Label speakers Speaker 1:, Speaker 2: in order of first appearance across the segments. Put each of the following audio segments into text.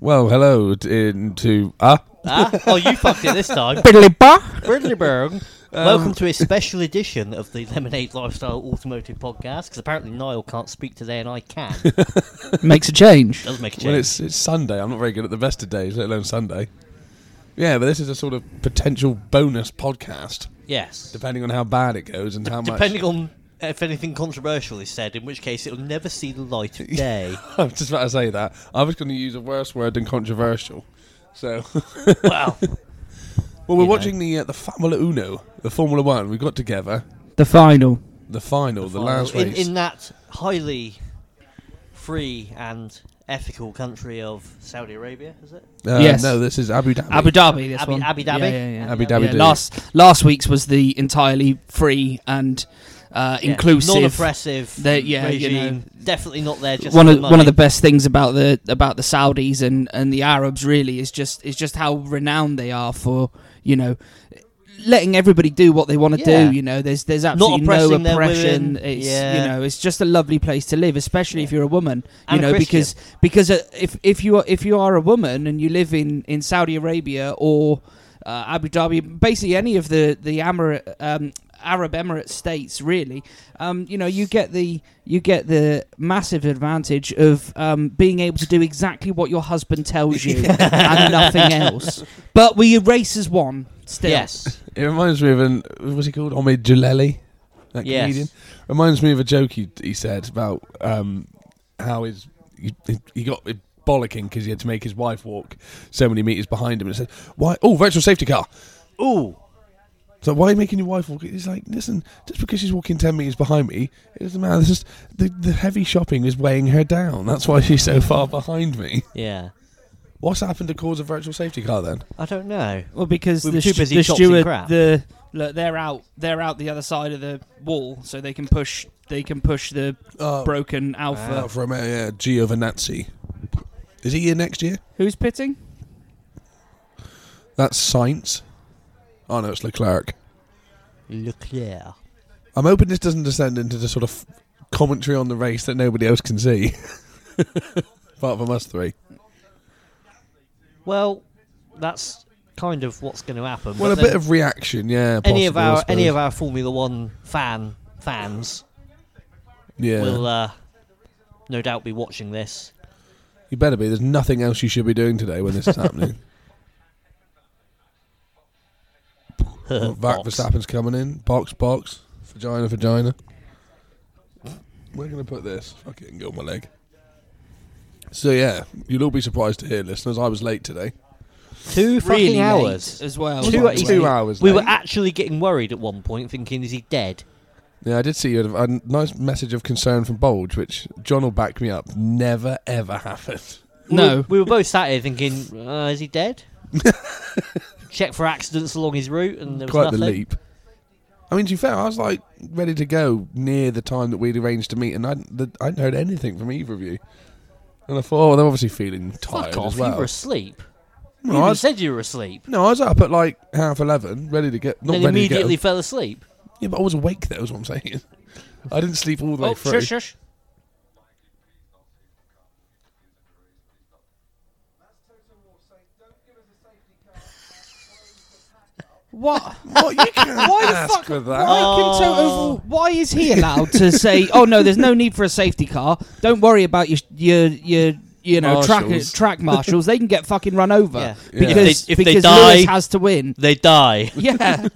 Speaker 1: Well, hello t- in- to ah.
Speaker 2: Ah, oh, you fucked it this time. Ridleyberg. Welcome to a special edition of the Lemonade Lifestyle Automotive Podcast, because apparently Niall can't speak today and I can.
Speaker 3: Makes a change.
Speaker 2: Does make a
Speaker 1: Well,
Speaker 2: change.
Speaker 1: it's it's Sunday. I'm not very good at the best of days, let alone Sunday. Yeah, but this is a sort of potential bonus podcast,
Speaker 2: yes.
Speaker 1: depending on how bad it goes and how much.
Speaker 2: Depending on if anything controversial is said, in which case it'll never see the light of day.
Speaker 1: I was just about to say that. I was going to use a worse word than controversial. So,
Speaker 2: well,
Speaker 1: well, we're
Speaker 2: know.
Speaker 1: watching the uh, the Formula Uno, the Formula One. We got together
Speaker 3: The final.
Speaker 1: the final, the, last
Speaker 2: in,
Speaker 1: race.
Speaker 2: in that highly free and ethical country of Saudi Arabia, is it?
Speaker 1: Uh,
Speaker 3: Yes.
Speaker 1: No, this is Abu Dhabi.
Speaker 3: Abu Dhabi. This
Speaker 2: Abu-
Speaker 3: one.
Speaker 2: Abu Dhabi?
Speaker 3: Yeah, yeah, yeah.
Speaker 1: Abu Dhabi.
Speaker 3: Yeah,
Speaker 1: do.
Speaker 3: last last week's was the entirely free and uh,
Speaker 2: Yeah,
Speaker 3: inclusive.
Speaker 2: non-oppressive
Speaker 3: They- yeah, you
Speaker 2: regime.
Speaker 3: know.
Speaker 2: Definitely not there. Just
Speaker 3: one
Speaker 2: for
Speaker 3: of
Speaker 2: the
Speaker 3: one of
Speaker 2: money.
Speaker 3: the best things about the about the Saudis and, and the Arabs really is just is just how renowned they are for you know letting everybody do what they want to
Speaker 2: Yeah.
Speaker 3: do. You know, there's there's absolutely no
Speaker 2: oppressing their
Speaker 3: oppression.
Speaker 2: women.
Speaker 3: It's
Speaker 2: Yeah.
Speaker 3: you know it's just a lovely place to live, especially if you're a woman.
Speaker 2: And
Speaker 3: you
Speaker 2: a
Speaker 3: know because because uh, if if you are if you are a woman and you live in in Saudi Arabia or uh, Abu Dhabi, basically any of the the Amar- um, Arab Emirate states, really, um, you know, you get the you get the massive advantage of um, being able to do exactly what your husband tells you and nothing else. But we race as one still.
Speaker 2: Yes.
Speaker 1: It reminds me of an what was he called Omid Jaleli, that
Speaker 2: Yes.
Speaker 1: comedian. Reminds me of a joke he, he said about um, how his he, he got bollocking because he had to make his wife walk so many meters behind him, and said, "Why? Oh, virtual safety car."
Speaker 2: Ooh.
Speaker 1: So why are you making your wife walk? He's like, listen, just because she's walking ten meters behind me, it doesn't matter. It's just the, the heavy shopping is weighing her down. That's why she's so far behind me.
Speaker 2: Yeah.
Speaker 1: What's happened to cause a virtual safety car then?
Speaker 2: I don't know.
Speaker 3: Well, because
Speaker 2: We were
Speaker 3: the,
Speaker 2: too
Speaker 3: stu-
Speaker 2: busy
Speaker 3: the
Speaker 2: shops and
Speaker 3: steward,
Speaker 2: crap.
Speaker 3: the look, they're out, they're out the other side of the wall, so they can push, they can push the
Speaker 1: Oh,
Speaker 3: broken alpha.
Speaker 1: uh, from uh, yeah, Giovanazzi. Is he here next year?
Speaker 3: Who's pitting?
Speaker 1: That's science. Oh no, it's Leclerc.
Speaker 2: Leclerc.
Speaker 1: I'm hoping this doesn't descend into the sort of commentary on the race that nobody else can see, apart from us three.
Speaker 2: Well, that's kind of what's going to happen.
Speaker 1: Well,
Speaker 2: but
Speaker 1: a
Speaker 2: then
Speaker 1: bit of reaction, yeah.
Speaker 2: any of
Speaker 1: possible, I
Speaker 2: our any
Speaker 1: suppose.
Speaker 2: of our Formula One fan fans
Speaker 1: yeah.
Speaker 2: will uh, no doubt be watching this. uh,
Speaker 1: You better be. There's nothing else you should be doing today when this is happening. Well, Vac
Speaker 2: Box.
Speaker 1: Verstappen's coming in. Box, box. Vagina, vagina. Where can I put this? Fuck it and go on my leg. So, yeah, you'll all be surprised to hear, listeners. I was late today.
Speaker 2: Two fucking
Speaker 3: Really
Speaker 2: hours.
Speaker 3: late as well.
Speaker 2: Two-
Speaker 3: by the
Speaker 2: two
Speaker 3: way.
Speaker 1: hours
Speaker 2: We were
Speaker 1: late.
Speaker 2: actually getting worried at one point, thinking, "Is he dead?"
Speaker 1: Yeah, I did see you had a- a nice message of concern from Bulge, which John will back me up. Never, ever happened.
Speaker 2: We
Speaker 3: No.
Speaker 2: were- we were both sat here thinking, uh, "Is he dead?" Check for accidents along his route, and there was
Speaker 1: Quite
Speaker 2: nothing.
Speaker 1: the leap. I mean, to be fair, I was like ready to go near the time that we'd arranged to meet, and I would I hadn't heard anything from either of you. And I thought, oh, they're obviously feeling tired
Speaker 2: Fuck off!
Speaker 1: as well.
Speaker 2: You were asleep.
Speaker 1: no,
Speaker 2: you
Speaker 1: I
Speaker 2: even
Speaker 1: was,
Speaker 2: said you were asleep.
Speaker 1: no, I was up at like half eleven, ready to get. Not
Speaker 2: Then
Speaker 1: ready
Speaker 2: immediately
Speaker 1: To
Speaker 2: fell asleep.
Speaker 1: go. Yeah, but I was awake. That was what I'm saying. I didn't sleep all the way
Speaker 2: Oh,
Speaker 1: through.
Speaker 2: shush, shush.
Speaker 3: What?
Speaker 1: What you can't
Speaker 3: Why the
Speaker 1: ask
Speaker 3: fuck?
Speaker 1: with
Speaker 3: Why,
Speaker 1: that?
Speaker 3: can Toto, why is he allowed to say, "Oh no, there's no need for a safety car. Don't worry about your your your you know
Speaker 1: Marshals.
Speaker 3: track track marshals. They can get fucking run over
Speaker 2: Yeah.
Speaker 1: Yeah.
Speaker 3: because
Speaker 2: If they- if they
Speaker 3: because
Speaker 2: die-
Speaker 3: Lewis has to win.
Speaker 2: They die.
Speaker 3: Yeah,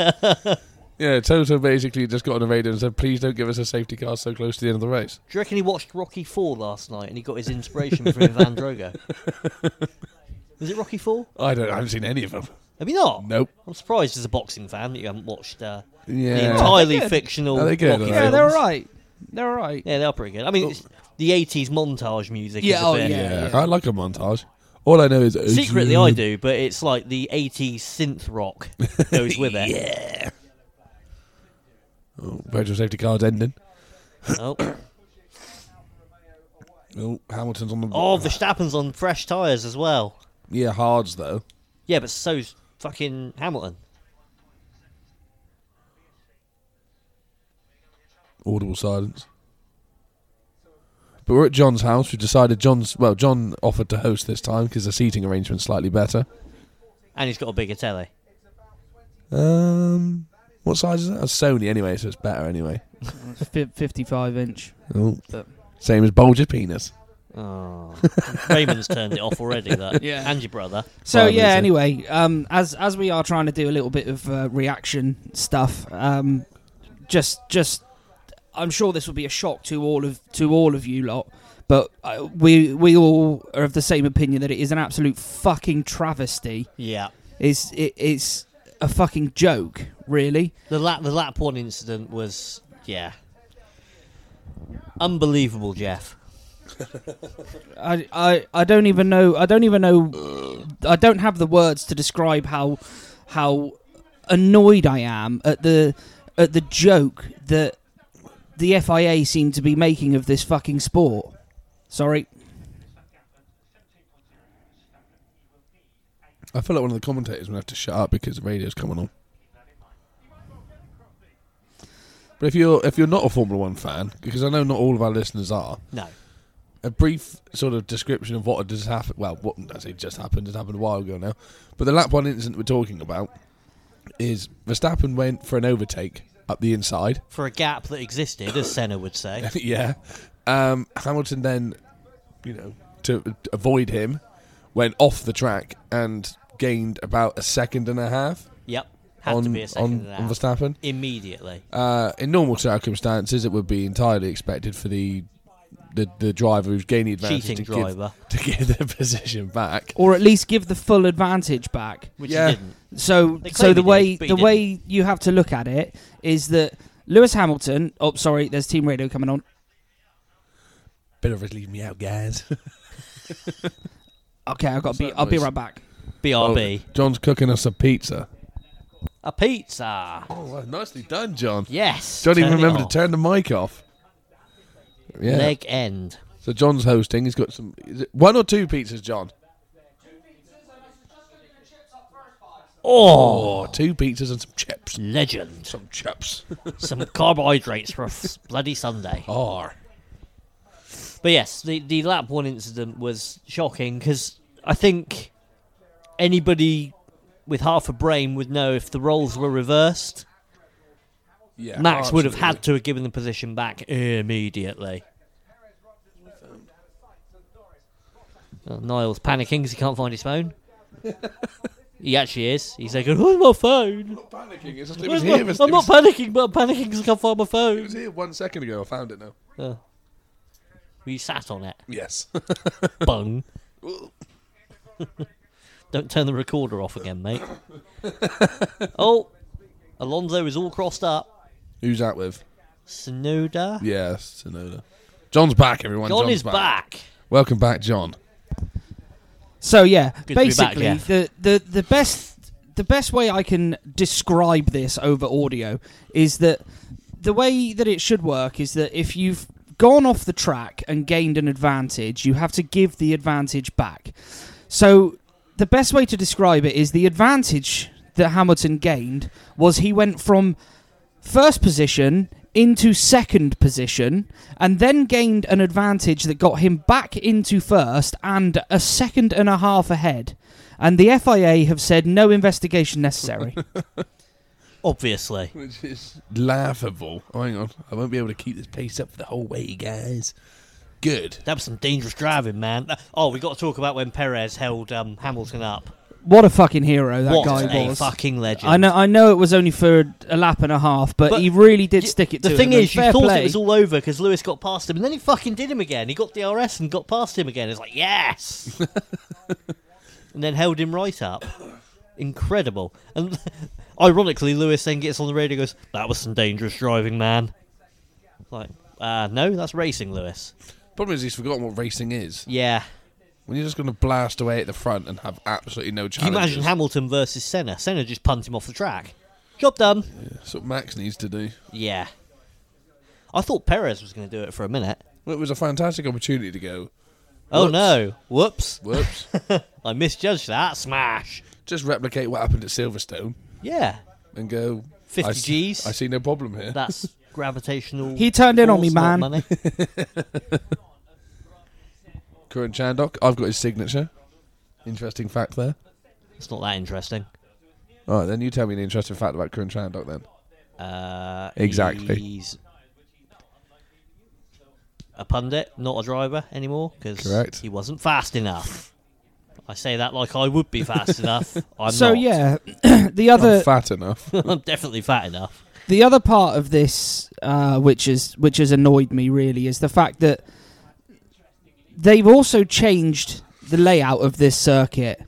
Speaker 1: Yeah, Toto basically just got on the radio and said, "Please don't give us a safety car so close to the end of the race."
Speaker 2: Do you reckon he watched Rocky Four last night and he got his inspiration from Ivan Drogo? Was it Rocky Four?
Speaker 1: I don't. I haven't seen any of them.
Speaker 2: Have you not?
Speaker 1: Nope.
Speaker 2: I'm surprised as a boxing fan that you haven't watched uh, the
Speaker 1: Yeah.
Speaker 2: entirely
Speaker 3: Are they good?
Speaker 2: fictional
Speaker 1: Are they
Speaker 2: Rocky
Speaker 1: good, are they?
Speaker 3: yeah,
Speaker 2: films.
Speaker 3: they're all right. They're all right.
Speaker 2: Yeah, they are pretty good. I mean, it's, the 80s montage music is
Speaker 3: Yeah,
Speaker 2: a
Speaker 3: oh,
Speaker 2: bit...
Speaker 3: yeah.
Speaker 1: Yeah, I like a montage. All I know is
Speaker 2: Secretly I do, but it's like the 80s synth rock goes with it.
Speaker 1: Yeah. Oh, virtual safety car's ending.
Speaker 2: Oh.
Speaker 1: Oh, Hamilton's on the.
Speaker 2: oh, Verstappen's on fresh tyres as well.
Speaker 1: yeah, hards though.
Speaker 2: Yeah, but so's fucking Hamilton.
Speaker 1: Audible silence. But we're at John's house. We decided John's. Well, John offered to host this time because the seating arrangement's slightly better.
Speaker 2: And he's got a bigger telly.
Speaker 1: Um, what size is it? A Sony anyway, so it's better anyway.
Speaker 3: Fif- 55 inch.
Speaker 1: Oh,
Speaker 3: But-
Speaker 1: same as Bulger's penis.
Speaker 2: Oh. Raymond's turned it off already, that.
Speaker 3: Yeah.
Speaker 2: And your brother.
Speaker 3: So
Speaker 1: Five
Speaker 3: yeah,
Speaker 1: minutes in.
Speaker 3: anyway, um, as as we are trying to do a little bit of uh, reaction stuff, um, just just I'm sure this will be a shock to all of to all of you lot, but uh, we we all are of the same opinion that it is an absolute fucking travesty.
Speaker 2: Yeah.
Speaker 3: It's it, it's a fucking joke, really.
Speaker 2: The lap, the lap one incident was, yeah. Unbelievable, Jeff.
Speaker 3: I, I I don't even know I don't even know I don't have the words to describe how how annoyed I am at the at the joke that the FIA seem to be making of this fucking sport. Sorry.
Speaker 1: I feel like one of the commentators would have to shut up because the radio's coming on. But if you're if you're not a Formula One fan, because I know not all of our listeners are,
Speaker 2: No.
Speaker 1: a brief sort of description of what had just happened. Well, what I say just happened, it happened a while ago now. But the lap one incident we're talking about is Verstappen went for an overtake up the inside.
Speaker 2: For a gap that existed, as Senna would say.
Speaker 1: yeah. Um, Hamilton then, you know, to avoid him, went off the track and gained about a second and a half
Speaker 2: Yep. Had
Speaker 1: on
Speaker 2: to be a second
Speaker 1: on,
Speaker 2: and a
Speaker 1: on
Speaker 2: half.
Speaker 1: Verstappen.
Speaker 2: Immediately.
Speaker 1: Uh, in normal circumstances, it would be entirely expected for the the, the driver who's gained the advantage
Speaker 2: Cheating
Speaker 1: to,
Speaker 2: driver.
Speaker 1: Give, to give their position back.
Speaker 3: Or at least give the full advantage back.
Speaker 2: Which
Speaker 1: Yeah.
Speaker 2: he didn't.
Speaker 3: So
Speaker 2: They
Speaker 3: so
Speaker 2: claim he
Speaker 3: the
Speaker 2: did,
Speaker 3: way
Speaker 2: but
Speaker 3: the
Speaker 2: he
Speaker 3: way you have to look at it is that Lewis Hamilton, oh sorry, there's team radio coming on.
Speaker 1: Bit of it, leave me out, guys.
Speaker 3: Okay, I got
Speaker 1: What's
Speaker 3: be
Speaker 1: that
Speaker 3: I'll be
Speaker 1: noise?
Speaker 3: right back.
Speaker 2: BRB.
Speaker 1: John's cooking us a pizza.
Speaker 2: A pizza.
Speaker 1: Oh, well, nicely done, John.
Speaker 2: Yes.
Speaker 1: Don't even
Speaker 2: turn it
Speaker 1: remember to
Speaker 2: off.
Speaker 1: turn the mic off. Yeah.
Speaker 2: Leg end.
Speaker 1: So John's hosting. He's got some is it one or two pizzas, John.
Speaker 2: Oh,
Speaker 1: Oh, two pizzas and some chips.
Speaker 2: legend.
Speaker 1: Some chips.
Speaker 2: Some carbohydrates for a f- bloody Sunday.
Speaker 1: Are.
Speaker 2: But yes, the, the lap one incident was shocking because I think anybody with half a brain would know if the roles were reversed,
Speaker 1: Yeah.
Speaker 2: Max would have had to have given the position back immediately. Well, Oh, Niall's panicking because he can't find his phone. he actually is. He's like, "Where's my phone?
Speaker 1: panicking. It's just, it was
Speaker 2: Where's my-
Speaker 1: here. It was,
Speaker 2: I'm
Speaker 1: it
Speaker 2: not
Speaker 1: was-
Speaker 2: panicking, but I'm panicking because I can't find my
Speaker 1: it
Speaker 2: phone."
Speaker 1: was here one second ago. I found it now.
Speaker 2: Oh. We sat on it.
Speaker 1: Yes.
Speaker 2: Bung. Don't turn the recorder off again, mate. oh, Alonso is all crossed up.
Speaker 1: Who's that with?
Speaker 2: Sonoda.
Speaker 1: Yes, Sonoda. John's back, everyone.
Speaker 2: John
Speaker 1: John's
Speaker 2: is back.
Speaker 1: Welcome back, John.
Speaker 3: So yeah,
Speaker 2: be back,
Speaker 3: basically
Speaker 2: Jeff.
Speaker 3: the, the the best the best way I can describe this over audio is that the way that it should work is that if you've gone off the track and gained an advantage, you have to give the advantage back. So the best way to describe it is the advantage that Hamilton gained was he went from first position into second position and then gained an advantage that got him back into first and a second and a half ahead. And the FIA have said no investigation necessary.
Speaker 2: Obviously.
Speaker 1: Which is laughable. Oh, hang on. I won't be able to keep this pace up for the whole way, guys. Good.
Speaker 2: That was some dangerous driving, man. Oh, we got to talk about when Perez held um, Hamilton up.
Speaker 3: what a fucking hero that
Speaker 2: what
Speaker 3: guy
Speaker 2: a
Speaker 3: was.
Speaker 2: fucking legend.
Speaker 3: I know I know it was only for a lap and a half, but,
Speaker 2: But
Speaker 3: he really did
Speaker 2: Y-
Speaker 3: stick it
Speaker 2: the
Speaker 3: to
Speaker 2: thing
Speaker 3: them, and
Speaker 2: is, you
Speaker 3: fair
Speaker 2: thought
Speaker 3: play.
Speaker 2: it was all over because Lewis got past him, and then he fucking did him again. He got the RS and got past him again. It's like yes, and then held him right up. Incredible. And ironically, Lewis then gets on the radio, and goes, "That was some dangerous driving, man." Like, uh, no, that's racing, Lewis.
Speaker 1: Problem is, he's forgotten what racing is.
Speaker 2: Yeah.
Speaker 1: When you're just going to blast away at the front and have absolutely no
Speaker 2: Can
Speaker 1: challenge.
Speaker 2: you imagine Hamilton versus Senna? Senna just punt him off the track. Job done.
Speaker 1: That's what Max needs to do.
Speaker 2: Yeah. I thought Perez was going to do it for a minute.
Speaker 1: Well, it was a fantastic opportunity to go,
Speaker 2: Oh
Speaker 1: Whoops.
Speaker 2: no! Whoops!
Speaker 1: whoops,
Speaker 2: I misjudged that. Smash.
Speaker 1: just replicate what happened at Silverstone
Speaker 2: Yeah,
Speaker 1: and go.
Speaker 2: 50
Speaker 1: I s-
Speaker 2: Gs.
Speaker 1: I see no problem here.
Speaker 2: that's gravitational.
Speaker 3: He turned in on me,
Speaker 2: force, not
Speaker 3: man.
Speaker 2: money.
Speaker 1: current Chandok. I've got his signature. Interesting fact there.
Speaker 2: It's not that interesting.
Speaker 1: All right, Oh, then you tell me an interesting fact about current Chandok then.
Speaker 2: Uh,
Speaker 1: Exactly.
Speaker 2: He's a pundit, not a driver anymore, because
Speaker 1: Correct.
Speaker 2: he wasn't fast enough. I say that like I would be fast enough. I'm
Speaker 3: so
Speaker 2: not.
Speaker 3: yeah, the other
Speaker 1: I'm fat enough.
Speaker 2: I'm definitely fat enough.
Speaker 3: the other part of this, uh, which is which has annoyed me really, is the fact that they've also changed the layout of this circuit,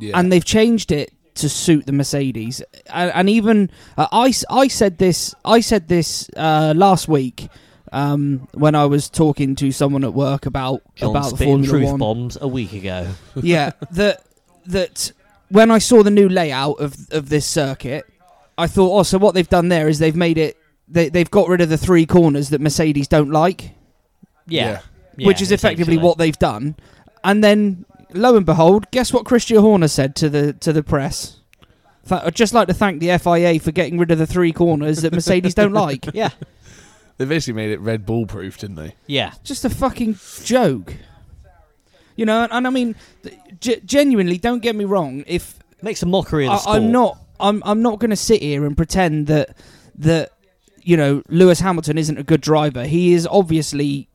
Speaker 1: yeah.
Speaker 3: and they've changed it to suit the Mercedes. And, and even uh, I, s- I said this I said this uh, last week um, when I was talking to someone at work about
Speaker 2: John
Speaker 3: about
Speaker 2: spitting
Speaker 3: Formula
Speaker 2: truth
Speaker 3: One.
Speaker 2: bombs a week ago.
Speaker 3: yeah, that that when I saw the new layout of of this circuit, I thought, oh, so what they've done there is they've made it they they've got rid of the three corners that Mercedes don't like,
Speaker 2: Yeah, yeah,
Speaker 3: which is effectively
Speaker 2: essentially.
Speaker 3: what they've done. And then lo and behold, guess what Christian Horner said to the to the press? Th- I'd just like to thank the FIA for getting rid of the three corners that Mercedes don't like.
Speaker 2: Yeah,
Speaker 1: They basically made it Red Bull proof, didn't they?
Speaker 2: yeah.
Speaker 3: Just a fucking joke. You know, and, and I mean, th- ge- genuinely, don't get me wrong. If
Speaker 2: Makes a mockery of the
Speaker 3: I,
Speaker 2: sport.
Speaker 3: I'm not. I'm. I'm not going to sit here and pretend that that you know Lewis Hamilton isn't a good driver. He is obviously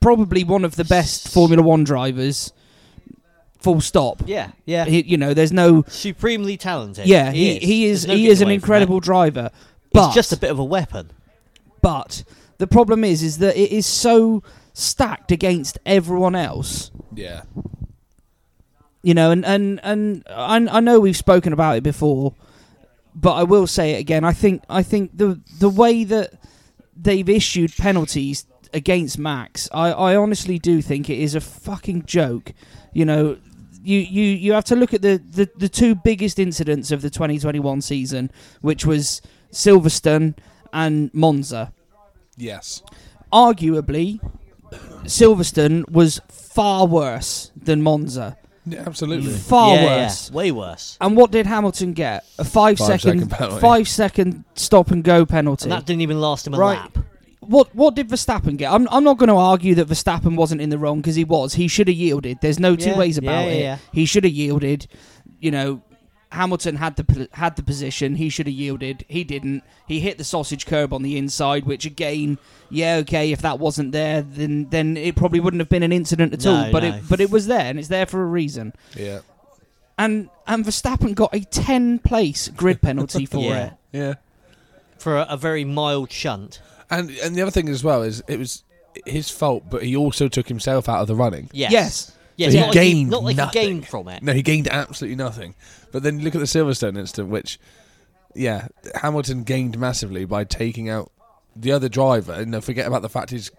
Speaker 3: probably one of the best Formula One drivers. Full stop.
Speaker 2: Yeah, yeah.
Speaker 3: He, you know, there's no.
Speaker 2: Supremely talented.
Speaker 3: Yeah, he, he is.
Speaker 2: There's no
Speaker 3: he
Speaker 2: getting
Speaker 3: is an
Speaker 2: away from
Speaker 3: incredible driver.
Speaker 2: that.
Speaker 3: But
Speaker 2: He's just a bit of a weapon.
Speaker 3: but the problem is, is that it is so stacked against everyone else.
Speaker 1: Yeah.
Speaker 3: you know and and and I, I know we've spoken about it before but i will say it again i think i think the the way that they've issued penalties against max i i honestly do think it is a fucking joke you know you, you, you have to look at the, the, the two biggest incidents of the 2021 season, which was Silverstone and Monza.
Speaker 1: Yes.
Speaker 3: Arguably, Silverstone was far worse than Monza.
Speaker 1: Yeah, absolutely.
Speaker 3: Far
Speaker 2: Yeah, yeah,
Speaker 3: worse.
Speaker 2: Way worse.
Speaker 3: And what did Hamilton get? A five
Speaker 1: Five
Speaker 3: second,
Speaker 1: second penalty.
Speaker 3: five second stop and go penalty.
Speaker 2: And that didn't even last him a
Speaker 3: Right.
Speaker 2: lap.
Speaker 3: what what did Verstappen get? I'm I'm not going to argue that Verstappen wasn't in the wrong because he was. He should have yielded. There's no two
Speaker 2: Yeah,
Speaker 3: ways
Speaker 2: yeah,
Speaker 3: about
Speaker 2: yeah,
Speaker 3: it.
Speaker 2: yeah.
Speaker 3: He should have yielded. You know, Hamilton had the pl- had the position. He should have yielded. He didn't. He hit the sausage curb on the inside, which again, yeah, okay. If that wasn't there, then then it probably wouldn't have been an incident at
Speaker 2: No,
Speaker 3: all. But
Speaker 2: no.
Speaker 3: it but it was there, and it's there for a reason.
Speaker 1: Yeah.
Speaker 3: And and Verstappen got a ten place grid penalty for
Speaker 2: Yeah.
Speaker 3: it.
Speaker 1: Yeah.
Speaker 2: for a, a very mild shunt.
Speaker 1: And and the other thing as well is it was his fault, but he also took himself out of the running.
Speaker 2: Yes.
Speaker 3: Yes.
Speaker 2: Yeah,
Speaker 1: So he
Speaker 2: not like
Speaker 1: gained
Speaker 2: not like
Speaker 1: nothing.
Speaker 2: he gained from it.
Speaker 1: No, he gained absolutely nothing. But then look at the Silverstone incident, which, yeah, Hamilton gained massively by taking out the other driver. And now forget about the fact he's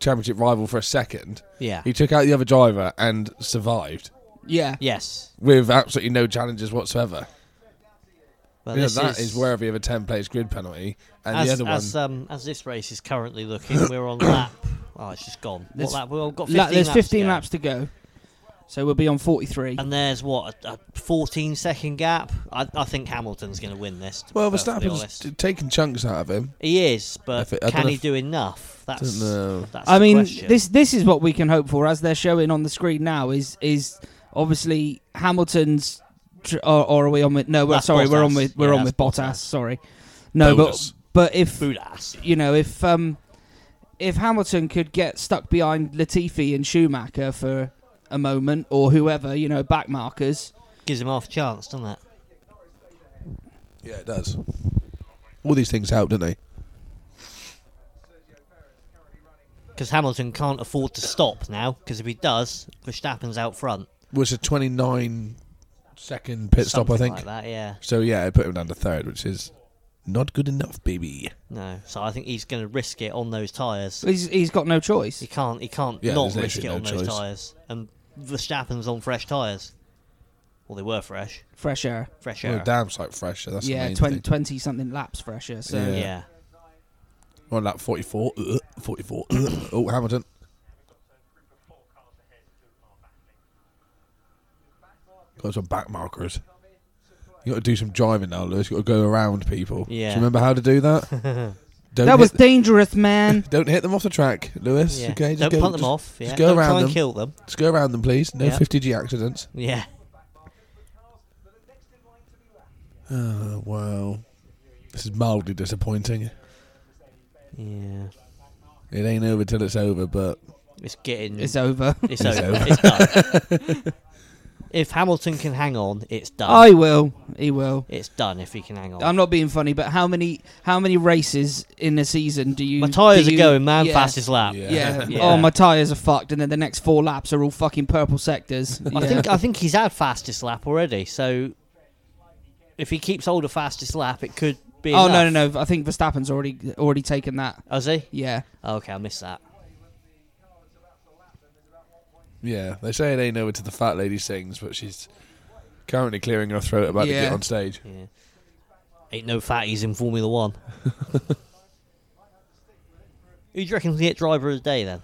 Speaker 1: championship rival for a second.
Speaker 2: Yeah.
Speaker 1: He took out the other driver and survived
Speaker 3: Yeah.
Speaker 2: yes.
Speaker 1: with absolutely no challenges whatsoever.
Speaker 2: Well,
Speaker 1: You know,
Speaker 2: this
Speaker 1: that is, worthy of a 10 place grid penalty. And
Speaker 2: as,
Speaker 1: the other
Speaker 2: as,
Speaker 1: one.
Speaker 2: um, as this race is currently looking, we're on lap. Oh, it's just gone. What
Speaker 3: There's-
Speaker 2: lap? We've got 15
Speaker 3: La- there's
Speaker 2: laps
Speaker 3: 15
Speaker 2: to go.
Speaker 3: laps to go. So we'll be on 43.
Speaker 2: And there's what a, a 14 second gap. I, I think Hamilton's going to win this. To
Speaker 1: well,
Speaker 2: be perfectly
Speaker 1: Verstappen's
Speaker 2: honest.
Speaker 1: t- taken chunks out of him.
Speaker 2: he is, but
Speaker 1: I thi- I
Speaker 2: can
Speaker 1: dunno
Speaker 2: he
Speaker 1: if-
Speaker 2: do enough? That's,
Speaker 1: Don't know.
Speaker 2: that's
Speaker 3: I
Speaker 2: the
Speaker 3: mean,
Speaker 2: question.
Speaker 3: this this is what we can hope for as they're showing on the screen now is is obviously Hamilton's tr- or, or are we on with no, we're
Speaker 2: That's
Speaker 3: sorry, we're on
Speaker 2: Bottas.
Speaker 3: with we're
Speaker 2: Yeah,
Speaker 3: on with
Speaker 2: that's
Speaker 3: Bottas,
Speaker 2: Bottas.
Speaker 3: sorry. No,
Speaker 1: Bonus.
Speaker 3: but but if
Speaker 2: Budas.
Speaker 3: you know, if um if Hamilton could get stuck behind Latifi and Schumacher for a moment or whoever, you know, back markers,
Speaker 2: gives him half a chance, doesn't it?
Speaker 1: Yeah, it does. All these things help, don't they?
Speaker 2: Because Hamilton can't afford to stop now. Because if he does, Verstappen's out front.
Speaker 1: was a 29 second pit stop, I
Speaker 2: Something
Speaker 1: think.
Speaker 2: Like that, yeah.
Speaker 1: so yeah, I put him down to third, which is not good enough, baby.
Speaker 2: No, so I think he's going to risk it on those tyres.
Speaker 3: he's, he's got no choice.
Speaker 2: He can't. He can't
Speaker 1: Yeah,
Speaker 2: not
Speaker 1: there's
Speaker 2: risk it
Speaker 1: literally
Speaker 2: on
Speaker 1: no
Speaker 2: those
Speaker 1: choice.
Speaker 2: tyres. And Verstappen's on fresh tyres. Well, they were fresh.
Speaker 3: Fresh air.
Speaker 2: Fresh
Speaker 1: Well,
Speaker 2: air.
Speaker 1: damn sight fresher. That's the
Speaker 3: yeah,
Speaker 1: main
Speaker 3: 20,
Speaker 1: thing.
Speaker 3: 20 something laps fresher. So
Speaker 1: Yeah.
Speaker 2: yeah.
Speaker 1: We're on lap 44. Ugh, 44. Ugh. uh, oh, Hamilton. Got some back markers. You got to do some driving now, Lewis. You got to go around people. Do
Speaker 2: Yeah.
Speaker 1: you remember how to do that? Don't
Speaker 3: that
Speaker 1: hit
Speaker 3: was
Speaker 1: th-
Speaker 3: dangerous, man.
Speaker 1: don't hit them off the track, Lewis.
Speaker 2: Yeah.
Speaker 1: Okay, just
Speaker 2: Don't
Speaker 1: go,
Speaker 2: punt them
Speaker 1: just-
Speaker 2: off. Yeah.
Speaker 1: just go
Speaker 2: Don't
Speaker 1: around
Speaker 2: try and
Speaker 1: them.
Speaker 2: kill them.
Speaker 1: Just go around them, please. No
Speaker 2: Yeah.
Speaker 1: 50g accidents.
Speaker 2: Yeah.
Speaker 1: Oh wow, this is mildly disappointing.
Speaker 2: Yeah.
Speaker 1: It ain't over till it's over, but
Speaker 2: It's getting.
Speaker 3: it's
Speaker 2: It's,
Speaker 3: over.
Speaker 1: it's
Speaker 2: over.
Speaker 1: over.
Speaker 2: it's done. if Hamilton can hang on, it's done.
Speaker 3: I will. He will.
Speaker 2: It's done if he can hang on.
Speaker 3: I'm not being funny, but how many how many races in a season do you?
Speaker 2: My tyres
Speaker 3: do
Speaker 2: are
Speaker 3: you-
Speaker 2: going, man.
Speaker 3: Yeah.
Speaker 2: Fastest lap.
Speaker 1: Yeah.
Speaker 3: Yeah.
Speaker 2: Yeah.
Speaker 3: Oh, my tires are fucked, and then the next four laps are all fucking purple sectors.
Speaker 2: I
Speaker 3: Yeah.
Speaker 2: think I think he's had fastest lap already. So if he keeps hold of fastest lap, it could be.
Speaker 3: Oh no,
Speaker 2: enough.
Speaker 3: no, no! I think Verstappen's already already taken that.
Speaker 2: Has he? Oh,
Speaker 3: Yeah.
Speaker 2: Okay, I missed that.
Speaker 1: yeah, they say it ain't over till the fat lady sings, but she's currently clearing her throat about to
Speaker 3: Yeah.
Speaker 1: get on stage.
Speaker 2: Yeah. Ain't no fatties in Formula One. Who do you reckon will get driver of the day then?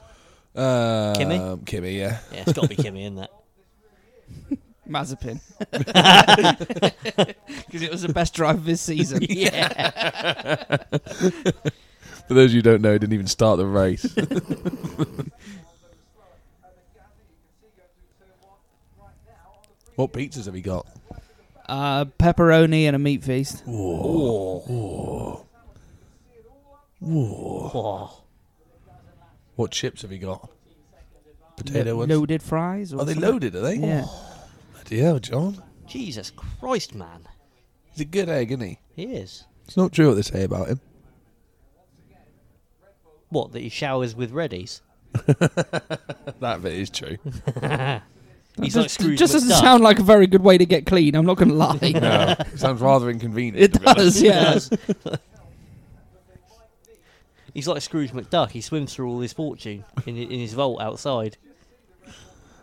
Speaker 1: Um,
Speaker 2: Kimmy?
Speaker 1: Kimmy, yeah.
Speaker 2: Yeah, it's got to be Kimmy, isn't it?
Speaker 3: Mazepin. Because it was the best drive of his season.
Speaker 2: Yeah.
Speaker 1: For those who don't know, didn't even start the race. what pizzas have we got?
Speaker 3: Uh, pepperoni and a meat feast.
Speaker 2: Oh,
Speaker 1: What chips have we got? Potato ones.
Speaker 3: Loaded fries. Or
Speaker 1: Are they
Speaker 3: something.
Speaker 1: loaded? Are they?
Speaker 3: Yeah.
Speaker 2: oh,
Speaker 1: Bloody hell, John.
Speaker 2: Jesus Christ, man.
Speaker 1: He's a good egg, isn't he?
Speaker 2: He is.
Speaker 1: It's not true what they say about him.
Speaker 2: What, that he showers with reddies?
Speaker 1: That bit is true.
Speaker 2: He's like
Speaker 3: Just,
Speaker 2: Scrooge
Speaker 3: just doesn't
Speaker 2: McDuck.
Speaker 3: sound like a very good way to get clean. I'm not going to lie.
Speaker 1: no, sounds rather inconvenient.
Speaker 3: It
Speaker 1: to be honest.
Speaker 3: does, yeah.
Speaker 2: He's like Scrooge McDuck. He swims through all his fortune in, in his vault outside.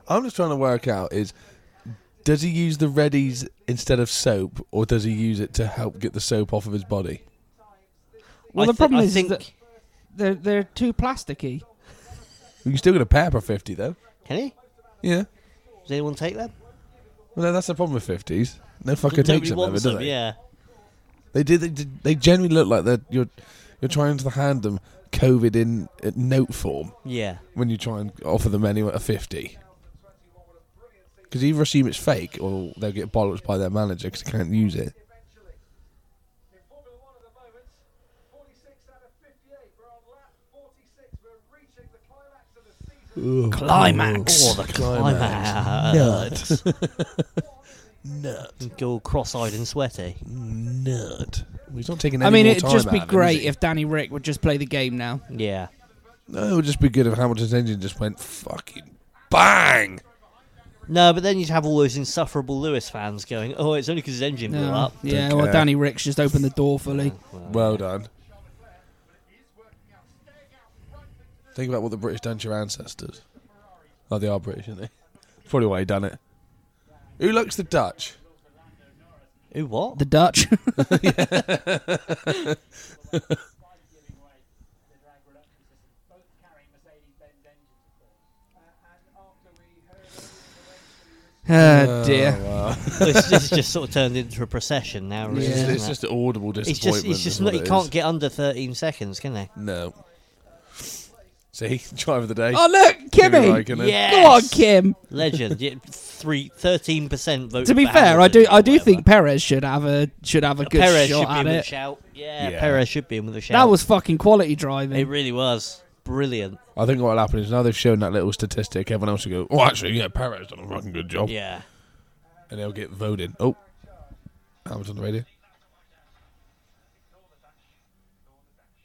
Speaker 1: I'm just trying to work out is does he use the readies instead of soap, or does he use it to help get the soap off of his body?
Speaker 2: I
Speaker 3: Well, the
Speaker 2: thi-
Speaker 3: problem
Speaker 2: I
Speaker 3: is
Speaker 2: think
Speaker 3: that- They're they're too plasticky.
Speaker 1: You still get a pepper fifty though.
Speaker 2: can he?
Speaker 1: Yeah.
Speaker 2: Does anyone take them?
Speaker 1: Well, no, that's the problem with fifties. No fucker takes
Speaker 2: Nobody
Speaker 1: them, ever,
Speaker 2: wants
Speaker 1: do
Speaker 2: them.
Speaker 1: they?
Speaker 2: Yeah.
Speaker 1: They did. They, did, they generally look like they're you're you're trying to hand them COVID in uh, note form
Speaker 2: Yeah.
Speaker 1: when you try and offer them anyone a fifty. Because either assume it's fake or they'll get bollocks by their manager because they can't use it.
Speaker 4: In Formula One at the moment, 46 out of 58. We're on lap 46. We're reaching the climax of the
Speaker 3: Climax.
Speaker 4: season.
Speaker 2: Oh, the climax.
Speaker 1: Nut. Nut.
Speaker 2: Go cross-eyed and sweaty.
Speaker 1: Nut. He's not taking any
Speaker 3: I mean,
Speaker 1: more
Speaker 3: it'd
Speaker 1: time
Speaker 3: just be
Speaker 1: out of him, is
Speaker 3: great
Speaker 1: he?
Speaker 3: if Danny Rick would just play the game now.
Speaker 2: Yeah.
Speaker 1: No, it would just be good if Hamilton's engine just went fucking bang.
Speaker 2: No, but then you'd have all those insufferable Lewis fans going, "Oh, it's only because his engine blew
Speaker 3: No.
Speaker 2: up."
Speaker 3: Yeah,
Speaker 1: Don't
Speaker 3: well,
Speaker 1: care.
Speaker 3: Danny Rick's just opened the door fully.
Speaker 1: Well done. Think about what the British done to your ancestors. Oh, they are British, aren't they? That's probably why he done it. Who likes the Dutch?
Speaker 2: Who what?
Speaker 3: The Dutch. Oh,
Speaker 4: Both carry Mercedes-Benz engines, of course. Uh, and after we heard
Speaker 3: oh
Speaker 4: the race
Speaker 3: dear.
Speaker 1: wow.
Speaker 2: this, this has just sort of turned into a procession now. Really,
Speaker 1: It's, just,
Speaker 2: isn't
Speaker 1: it's
Speaker 2: it?
Speaker 1: just audible
Speaker 2: It's
Speaker 1: disappointment.
Speaker 2: just, it's
Speaker 1: is
Speaker 2: just
Speaker 1: what
Speaker 2: not, he
Speaker 1: it is.
Speaker 2: can't get under 13 seconds, can he?
Speaker 1: No. See, drive of the day.
Speaker 3: Oh look, Kimmy.
Speaker 1: Raikkonen.
Speaker 2: Yes!
Speaker 3: Go on, Kim.
Speaker 2: Legend. Yeah, three, 13% vote.
Speaker 3: To be
Speaker 2: for
Speaker 3: fair, I
Speaker 2: Hamilton
Speaker 3: do
Speaker 2: or
Speaker 3: I do
Speaker 2: whatever.
Speaker 3: think Perez should have a should have a good
Speaker 2: Perez should
Speaker 3: shot
Speaker 2: be
Speaker 3: at
Speaker 2: in with a
Speaker 3: it.
Speaker 2: shout. Yeah,
Speaker 1: Yeah.
Speaker 2: Perez should be in with a shout.
Speaker 3: That was fucking quality driving.
Speaker 2: It really was brilliant.
Speaker 1: I think what'll happen is now they've shown that little statistic, everyone else will go, oh, actually, yeah, Perez done a fucking good job.
Speaker 2: Yeah.
Speaker 1: And they'll get voted. Oh, I was on the radio.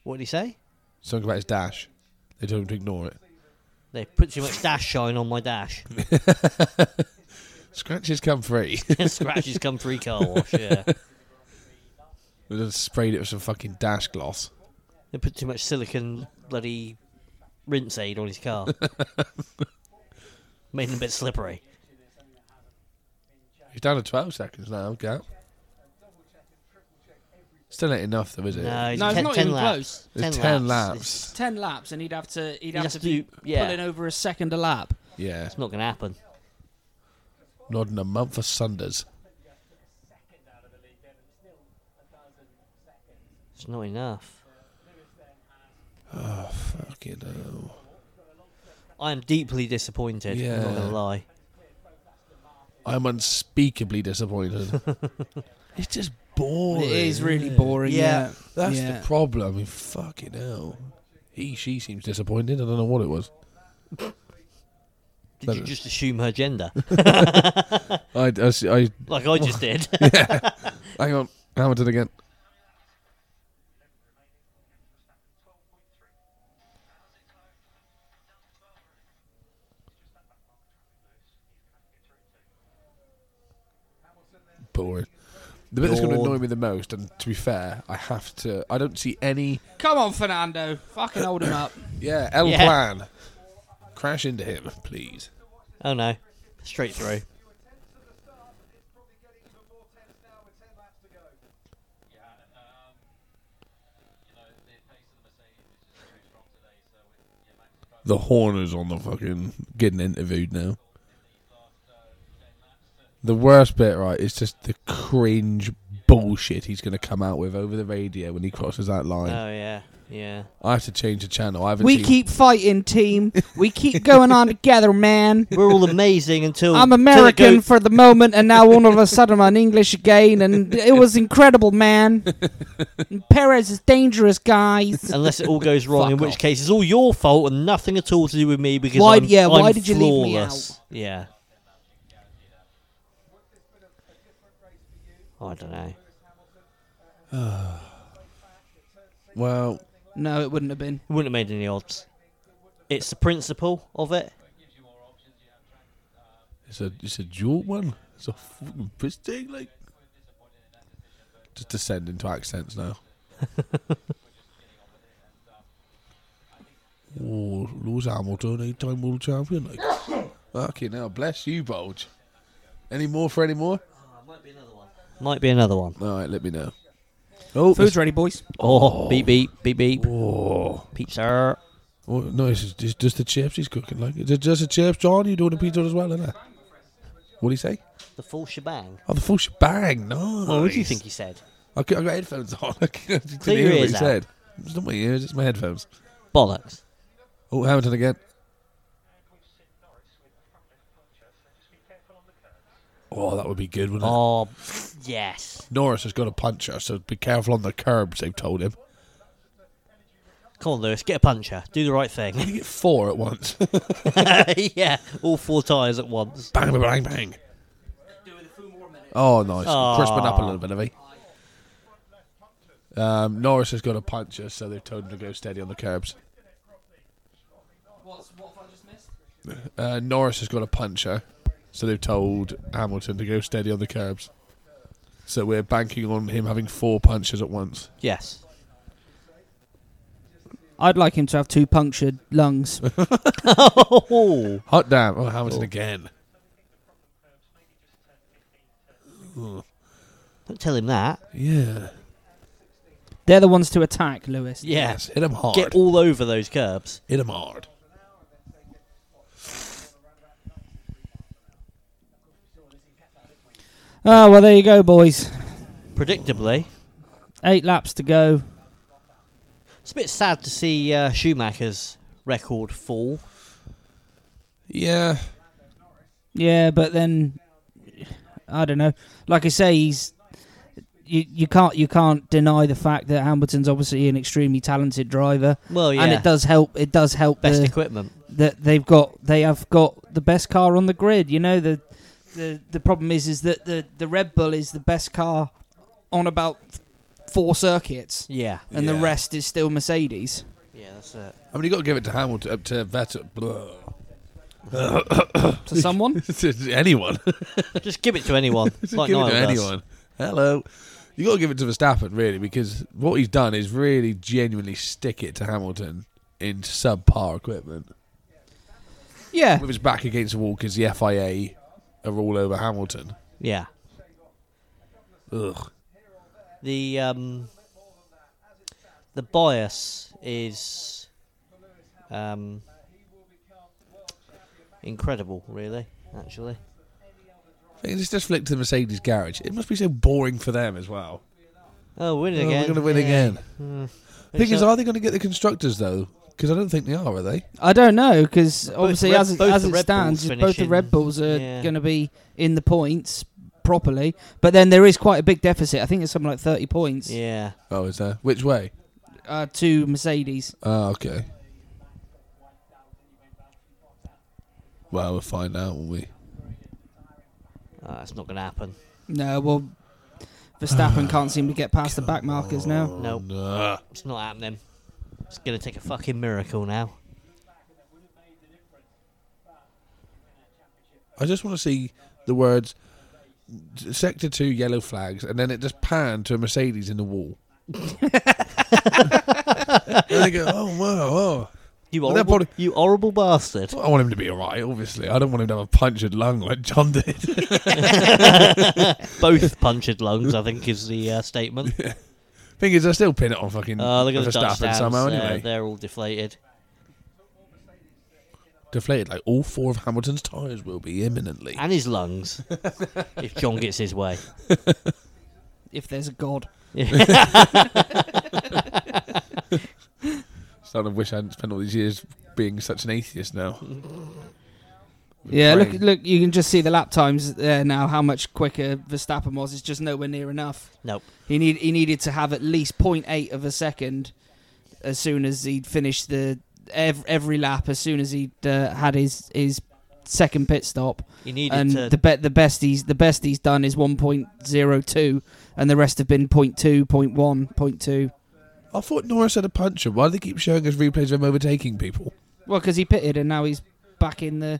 Speaker 2: What did he say?
Speaker 1: Something about his dash. They told him to ignore it.
Speaker 2: They put too much dash shine on my dash.
Speaker 1: Scratches come free.
Speaker 2: Scratches come free car wash. Yeah.
Speaker 1: they just sprayed it with some fucking dash gloss.
Speaker 2: They put too much silicon bloody rinse aid on his car. Made him a bit slippery.
Speaker 1: He's down to 12 seconds now, gap. Still ain't enough, though, is it?
Speaker 2: No, he's
Speaker 3: No, it's
Speaker 2: ten,
Speaker 3: not
Speaker 2: ten
Speaker 3: even
Speaker 2: laps.
Speaker 3: close.
Speaker 1: There's 10, laps.
Speaker 2: It's- It's,
Speaker 3: Ten laps, and he'd have to he'd have
Speaker 2: has
Speaker 3: to
Speaker 2: to
Speaker 3: be
Speaker 2: do- yeah.
Speaker 3: pulling over a second a lap.
Speaker 1: Yeah,
Speaker 2: not going to happen.
Speaker 1: not in a month for Sunders.
Speaker 2: It's not enough.
Speaker 4: then
Speaker 1: Oh, fucking hell.
Speaker 2: I am deeply disappointed. I'm not
Speaker 1: Yeah.
Speaker 2: gonna lie.
Speaker 1: I'm unspeakably disappointed. it's just boring.
Speaker 3: It is really
Speaker 1: isn't it?
Speaker 3: boring.
Speaker 2: Yeah.
Speaker 3: Yeah,
Speaker 1: That's
Speaker 3: Yeah.
Speaker 1: the problem. I mean, fucking hell. He, she seems disappointed. I don't know what it was.
Speaker 2: Did
Speaker 1: But-
Speaker 2: you just assume her gender,
Speaker 1: I, I, see- I
Speaker 2: like I just did?
Speaker 1: hang on, Hamilton again. Boring. The bit that's going to
Speaker 2: Yawn.
Speaker 1: annoy me the most, and to be fair, I have to. I don't see any.
Speaker 3: Come on, Fernando. Fucking hold him up.
Speaker 1: Yeah, El
Speaker 2: Yeah.
Speaker 1: Plan. Crash into him, please.
Speaker 2: oh no, straight through.
Speaker 1: The Horner's on the fucking getting interviewed now. The worst bit, right, is just the cringe bullshit he's going to come out with over the radio when he crosses that line.
Speaker 2: Oh yeah, yeah.
Speaker 1: I have to change the channel. I haven't
Speaker 3: Uh. We
Speaker 1: seen-
Speaker 3: keep fighting, team. We keep going on together, man.
Speaker 2: We're all amazing until
Speaker 3: I'm
Speaker 2: till it
Speaker 3: American
Speaker 2: goes-
Speaker 3: for the moment, and now all of a sudden I'm English again, and it was incredible, man. Perez is dangerous, guys.
Speaker 2: unless it all goes wrong,
Speaker 3: Fuck
Speaker 2: in which
Speaker 3: off.
Speaker 2: case it's all your fault and nothing at all to do with me because
Speaker 3: Why-
Speaker 2: I'm,
Speaker 3: yeah,
Speaker 2: I'm
Speaker 3: why did you leave me
Speaker 2: flawless. Yeah. I don't know.
Speaker 1: Well,
Speaker 3: No, it wouldn't have been.
Speaker 2: It wouldn't have made any odds. It's the principle of it.
Speaker 1: it's a it's a dual one. It's a fucking piss take, like. Just descend into accents now. oh, Lewis Hamilton, eight-time world champion. Like, fucking hell, bless you, Bulge. Any more for any more?
Speaker 2: Might be another one. Might be another one.
Speaker 1: All right, let me know. Oh,
Speaker 3: Food's ready, boys.
Speaker 2: Oh, beep beep beep beep.
Speaker 1: oh.
Speaker 2: Pizza.
Speaker 1: oh no, it's just, it's just the chips he's cooking. Like, is it just the chips, John? You doing the pizza as well, isn't it? What do you say?
Speaker 2: The full shebang.
Speaker 1: Oh, the full shebang. No.
Speaker 2: Well, what do you think he said?
Speaker 1: I got, I got headphones on. I couldn't
Speaker 2: Clear your
Speaker 1: hear what he
Speaker 2: ears out.
Speaker 1: said. It's not my ears, it's my headphones.
Speaker 2: Bollocks.
Speaker 1: Oh, Hamilton again. Oh, that would be good, wouldn't it?
Speaker 2: Oh, yes.
Speaker 1: Norris has got a puncher, so be careful on the curbs, they've told him.
Speaker 2: Come on, Lewis, get a puncher. Do the right thing.
Speaker 1: You get four at once.
Speaker 2: yeah, all four tyres at once.
Speaker 1: bang, bang, bang, bang. Oh, nice.
Speaker 2: Aw.
Speaker 1: Crisping up a little bit of it. Um, Norris has got a puncher, so they've told him to go steady on the curbs. Uh, Norris has got a puncher, so they've told Hamilton to go steady on the curbs. So we're banking on him having four punches at once.
Speaker 2: Yes.
Speaker 3: I'd like him to have two punctured lungs.
Speaker 2: Oh,
Speaker 1: Hot damn! Oh, Hamilton again.
Speaker 2: don't tell him that.
Speaker 1: Yeah.
Speaker 3: They're the ones to attack, Lewis.
Speaker 2: Yeah.
Speaker 1: Yes. Hit him hard.
Speaker 2: Get all over those curbs.
Speaker 1: Hit him hard.
Speaker 3: Oh, well, there you go, boys.
Speaker 2: Predictably,
Speaker 3: Eight laps to go.
Speaker 2: it's a bit sad to see uh, Schumacher's record fall.
Speaker 1: Yeah.
Speaker 3: Yeah, but then I don't know. Like I say, he's you you can't you can't deny the fact that Hamilton's obviously an extremely talented driver,
Speaker 2: Well, Oh, yeah.
Speaker 3: and it does help. It does help
Speaker 2: Best
Speaker 1: uh,
Speaker 3: the,
Speaker 2: equipment.
Speaker 3: that they've got they have got the best car on the grid. You know the the the problem is is that the the Red Bull is the best car on about four circuits,
Speaker 2: Yeah.
Speaker 3: and the
Speaker 1: Yeah.
Speaker 3: rest is still Mercedes.
Speaker 2: Yeah, that's it.
Speaker 1: I mean, you got to give it to Hamilton, up to Vettel, blah.
Speaker 3: To someone,
Speaker 1: to anyone.
Speaker 2: Just give it to anyone. like
Speaker 1: give it
Speaker 2: Niall
Speaker 1: to
Speaker 2: does.
Speaker 1: anyone. Hello. You got to give it to Verstappen, really, because what he's done is really genuinely stick it to Hamilton in subpar equipment.
Speaker 3: yeah,
Speaker 1: With his back against the wall because the FIA are all over Hamilton.
Speaker 2: Yeah.
Speaker 1: Ugh.
Speaker 2: The um, the bias is um, incredible, really. Actually,
Speaker 1: Let's just flick to the Mercedes garage. It must be so boring for them as well.
Speaker 2: Oh, winning
Speaker 1: Oh,
Speaker 2: again.
Speaker 1: we're going to win
Speaker 2: Yeah. Hmm.
Speaker 1: again. Thing
Speaker 2: It's
Speaker 1: is,
Speaker 2: a-
Speaker 1: are they going to get the constructors though? Because I don't think they are. Are they?
Speaker 3: I don't know because obviously,
Speaker 2: Red-
Speaker 3: as it,
Speaker 2: both
Speaker 3: as
Speaker 2: the
Speaker 3: it
Speaker 2: Red
Speaker 3: stands,
Speaker 2: Bulls
Speaker 3: both the
Speaker 2: finishing-
Speaker 3: Red Bulls are
Speaker 2: yeah.
Speaker 3: going to be in the points properly. But then there is quite a big deficit. I think it's something like thirty points
Speaker 2: Yeah.
Speaker 1: Oh, is there? Which way?
Speaker 3: uh, to Mercedes.
Speaker 1: Oh, okay. Well, we'll find out, will we?
Speaker 2: Ah, it's not going to happen.
Speaker 3: No, well, Verstappen can't seem to get past the back markers
Speaker 1: Oh,
Speaker 3: now.
Speaker 2: No,
Speaker 1: Nah.
Speaker 2: it's not happening. It's going to take a fucking miracle now.
Speaker 1: I just want to see the words "Sector Two Yellow Flags" and then it just panned to a Mercedes in the wall. and they go, "Oh wow,
Speaker 2: You
Speaker 1: Well, they're
Speaker 2: horrible, you horrible bastard.
Speaker 1: oh." I want him to be all right. Obviously, I don't want him to have a punctured lung like John did.
Speaker 2: Both punctured lungs, I think, is the uh, statement.
Speaker 1: Thing is, I still pin it on fucking
Speaker 2: Uh, look at the Dutch
Speaker 1: Verstappen
Speaker 2: stands.
Speaker 1: somehow.
Speaker 2: they're,
Speaker 1: Anyway,
Speaker 2: they're all deflated.
Speaker 1: deflated like all four of Hamilton's tires will be imminently.
Speaker 2: And his lungs, if John gets his way.
Speaker 3: If there's a god,
Speaker 1: Starting to wish I hadn't spent all these years being such an atheist now.
Speaker 3: yeah. Look,
Speaker 1: praying.
Speaker 3: look, you can just see the lap times there now. How much quicker Verstappen was? It's just nowhere near enough.
Speaker 2: nope.
Speaker 3: He need he needed to have at least 0.8 of a second as soon as he'd finished the ev- every lap. As soon as he'd uh, had his his second pit stop,
Speaker 2: You needed
Speaker 3: and
Speaker 2: to.
Speaker 3: the be- the best he's the best he's done is 1.02, and the rest have been 0.2, 0.1, 0.2.
Speaker 1: I thought Norris had a puncher. Why do they keep showing us replays of him overtaking people?
Speaker 3: Well, because he pitted and now he's back in the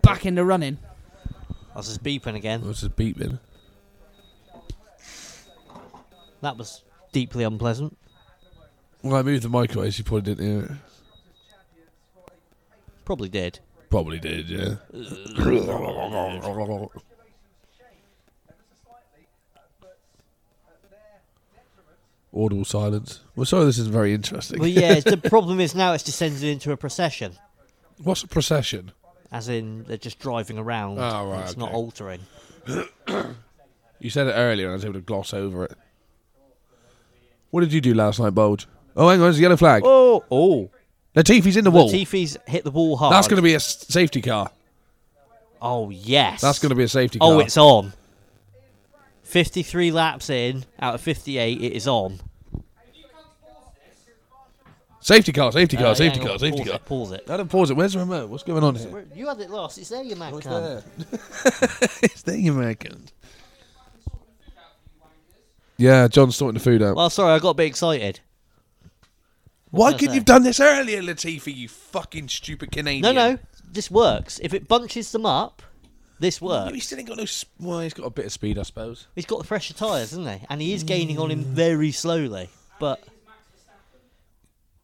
Speaker 3: back in the running.
Speaker 2: I was just beeping again.
Speaker 1: I was just beeping.
Speaker 2: That was deeply unpleasant.
Speaker 1: Well, I moved the mic away, so you probably didn't hear it.
Speaker 2: Probably did.
Speaker 1: Probably did, yeah. Audible silence. Well, sorry, this is very interesting.
Speaker 2: Well, yeah, it's- the problem is now it's descended into a procession.
Speaker 1: What's a procession?
Speaker 2: As in, they're just driving around.
Speaker 1: Oh, right,
Speaker 2: it's not
Speaker 1: okay.
Speaker 2: altering.
Speaker 1: You said it earlier, and I was able to gloss over it. What did you do last night, Bulge? Oh, hang on, there's a yellow flag.
Speaker 2: Oh, oh.
Speaker 1: Latifi's in the wall.
Speaker 2: Latifi's hit the wall hard.
Speaker 1: That's going to be a s- safety car.
Speaker 2: Oh, yes.
Speaker 1: That's going to be a safety car.
Speaker 2: Oh, it's on. 53 laps in out of 58, it is on.
Speaker 1: safety car, safety car,
Speaker 2: Uh,
Speaker 1: safety
Speaker 2: hang
Speaker 1: car,
Speaker 2: on,
Speaker 1: safety
Speaker 2: pause
Speaker 1: car.
Speaker 2: It, pause it.
Speaker 1: I don't pause it. Where's the remote? What's going on here?
Speaker 2: You had it last. It's there, you man.
Speaker 1: What's there? it's there, you American. Yeah, John's sorting the food out.
Speaker 2: Well, sorry, I got a bit excited.
Speaker 1: Why
Speaker 2: was
Speaker 1: couldn't
Speaker 2: that?
Speaker 1: you have done this earlier, Latifi, you fucking stupid Canadian?
Speaker 2: No, no, this works. If it bunches them up, this
Speaker 1: He
Speaker 2: works.
Speaker 1: Oh, still ain't got no. s- Well, he's got a bit of speed, I suppose.
Speaker 2: He's got the pressure tyres, isn't he? And he is gaining on him
Speaker 1: Mm.
Speaker 2: very slowly. But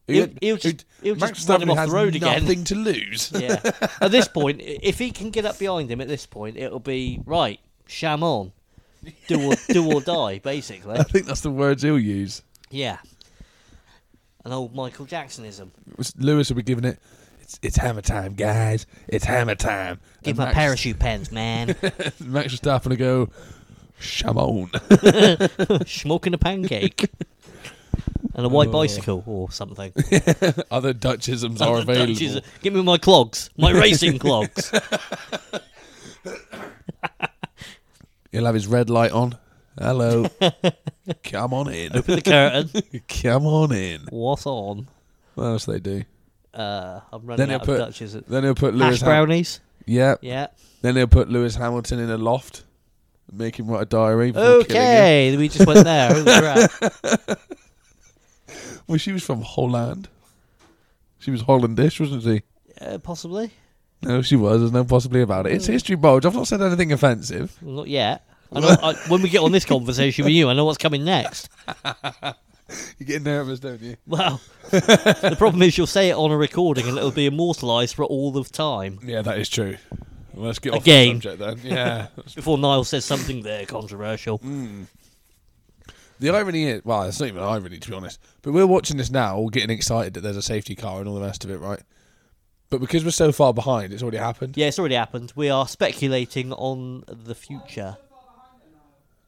Speaker 2: He'll- he'll just- he'll
Speaker 1: Max
Speaker 2: just run him
Speaker 1: Verstappen
Speaker 2: off the
Speaker 1: has
Speaker 2: road again.
Speaker 1: Nothing to lose.
Speaker 2: yeah, at this point, i- if he can get up behind him, at this point, it'll be right. Sham on, do or do or die, basically.
Speaker 1: I think that's the words he'll use.
Speaker 2: Yeah, an old Michael Jacksonism.
Speaker 1: Was- Lewis will be giving it. It's, it's hammer time, guys. It's hammer time.
Speaker 2: Give
Speaker 1: And
Speaker 2: my
Speaker 1: Max-
Speaker 2: parachute pants, man.
Speaker 1: Max Verstappen will go. Shamon.
Speaker 2: Smoking a pancake. And a white
Speaker 1: Oh.
Speaker 2: bicycle or something.
Speaker 1: Other Dutchisms are
Speaker 2: Other
Speaker 1: available.
Speaker 2: Dutchies- Give me my clogs, my racing clogs.
Speaker 1: He'll have his red light on. Hello. Come on in.
Speaker 2: Open the curtain.
Speaker 1: Come on in.
Speaker 2: What's on?
Speaker 1: What else they do?
Speaker 2: Uh, I'm running
Speaker 1: Then he'll
Speaker 2: out
Speaker 1: put
Speaker 2: of Dutch's. Hash
Speaker 1: then he'll put Lewis. Ham-
Speaker 2: brownies.
Speaker 1: yeah.
Speaker 2: Yeah.
Speaker 1: Then he'll put Lewis Hamilton in a loft, make him write a diary. before killing
Speaker 2: Okay, we just went there. Holy crap.
Speaker 1: him. Well, she was from Holland. She was Hollandish, wasn't she?
Speaker 2: Uh, possibly.
Speaker 1: No, she was. There's no possibly about it. It's
Speaker 2: Mm.
Speaker 1: history, bulge. I've not said anything offensive.
Speaker 2: Well, not yet. I know, I, when we get on this conversation with you, I know what's coming next.
Speaker 1: You get nervous, don't you?
Speaker 2: Well, the problem is you'll say it on a recording and it'll be immortalised for all of time.
Speaker 1: Yeah, that is true. Well, let's get off
Speaker 2: Again.
Speaker 1: the subject then. Yeah.
Speaker 2: Before Niall says something there controversial.
Speaker 1: Mm. the irony is, well, it's not even irony to be honest. But we're watching this now, all getting excited that there's a safety car and all the rest of it, right? But because we're so far behind, it's already happened.
Speaker 2: Yeah, it's already happened. We are speculating on the future.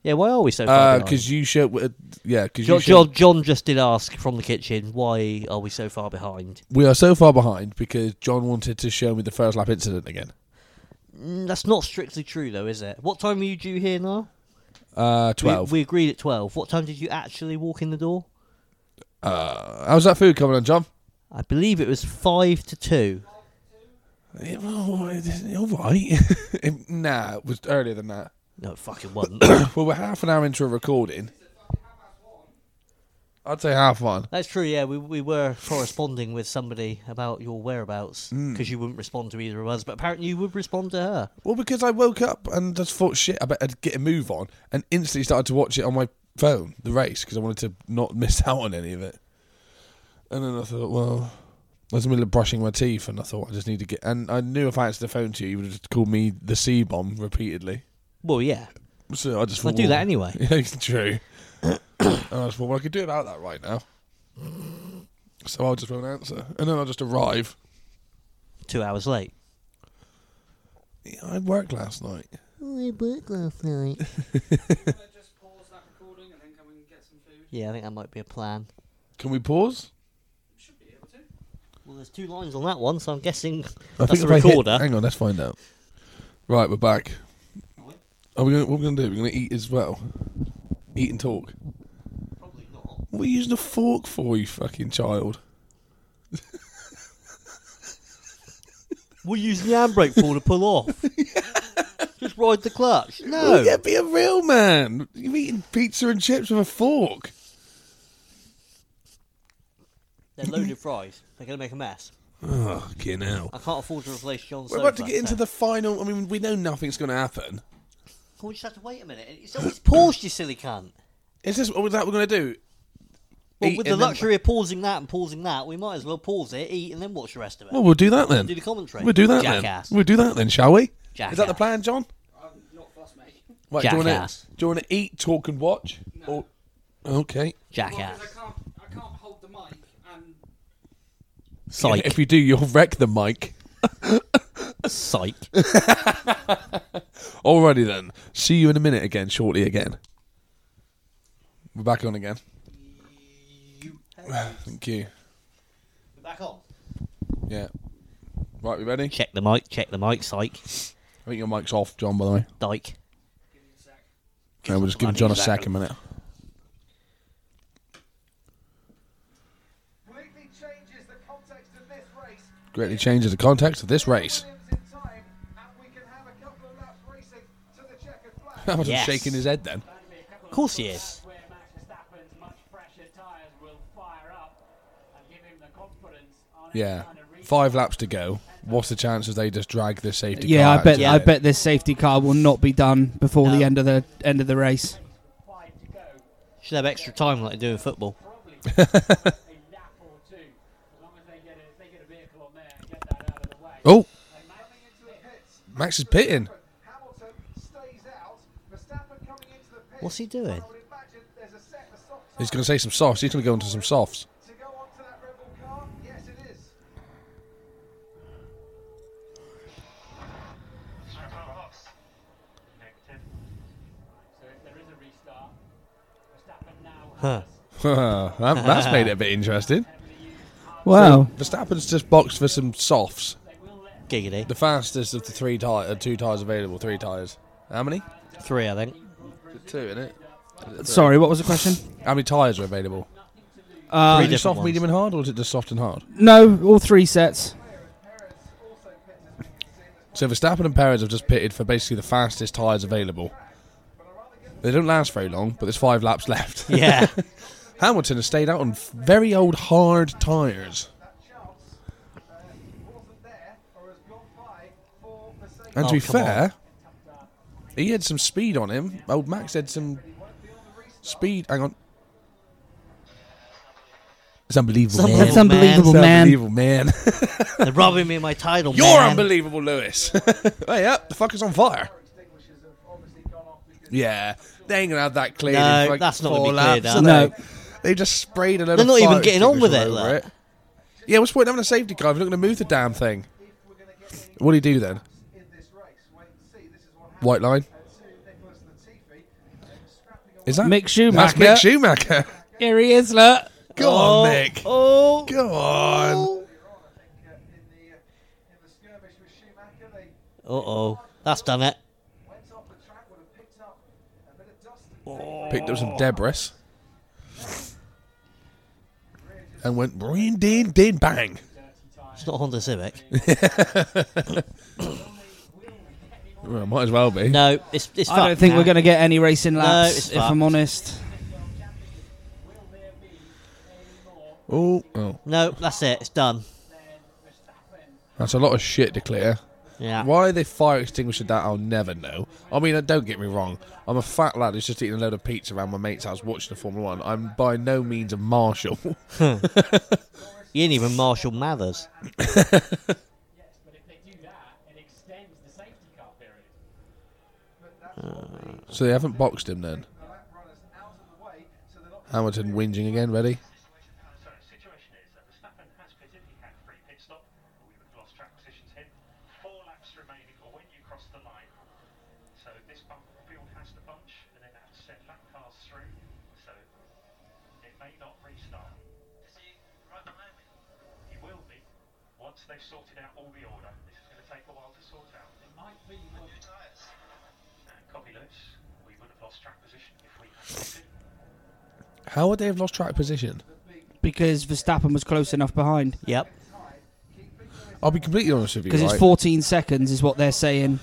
Speaker 2: Yeah, why are we so far behind?
Speaker 1: Because Uh, you showed. Uh, yeah, because you
Speaker 2: John,
Speaker 1: showed.
Speaker 2: John, John just did ask from the kitchen, why are we so far behind?
Speaker 1: We are so far behind because John wanted to show me the first lap incident again.
Speaker 2: Mm, That's not strictly true, though, is it? What time were you due here now?
Speaker 1: Uh,
Speaker 2: We-
Speaker 1: twelve.
Speaker 2: We, agreed at 12. What time did you actually walk in the door?
Speaker 1: uh, how's that food coming on, John?
Speaker 2: I believe it was 5 to 2. oh,
Speaker 1: All right. nah, it was earlier than that.
Speaker 2: No, it fucking wasn't.
Speaker 1: Well, we're half an hour into a recording. I'd say half one.
Speaker 2: That's true, yeah. We, we were corresponding with somebody about your whereabouts
Speaker 1: Hmm.
Speaker 2: because you wouldn't respond to either of us, but apparently you would respond to her.
Speaker 1: Well, because I woke up and just thought, shit, I better get a move on, and instantly started to watch it on my phone, the race, because I wanted to not miss out on any of it. And then I thought, well, I was in the middle of brushing my teeth, and I thought, I just need to get. And I knew if I answered the phone to you, you would have just called me the C bomb repeatedly.
Speaker 2: Well, yeah.
Speaker 1: So I just
Speaker 2: I
Speaker 1: thought,
Speaker 2: do that
Speaker 1: well-
Speaker 2: anyway.
Speaker 1: Yeah, it's true. and I just thought, well, I could do about that right now. So I'll just won't answer, and then I'll just arrive.
Speaker 2: Two hours late.
Speaker 1: Yeah, I worked last night.
Speaker 2: I worked last night.
Speaker 4: just pause that recording and then come and get some food?
Speaker 2: Yeah, I think that might be a plan.
Speaker 1: Can we pause?
Speaker 4: Should be able to.
Speaker 2: Well, there's two lines on that one, so I'm guessing
Speaker 1: I
Speaker 2: that's the
Speaker 1: if I hit-
Speaker 2: recorder.
Speaker 1: hang on, let's find out. Right, we're back. Are we gonna, what we're going to do? We're going to eat as well. Eat and talk.
Speaker 2: Probably not.
Speaker 1: What are you using a fork for, you fucking child?
Speaker 2: We're using the handbrake for to pull off. Just ride the clutch. No.
Speaker 1: yeah, be a real man. You're eating pizza and chips with a fork.
Speaker 2: They're loaded fries. They're going to make a mess.
Speaker 1: Oh, fucking hell.
Speaker 2: I can't afford to replace John's
Speaker 1: We're about to get into the final. I mean, we know nothing's going to happen.
Speaker 2: We'll just have to wait a minute. It's always paused, you silly cunt.
Speaker 1: Is this what that we're going to do?
Speaker 2: Well,
Speaker 1: Eat
Speaker 2: with the
Speaker 1: and then-
Speaker 2: luxury of pausing that and pausing that, we might as well pause it, eat, and then watch the rest of it.
Speaker 1: Oh, Well, we'll do that then.
Speaker 2: Do the commentary.
Speaker 1: We'll do that
Speaker 2: Jackass.
Speaker 1: then. We'll do that then, shall we? Is that the
Speaker 2: Jackass.
Speaker 1: plan, John?
Speaker 4: I'm Um, not fussed, mate.
Speaker 1: Right, do you wanna-
Speaker 2: Jackass.
Speaker 1: Do you want to eat, talk, and watch?
Speaker 4: No.
Speaker 1: Or- okay.
Speaker 2: Jackass.
Speaker 4: Because I can't, I can't hold the mic and
Speaker 2: Psych.
Speaker 1: If you do, you'll wreck the mic.
Speaker 2: Psych.
Speaker 1: Alrighty then. See you in a minute again, shortly again. We're back on again. Thank you.
Speaker 2: Back on.
Speaker 1: Yeah. Right, we ready?
Speaker 2: Check the mic, check the mic, psych.
Speaker 1: I think your mic's off, John, by the way.
Speaker 2: Dyke.
Speaker 4: give me a sec.
Speaker 1: Yeah, we'll just give
Speaker 2: Bloody
Speaker 1: John a
Speaker 2: second.
Speaker 1: second minute.
Speaker 4: Completely changes the context of this race.
Speaker 1: Greatly changes the context of this race.
Speaker 4: Williams in time, and we can have a couple of laps racing to the checkered flag.
Speaker 1: I was
Speaker 2: Yes.
Speaker 1: shaking his head then.
Speaker 2: Of course he is.
Speaker 5: Where Max Verstappen's much fresher tyres will fire up and give him the confidence on
Speaker 1: Yeah.
Speaker 5: on a re-
Speaker 1: Five laps to go. What's the chances they just drag the safety
Speaker 3: Yeah,
Speaker 1: car
Speaker 3: I
Speaker 1: out
Speaker 3: bet
Speaker 1: to
Speaker 3: I
Speaker 1: it?
Speaker 3: bet this safety car will not be done before
Speaker 2: No.
Speaker 3: the end of the end of the race.
Speaker 5: five to go,
Speaker 2: Should have extra time like they do in football.
Speaker 5: probably a lap or two. As long as they get a, if they get a vehicle on there and get that out of the way.
Speaker 1: Oh,
Speaker 5: They might-
Speaker 1: Max is pitting.
Speaker 4: Hamilton stays out. Verstappen coming into the pit.
Speaker 2: What's he doing?
Speaker 4: I would imagine there's a set of soft
Speaker 1: He's going to say some softs. He's going to go into some softs.
Speaker 4: to go onto that Red Bull car. Yes, it is.
Speaker 5: So if there is a restart, Verstappen
Speaker 2: Huh.
Speaker 5: now has
Speaker 1: that, that's made it a bit interesting.
Speaker 3: Wow.
Speaker 1: Verstappen's just boxed for some softs.
Speaker 2: Giggity.
Speaker 1: The fastest of the three tire, uh, two tires available. Three tires. How many?
Speaker 2: Three, I think.
Speaker 1: Two in it.
Speaker 3: Sorry, what was the question?
Speaker 1: How many tires are available?
Speaker 3: Uh,
Speaker 1: Is it soft,
Speaker 2: different ones.
Speaker 1: medium, and hard, or is it just soft and hard?
Speaker 3: no, all three sets.
Speaker 1: So Verstappen and Perez have just pitted for basically the fastest tires available. They don't last very long, but there's five laps left.
Speaker 2: Yeah.
Speaker 1: Hamilton has stayed out on f- very old hard tires.
Speaker 4: That chance uh, wasn't there or has gone by for Mercedes.
Speaker 1: And
Speaker 2: Oh,
Speaker 1: to be
Speaker 2: come on.
Speaker 1: fair, he had some speed on him. Old Max had some speed. Hang on. It's unbelievable.
Speaker 2: Some-
Speaker 1: man.
Speaker 3: That's
Speaker 2: Little man,
Speaker 3: unbelievable,
Speaker 1: It's
Speaker 3: man.
Speaker 1: unbelievable, man.
Speaker 2: They're robbing me of my title.
Speaker 1: You're
Speaker 2: man.
Speaker 1: unbelievable, Lewis. hey, up. The fucker's on fire.
Speaker 4: Extinguishers have obviously gone off because
Speaker 1: Yeah. They ain't going to have that cleared
Speaker 2: No,
Speaker 1: in like
Speaker 2: that's not
Speaker 1: four
Speaker 2: gonna be cleared,
Speaker 1: laps,
Speaker 2: are
Speaker 1: are
Speaker 3: they?
Speaker 1: they? They just sprayed a load
Speaker 2: They're
Speaker 1: of
Speaker 2: not even
Speaker 1: fire
Speaker 2: getting on with it,
Speaker 1: extinguisher
Speaker 2: look.
Speaker 1: over Yeah, what's the point of having a safety car if you're not going to move the damn thing? What do you do then?
Speaker 4: in this race, wait and see. This is what happened
Speaker 1: White line?
Speaker 4: to Nicholas Latifi.
Speaker 1: Is that
Speaker 3: Mick
Speaker 1: That's
Speaker 3: Schumacher.
Speaker 1: Mick Schumacher.
Speaker 3: Here he is, look.
Speaker 1: Go on, Mick.
Speaker 2: Oh,
Speaker 1: Go
Speaker 6: uh,
Speaker 1: on.
Speaker 6: in the uh, in the skirmish with Schumacher. They
Speaker 2: uh oh, that's done it.
Speaker 6: went off the track, would have picked up a bit of dust and
Speaker 1: Picked up some debris. And went brain, din, din, bang.
Speaker 2: It's not a Honda Civic.
Speaker 1: Well, might as well be.
Speaker 2: No, it's it's.
Speaker 3: I don't
Speaker 2: fucked
Speaker 3: think
Speaker 2: now.
Speaker 3: we're going to get any racing
Speaker 2: it's
Speaker 3: laps, if
Speaker 2: fucked.
Speaker 3: I'm honest.
Speaker 1: Oh, oh,
Speaker 2: No, that's it. It's done.
Speaker 1: that's a lot of shit to clear.
Speaker 2: Yeah.
Speaker 1: Why they fire extinguished that, I'll never know. I mean, uh, don't get me wrong. I'm a fat lad who's just eating a load of pizza around my mate's house watching the Formula One. I'm by no means a marshal.
Speaker 2: You ain't even Marshall Mathers.
Speaker 4: Yes, but if they do that, it extends the safety car period.
Speaker 1: so they haven't boxed him then.
Speaker 6: lap runners out of the way, so they're not
Speaker 1: Hamilton whinging again, ready?
Speaker 5: So the situation is that Verstappen has physically had free pit stop, but we would have lost track positions him. Four laps remaining or when you cross the line. So this bump field has to bunch and then have to send lap cars through. So it may not restart. Is he right behind me? He will be. Once they've sorted out all the order. This is going to take a while to sort out. It might be new tyres. And copy Lewis. We would have lost track position if we had to.
Speaker 1: How would they have lost track position?
Speaker 3: Because Verstappen was close enough behind.
Speaker 2: Yep.
Speaker 1: I'll be completely honest with you.
Speaker 3: Because
Speaker 1: right?
Speaker 3: it's 14 seconds, is what they're saying.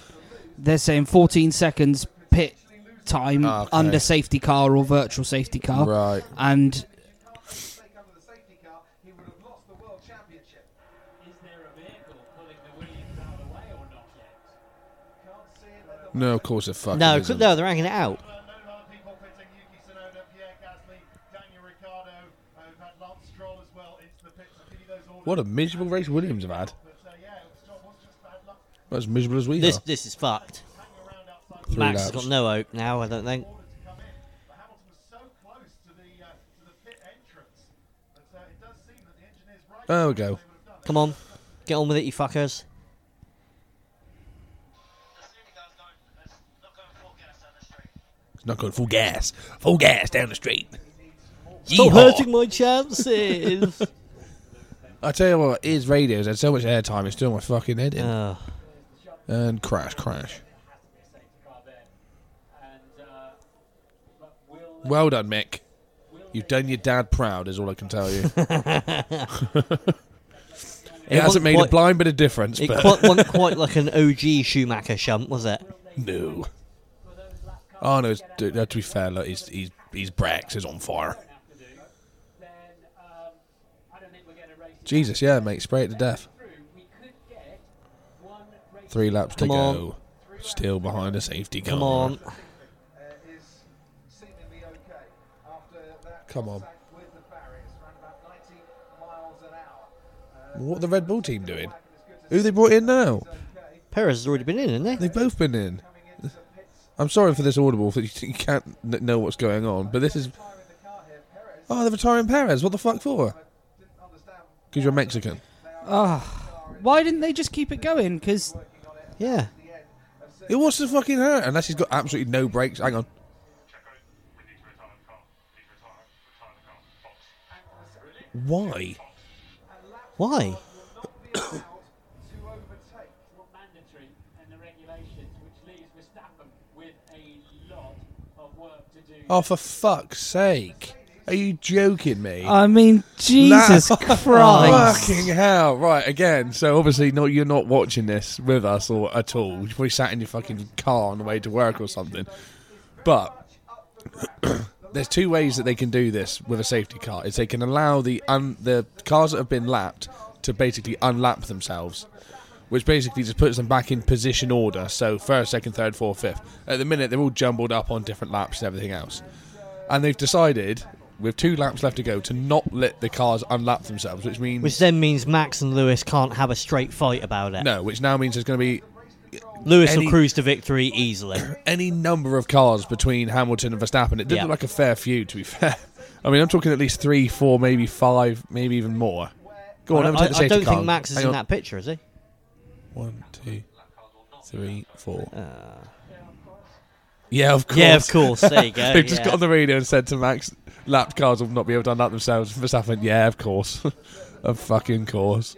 Speaker 3: They're saying 14 seconds pit time
Speaker 1: Ah, okay.
Speaker 3: under safety car or virtual safety car.
Speaker 1: Right.
Speaker 3: And
Speaker 6: take under the safety car. He would have lost the world championship.
Speaker 4: Is there a vehicle pulling the Williams out of the way or not yet?
Speaker 6: Can't see it. At the
Speaker 1: No, of course it fucking
Speaker 2: No,
Speaker 1: isn't.
Speaker 2: no, they're hanging it out.
Speaker 5: No lot of people fitting Yuki Tsunoda, Pierre Gasly, Daniel Ricciardo. Uh, we've had Lance Stroll as well into the pits. Give you those orders.
Speaker 1: What a miserable race Williams have had.
Speaker 5: But uh, yeah, it was, it was just bad luck.
Speaker 1: Not as miserable as we
Speaker 2: This
Speaker 1: are.
Speaker 2: this is fucked.
Speaker 5: Hang around outside.
Speaker 1: Three
Speaker 2: Max has
Speaker 1: laps.
Speaker 2: got no hope now. I don't think.
Speaker 5: ordered to come in, but Hamilton was so close to the uh, to the pit entrance. But uh, it does seem that the engineers right.
Speaker 1: There we go.
Speaker 2: Come on, get on with it, you fuckers.
Speaker 1: It's not going full gas. Full gas down the street.
Speaker 2: Stop
Speaker 1: Yeehaw.
Speaker 2: hurting my chances.
Speaker 1: I tell you what, his radio's had so much airtime, it's doing my fucking head in.
Speaker 2: Ugh.
Speaker 1: and crash, crash.
Speaker 4: There has to be a safety car there. And, uh, but will,
Speaker 1: Well done, Mick.
Speaker 4: will
Speaker 1: You've
Speaker 4: they
Speaker 1: done your dad proud, is all I can tell you. it
Speaker 2: It
Speaker 1: hasn't
Speaker 2: wasn't
Speaker 1: made a
Speaker 2: quite-
Speaker 1: blind bit of difference,
Speaker 2: It
Speaker 1: but
Speaker 2: quite, wasn't quite like an OG Schumacher shunt, was it?
Speaker 1: no. Oh no, it's, d- uh, to be fair, look, he's he's he's Brax is on fire.
Speaker 4: have to do? Then, um, I don't think we're going to race it
Speaker 1: Jesus, yeah, mate, spray it to death.
Speaker 4: through. We could get one race
Speaker 1: Three laps to
Speaker 2: Come on.
Speaker 1: go. Still behind a safety car.
Speaker 2: Come on.
Speaker 6: uh, is seemingly okay after that
Speaker 1: Come on.
Speaker 6: contact with the barriers, around about 90 miles an hour.
Speaker 1: What are the Red Bull team
Speaker 6: And
Speaker 1: doing?
Speaker 6: it's good to
Speaker 1: Who they brought in now?
Speaker 2: Perez has already been in, hasn't he?
Speaker 1: They've both been in. I'm sorry for this audible that you, you can't n- know what's going on, but this is. Oh, they're retiring Perez. What the fuck for? Because you're Mexican.
Speaker 3: why didn't they just keep it going? Because
Speaker 2: Yeah.
Speaker 1: It what's the fucking hurt? Unless he's got absolutely no brakes. Hang on.
Speaker 5: We need to retire the car. We need to retire, retire the car. Box.
Speaker 1: Why?
Speaker 2: Why?
Speaker 6: to overtake.
Speaker 4: not mandatory and the regulations, which leaves Verstappen with a lot of work to do.
Speaker 1: Oh, for fuck's sake. Are you joking me?
Speaker 3: I mean, Jesus
Speaker 1: Nah.
Speaker 3: Christ!
Speaker 1: Fucking hell. Right, again. So obviously not you're not watching this with us or at all. You probably sat in your fucking car on the way to work or something. But there's two ways that they can do this with a safety car. Is they can allow the un- the cars that have been lapped to basically unlap themselves. Which basically just puts them back in position order. So first, second, third, fourth, fifth. At the minute, they're all jumbled up on different laps and everything else and they've decided with two laps left to go to not let the cars unlap themselves, which means
Speaker 2: Which then means Max and Lewis can't have a straight fight about it.
Speaker 1: no, which now means there's going to be
Speaker 2: Lewis
Speaker 1: Any-
Speaker 2: will cruise to victory easily.
Speaker 1: any number of cars between Hamilton and Verstappen. It did
Speaker 2: Yeah.
Speaker 1: look like a fair few, to be fair. I mean, I'm talking at least three, four, maybe five, maybe even more. Go on,
Speaker 2: I,
Speaker 1: have a take the
Speaker 2: I
Speaker 1: safety
Speaker 2: don't
Speaker 1: car.
Speaker 2: think Max is
Speaker 1: Hang
Speaker 2: in
Speaker 1: on.
Speaker 2: that picture, is he?
Speaker 1: One, two, three, four. Yeah, of course.
Speaker 2: Ah. Yeah, of course. There you go.
Speaker 1: They've just
Speaker 2: yeah.
Speaker 1: got on the radio and said to Max, lap cars will not be able to unlap themselves. Verstappen, went, yeah, of course. of fucking course.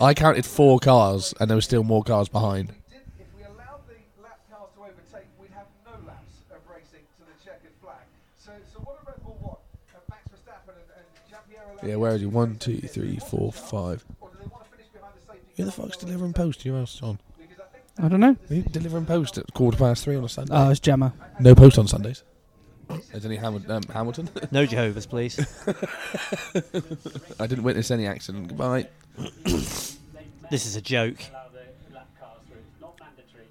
Speaker 1: I counted four cars and there were still more cars behind.
Speaker 4: did, if we allowed the lap cars to overtake, we'd have no laps of racing to the checkered flag. So, so what a Red Bull want? Uh, Max Verstappen and, and Jean-Pierre
Speaker 1: Yeah, where is he? One, two, three, four, five.
Speaker 4: Or do they want to finish behind the safety
Speaker 1: Who the fuck's delivering post to your house, John?
Speaker 4: Because I think
Speaker 3: I don't know.
Speaker 1: Who delivering post at quarter past three on a Sunday?
Speaker 3: Oh, it's Gemma.
Speaker 1: no post on Sundays. There's any Hamil- um, Hamilton?
Speaker 2: No Jehovah's, please.
Speaker 1: I didn't witness any accident. Goodbye.
Speaker 2: this is a joke.
Speaker 5: Allow the lap cars through. It's not mandatory.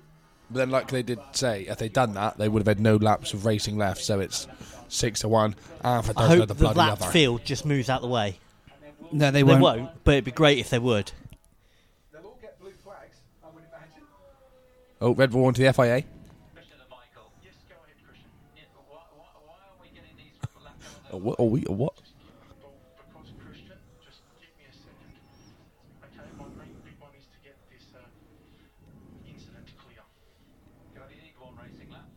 Speaker 1: But then, like they did say, if they'd done that, they would have had no laps of racing left. So it's six to one, half a
Speaker 2: I
Speaker 1: dozen of
Speaker 2: hope
Speaker 1: the
Speaker 2: the
Speaker 1: bloody
Speaker 2: lap
Speaker 1: other.
Speaker 2: field just moves out the way.
Speaker 3: No, they
Speaker 2: They
Speaker 3: won't.
Speaker 2: won't. but it'd be great if they would.
Speaker 4: they'll all get blue flags, I would imagine.
Speaker 1: Oh, Red Bull won to the FIA.
Speaker 7: Question to Michael. Yes, go ahead, Christian.
Speaker 5: Yeah, but why, why, why are we getting these lap cars
Speaker 1: Oh, what? Oh, we, oh, what?
Speaker 7: Well, because Christian, just give me a second. Okay, my main big one is to get this uh, incident clear.
Speaker 5: over? Do you need one racing lap?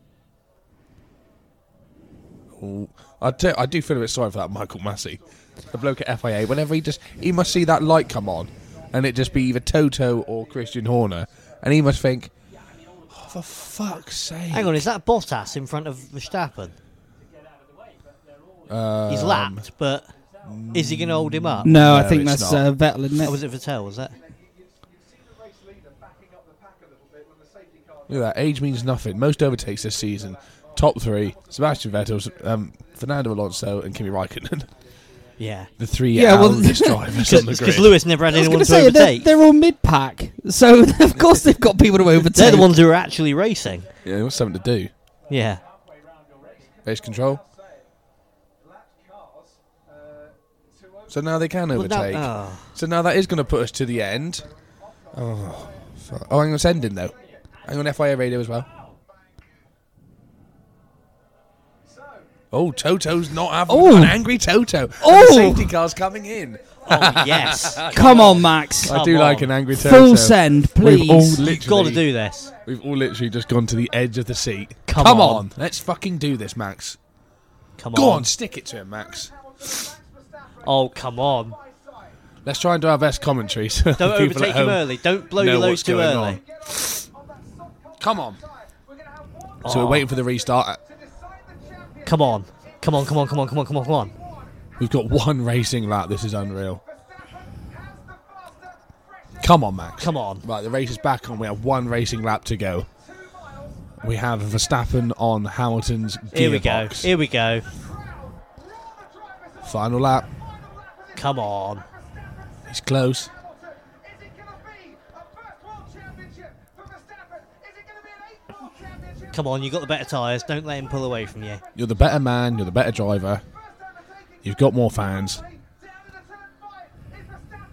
Speaker 1: Oh, I do, I do feel a bit sorry for that Michael Massey, the bloke at FIA. Whenever he just, he must see that light come on, and it just be either Toto or Christian Horner, and he must think, oh, for fuck's sake.
Speaker 2: Hang on, is that Bottas in front of Verstappen?
Speaker 1: Um,
Speaker 2: He's lapped, but is he going to hold him up?
Speaker 3: No, I
Speaker 1: No,
Speaker 3: think
Speaker 1: it's
Speaker 3: that's
Speaker 1: not.
Speaker 3: uh, Vettel, isn't
Speaker 2: Or was
Speaker 3: it?
Speaker 2: it Vettel? Was that?
Speaker 4: You'd see the race leader backing up the pack a little bit when the safety car
Speaker 1: Look at that. Age means nothing. Most overtakes this season. Top three: Sebastian Vettel, um, Fernando Alonso, and Kimi Raikkonen.
Speaker 2: Yeah.
Speaker 1: The three
Speaker 3: Yeah, well-
Speaker 1: oldest drivers on the
Speaker 2: Because
Speaker 1: grid.
Speaker 2: Lewis never had
Speaker 3: I was
Speaker 2: anyone to
Speaker 3: going to say they're,
Speaker 2: overtake. They're,
Speaker 3: they're all mid-pack, so of course they've got people to overtake.
Speaker 2: the ones who are actually racing.
Speaker 1: Yeah, they want something to do.
Speaker 2: Yeah.
Speaker 1: Race control.
Speaker 4: lap cars uh, to overtake.
Speaker 1: So now they can
Speaker 2: Well, that-
Speaker 1: overtake.
Speaker 2: oh.
Speaker 1: So now that is going to put us to the end. Oh, fuck. oh, hang on, it's ending though. Hang on, FIA radio as well. Oh, Toto's not having
Speaker 3: Oh.
Speaker 1: an angry Toto. Oh,
Speaker 3: Oh.
Speaker 1: safety car's coming in.
Speaker 2: Oh, yes.
Speaker 3: Come on, Max.
Speaker 2: Come
Speaker 1: I do like
Speaker 2: on.
Speaker 1: an angry Toto.
Speaker 3: Full send,
Speaker 1: We've all
Speaker 3: please.
Speaker 2: You've got to
Speaker 1: literally-
Speaker 2: do this.
Speaker 1: We've all literally just gone to the edge of the seat.
Speaker 2: Come
Speaker 1: on.
Speaker 2: on.
Speaker 1: let's fucking do this, Max.
Speaker 2: Come
Speaker 1: Go
Speaker 2: on.
Speaker 1: on, stick it to him, Max.
Speaker 2: Oh, come on.
Speaker 1: Let's try and do our best commentary. So
Speaker 2: Don't
Speaker 1: the people at
Speaker 2: overtake him
Speaker 1: home
Speaker 2: early. Don't blow
Speaker 1: know
Speaker 2: your
Speaker 1: what's
Speaker 2: loads too
Speaker 1: going
Speaker 2: early.
Speaker 1: on. Come on. So
Speaker 2: Oh.
Speaker 1: we're waiting for the restart.
Speaker 2: Come on. Come on, come on, come on, come on, come on, come on.
Speaker 1: We've got one racing lap. This is unreal. Come on, Max.
Speaker 2: Come on.
Speaker 1: Right, the race is back on. We have one racing lap to go. We have Verstappen on Hamilton's gearbox.
Speaker 2: Here we go. Here we go.
Speaker 1: Final lap.
Speaker 2: Come on.
Speaker 1: It's close.
Speaker 2: Come on, you got the better tyres. Don't let him pull away from you.
Speaker 1: You're the better man. You're the better driver. You've got more fans.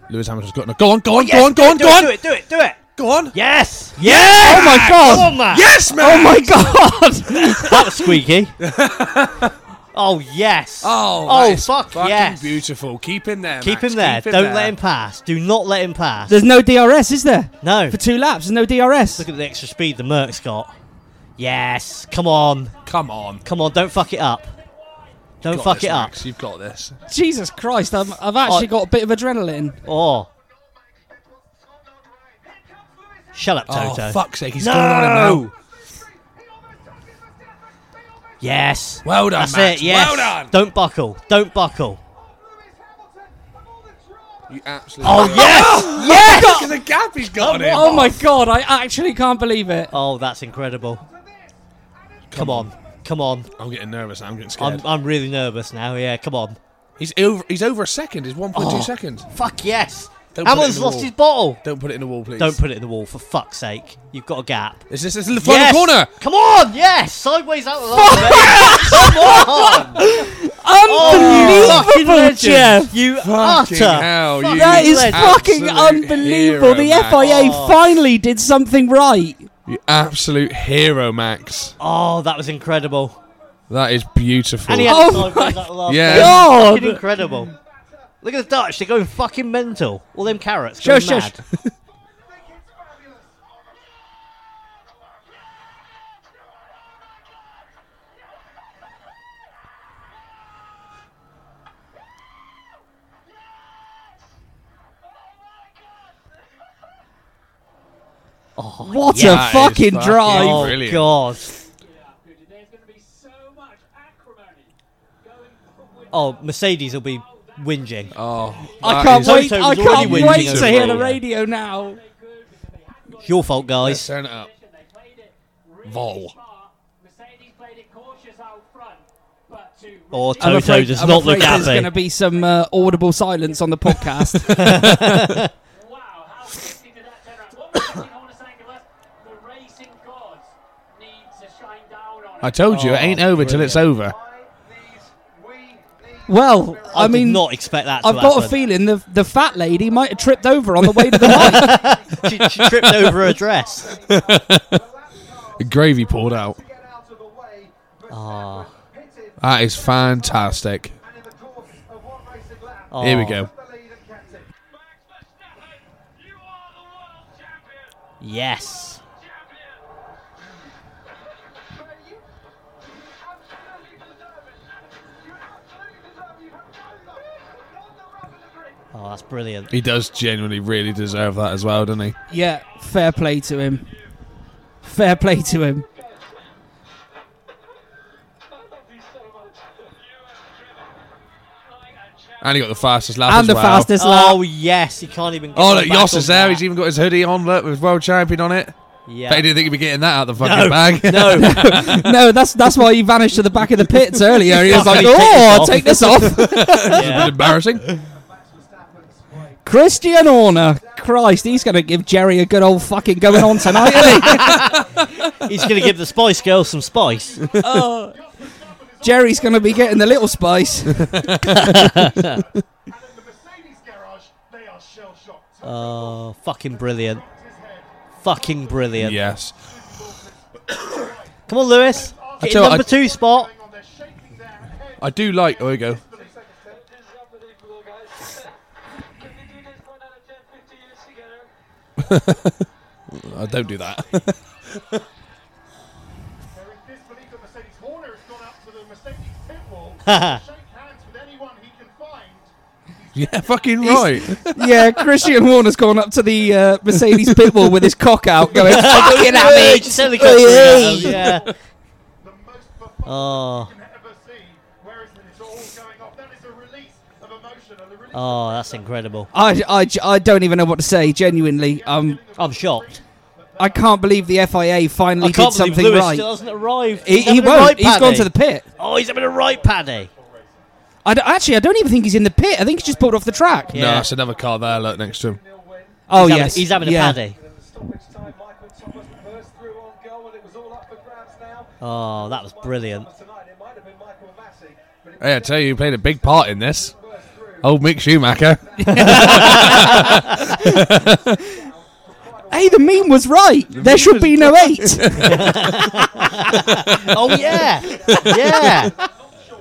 Speaker 1: Lewis Hamilton's got no. Go on, go on, go on, go on,
Speaker 2: do
Speaker 1: go
Speaker 2: it,
Speaker 1: on,
Speaker 2: Do it, do it, do it.
Speaker 1: go on.
Speaker 2: Yes. Yes.
Speaker 3: Oh my God.
Speaker 2: Come on, Max.
Speaker 1: Yes, man.
Speaker 3: Oh my god!
Speaker 2: That was squeaky. oh, yes.
Speaker 1: Oh, that
Speaker 2: oh
Speaker 1: is
Speaker 2: fuck
Speaker 1: fucking
Speaker 2: yes.
Speaker 1: Beautiful. Keep him there.
Speaker 2: Keep
Speaker 1: Max.
Speaker 2: him there.
Speaker 1: Keep
Speaker 2: Don't
Speaker 1: there.
Speaker 2: let him pass. Do not let him pass.
Speaker 3: There's no DRS, is there?
Speaker 2: No.
Speaker 3: For two laps, there's no DRS.
Speaker 2: Look at the extra speed the Merc's got. Yes. Come on.
Speaker 1: Come on.
Speaker 2: Come on. Don't fuck it up. Don't
Speaker 1: Got
Speaker 2: fuck
Speaker 1: this,
Speaker 2: it up.
Speaker 1: Max. You've got this.
Speaker 3: Jesus Christ, I'm, I've actually
Speaker 2: Oh.
Speaker 3: got a bit of adrenaline.
Speaker 2: Oh. Shut up,
Speaker 1: Oh,
Speaker 2: Toto.
Speaker 1: fuck's sake. He's
Speaker 2: no.
Speaker 1: going on Oh, and out.
Speaker 2: Yes.
Speaker 1: Well done,
Speaker 2: That's
Speaker 1: Max.
Speaker 2: it. Yes.
Speaker 1: Well done.
Speaker 2: Don't buckle. Don't buckle.
Speaker 1: You absolutely.
Speaker 2: Oh yes.
Speaker 1: Look at the gap he's got on him.
Speaker 3: Oh my god, I actually can't believe it.
Speaker 2: Oh, that's incredible. Come on. Come on.
Speaker 1: I'm getting nervous. I'm getting scared.
Speaker 2: I'm, I'm really nervous now. Yeah, come on.
Speaker 1: he's over. He's over a second. He's 1.2
Speaker 2: Oh.
Speaker 1: seconds.
Speaker 2: Fuck yes.
Speaker 1: Don't put it in
Speaker 2: Hamilton's
Speaker 1: the
Speaker 2: lost
Speaker 1: wall.
Speaker 2: his bottle.
Speaker 1: Don't put it in the wall, please.
Speaker 2: Don't put it in the wall, for fuck's sake. You've got a gap.
Speaker 1: Is this, this is the final
Speaker 2: yes!
Speaker 1: corner?
Speaker 2: Come on, yes! Sideways out of the line. Come on! Oh, Fucking
Speaker 3: Unbelievable,
Speaker 2: legend.
Speaker 3: Jeff!
Speaker 2: You
Speaker 1: Fucking
Speaker 2: utter.
Speaker 1: hell,
Speaker 2: fucking
Speaker 1: you
Speaker 3: That is
Speaker 2: legend.
Speaker 1: absolute
Speaker 3: fucking unbelievable.
Speaker 1: hero,
Speaker 3: The
Speaker 1: Max.
Speaker 3: FIA
Speaker 2: Oh.
Speaker 3: finally did something right.
Speaker 1: You absolute hero, Max.
Speaker 2: Oh, that was incredible.
Speaker 1: That is beautiful.
Speaker 2: And he had
Speaker 3: Oh
Speaker 2: the sideways out the last
Speaker 1: Yeah.
Speaker 2: bit.
Speaker 3: God.
Speaker 2: Fucking incredible. Look at the Dutch, they're going fucking mental. All them carrots.
Speaker 3: Shush,
Speaker 2: going
Speaker 3: shush.
Speaker 2: mad. Oh,
Speaker 3: What
Speaker 2: yeah.
Speaker 1: That
Speaker 3: a
Speaker 1: is
Speaker 3: fucking
Speaker 1: fucking
Speaker 3: drive!
Speaker 2: Oh,
Speaker 1: Brilliant.
Speaker 2: God.
Speaker 5: There's going to be so much acrimony going forward.
Speaker 2: Oh, Mercedes will be whinging.
Speaker 1: Oh,
Speaker 3: I
Speaker 1: that
Speaker 3: can't
Speaker 1: is-
Speaker 3: wait!
Speaker 2: Toto
Speaker 3: I
Speaker 2: was
Speaker 3: can't
Speaker 2: already
Speaker 3: wait
Speaker 2: winning
Speaker 3: to hear the
Speaker 2: overall.
Speaker 3: radio now.
Speaker 2: It's your fault, guys.
Speaker 1: Turn it up.
Speaker 5: They played it really
Speaker 1: Vol.
Speaker 5: smart. Mercedes played it cautious out front, but to
Speaker 2: Or
Speaker 5: really-
Speaker 2: Oh, Toto does not look
Speaker 3: afraid There's
Speaker 2: happy.
Speaker 3: going to be some uh, audible silence on the podcast.
Speaker 5: Wow, how quickly did that turn around? One more thing I want to say, Nicholas. The racing gods need to shine down on
Speaker 1: I
Speaker 5: it.
Speaker 1: told you, it ain't over till it's over.
Speaker 4: By these, we need
Speaker 3: well, I,
Speaker 2: I,
Speaker 3: mean,
Speaker 2: did not expect that. To
Speaker 3: I've got a
Speaker 2: happen.
Speaker 3: feeling the the fat lady might have tripped over on the way to the mic.
Speaker 2: she, she tripped over her dress.
Speaker 1: Gravy poured out.
Speaker 4: to get out of the way. Verstappen
Speaker 2: Ah.
Speaker 4: pitted
Speaker 1: That is fantastic.
Speaker 4: and in the course of one racing lap,
Speaker 2: Oh.
Speaker 1: Here we go.
Speaker 4: took the lead and kept it.
Speaker 7: Max Verstappen, you are the world champion!
Speaker 2: Yes.
Speaker 7: Champion!
Speaker 4: But you absolutely deserve it. You absolutely deserve it. You have done enough. On the rubber of the grid.
Speaker 2: Oh, that's brilliant.
Speaker 1: He does genuinely really deserve that as well, doesn't he?
Speaker 3: Yeah, fair play to him. Fair play to him.
Speaker 1: And he got the fastest lap
Speaker 3: And
Speaker 1: as
Speaker 3: the
Speaker 1: well.
Speaker 3: fastest lap.
Speaker 2: Oh yes, he can't even. Get
Speaker 1: Oh,
Speaker 2: the
Speaker 1: look,
Speaker 2: back
Speaker 1: Yoss
Speaker 2: on
Speaker 1: is there.
Speaker 2: that.
Speaker 1: He's even got his hoodie on, look, with world champion on it.
Speaker 2: Yeah.
Speaker 1: Bet he didn't think he'd be getting that out of the fucking
Speaker 2: no,
Speaker 1: bag.
Speaker 2: no.
Speaker 3: no, that's that's why he vanished to the back of the pits earlier. He was
Speaker 2: Fuck,
Speaker 3: like,
Speaker 2: take
Speaker 3: "Oh,
Speaker 2: this
Speaker 3: take this off."
Speaker 1: Bit
Speaker 2: yeah.
Speaker 1: embarrassing.
Speaker 3: Christian Horner, Christ, he's going to give Jerry a good old fucking going on tonight, isn't he?
Speaker 2: He's going to give the Spice Girls some spice.
Speaker 3: Jerry's going to be getting the little spice.
Speaker 4: And in the Mercedes garage, they are shell shocked.
Speaker 2: Oh, fucking brilliant. Fucking brilliant.
Speaker 1: Yes.
Speaker 2: Come on, Lewis.
Speaker 1: tell
Speaker 2: Get in
Speaker 1: you what,
Speaker 2: number
Speaker 1: I-
Speaker 2: two spot.
Speaker 4: Hang on, they're shaking their head.
Speaker 1: I do like. Oh, there we go.
Speaker 5: This is unbelievable, guys. Can we do this for another 10, 15 years together?
Speaker 1: I Oh, don't do that.
Speaker 4: They're in disbelief that Mercedes Horner has gone up to the Mercedes pit wall
Speaker 2: Haha.
Speaker 4: shake hands with anyone he can find.
Speaker 1: yeah, fucking right.
Speaker 3: yeah, Christian Horner's gone up to the uh, Mercedes pit wall with his cock out, going, "Fucking at me!"
Speaker 2: Just helicopter at him, yeah.
Speaker 4: The most befuddled
Speaker 2: Oh.
Speaker 4: you can ever see. Whereas it's all going off. That is a release of emotion and a release
Speaker 2: Oh, that's incredible.
Speaker 3: I, I, I don't even know what to say. Genuinely, um,
Speaker 2: I'm shocked.
Speaker 3: I can't believe the FIA finally
Speaker 2: I can't
Speaker 3: did something
Speaker 2: believe Lewis
Speaker 3: right.
Speaker 2: still hasn't arrived.
Speaker 3: He,
Speaker 2: He's
Speaker 3: he
Speaker 2: having a
Speaker 3: won't.
Speaker 2: right
Speaker 3: he's gone
Speaker 2: paddy.
Speaker 3: to the pit.
Speaker 2: Oh, he's having a right paddy.
Speaker 3: I don't- actually, I don't even think he's in the pit. I think he's just pulled off the track.
Speaker 2: Yeah.
Speaker 1: No, that's another car there, look, next to him.
Speaker 3: Oh
Speaker 2: he's
Speaker 3: yes,
Speaker 2: having, he's having
Speaker 3: yeah.
Speaker 2: a paddy.
Speaker 4: And in the stoppage time, Michael Thomas burst through on goal and it was all up for grabs now.
Speaker 2: Oh, that was
Speaker 4: Michael
Speaker 2: brilliant.
Speaker 4: Thomas tonight, it might have been Michael Massey, but it
Speaker 1: Hey, I tell you, you played a big part in this. Old Mick Schumacher.
Speaker 3: Hey, the meme was right. there should be no eight.
Speaker 2: Oh yeah, yeah.